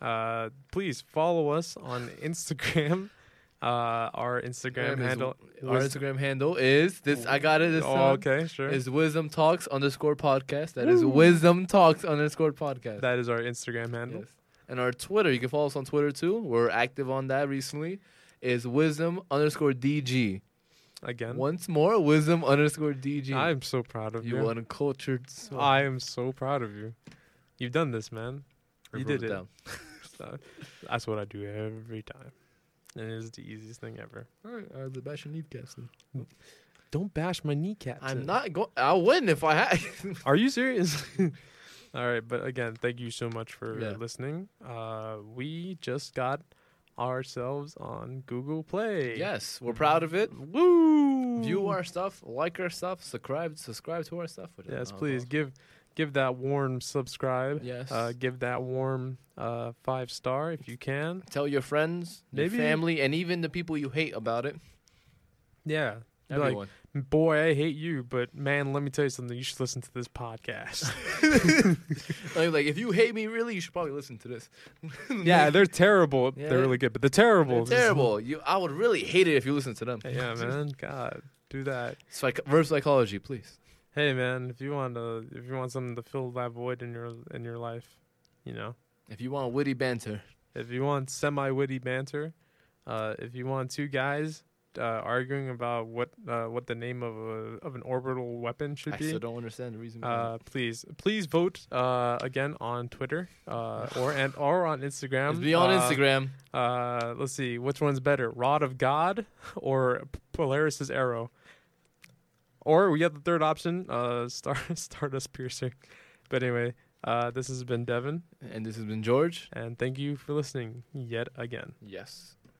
uh, please follow us on Instagram. Uh, our Instagram Instagram is- handle. Our wis- Instagram handle is this. I got it. This oh, time. okay, sure. Is wisdom talks underscore podcast. That is wisdom talks underscore podcast. that is our Instagram handle. Yes. And our Twitter, you can follow us on Twitter too. We're active on that recently. Is wisdom underscore DG. Again, Once more, wisdom underscore DG. I'm so proud of you. you uncultured. soul. I am so proud of you. You've done this, man. I you wrote did it. down. So, That's what I do every time. And it is the easiest thing ever. All right, all right, the bash your kneecaps. then. Don't bash my kneecaps. I'm in. not going. I'll win if I had. Are you serious? All right, but again, thank you so much for Yeah. listening. Uh, we just got ourselves on Google Play. yes, we're proud of it. Woo! View our stuff, like our stuff, subscribe, subscribe to our stuff. which is Yes, not please awesome. give give that warm subscribe. Yes. Uh, give that warm uh, five star if you can. Tell your friends, Maybe- your family, and even the people you hate about it. Yeah. Be like, Everyone. boy, I hate you, but man, let me tell you something. You should listen to this podcast. Like, like, if you hate me, really, you should probably listen to this. yeah, they're terrible. Yeah. They're really good, but they're terrible. They're terrible. You, I would really hate it if you listen to them. yeah, man. God, do that. Psych- verse psychology, please. Hey, man. If you want to, if you want something to fill that void in your in your life, you know, If you want witty banter, if you want semi witty banter, uh, if you want two guys uh, arguing about what uh, what the name of a of an orbital weapon should I be. still don't understand the reason. behind Uh, please, please vote uh, again on Twitter uh, or and or on it. Instagram. It's be on Uh, Instagram. Uh, let's see, which one's better, Rod of God or P- Polaris's arrow? Or we got the third option, uh, Star Stardust Piercer. But anyway, uh, this has been Devin, And this has been George. and thank you for listening yet again. Yes.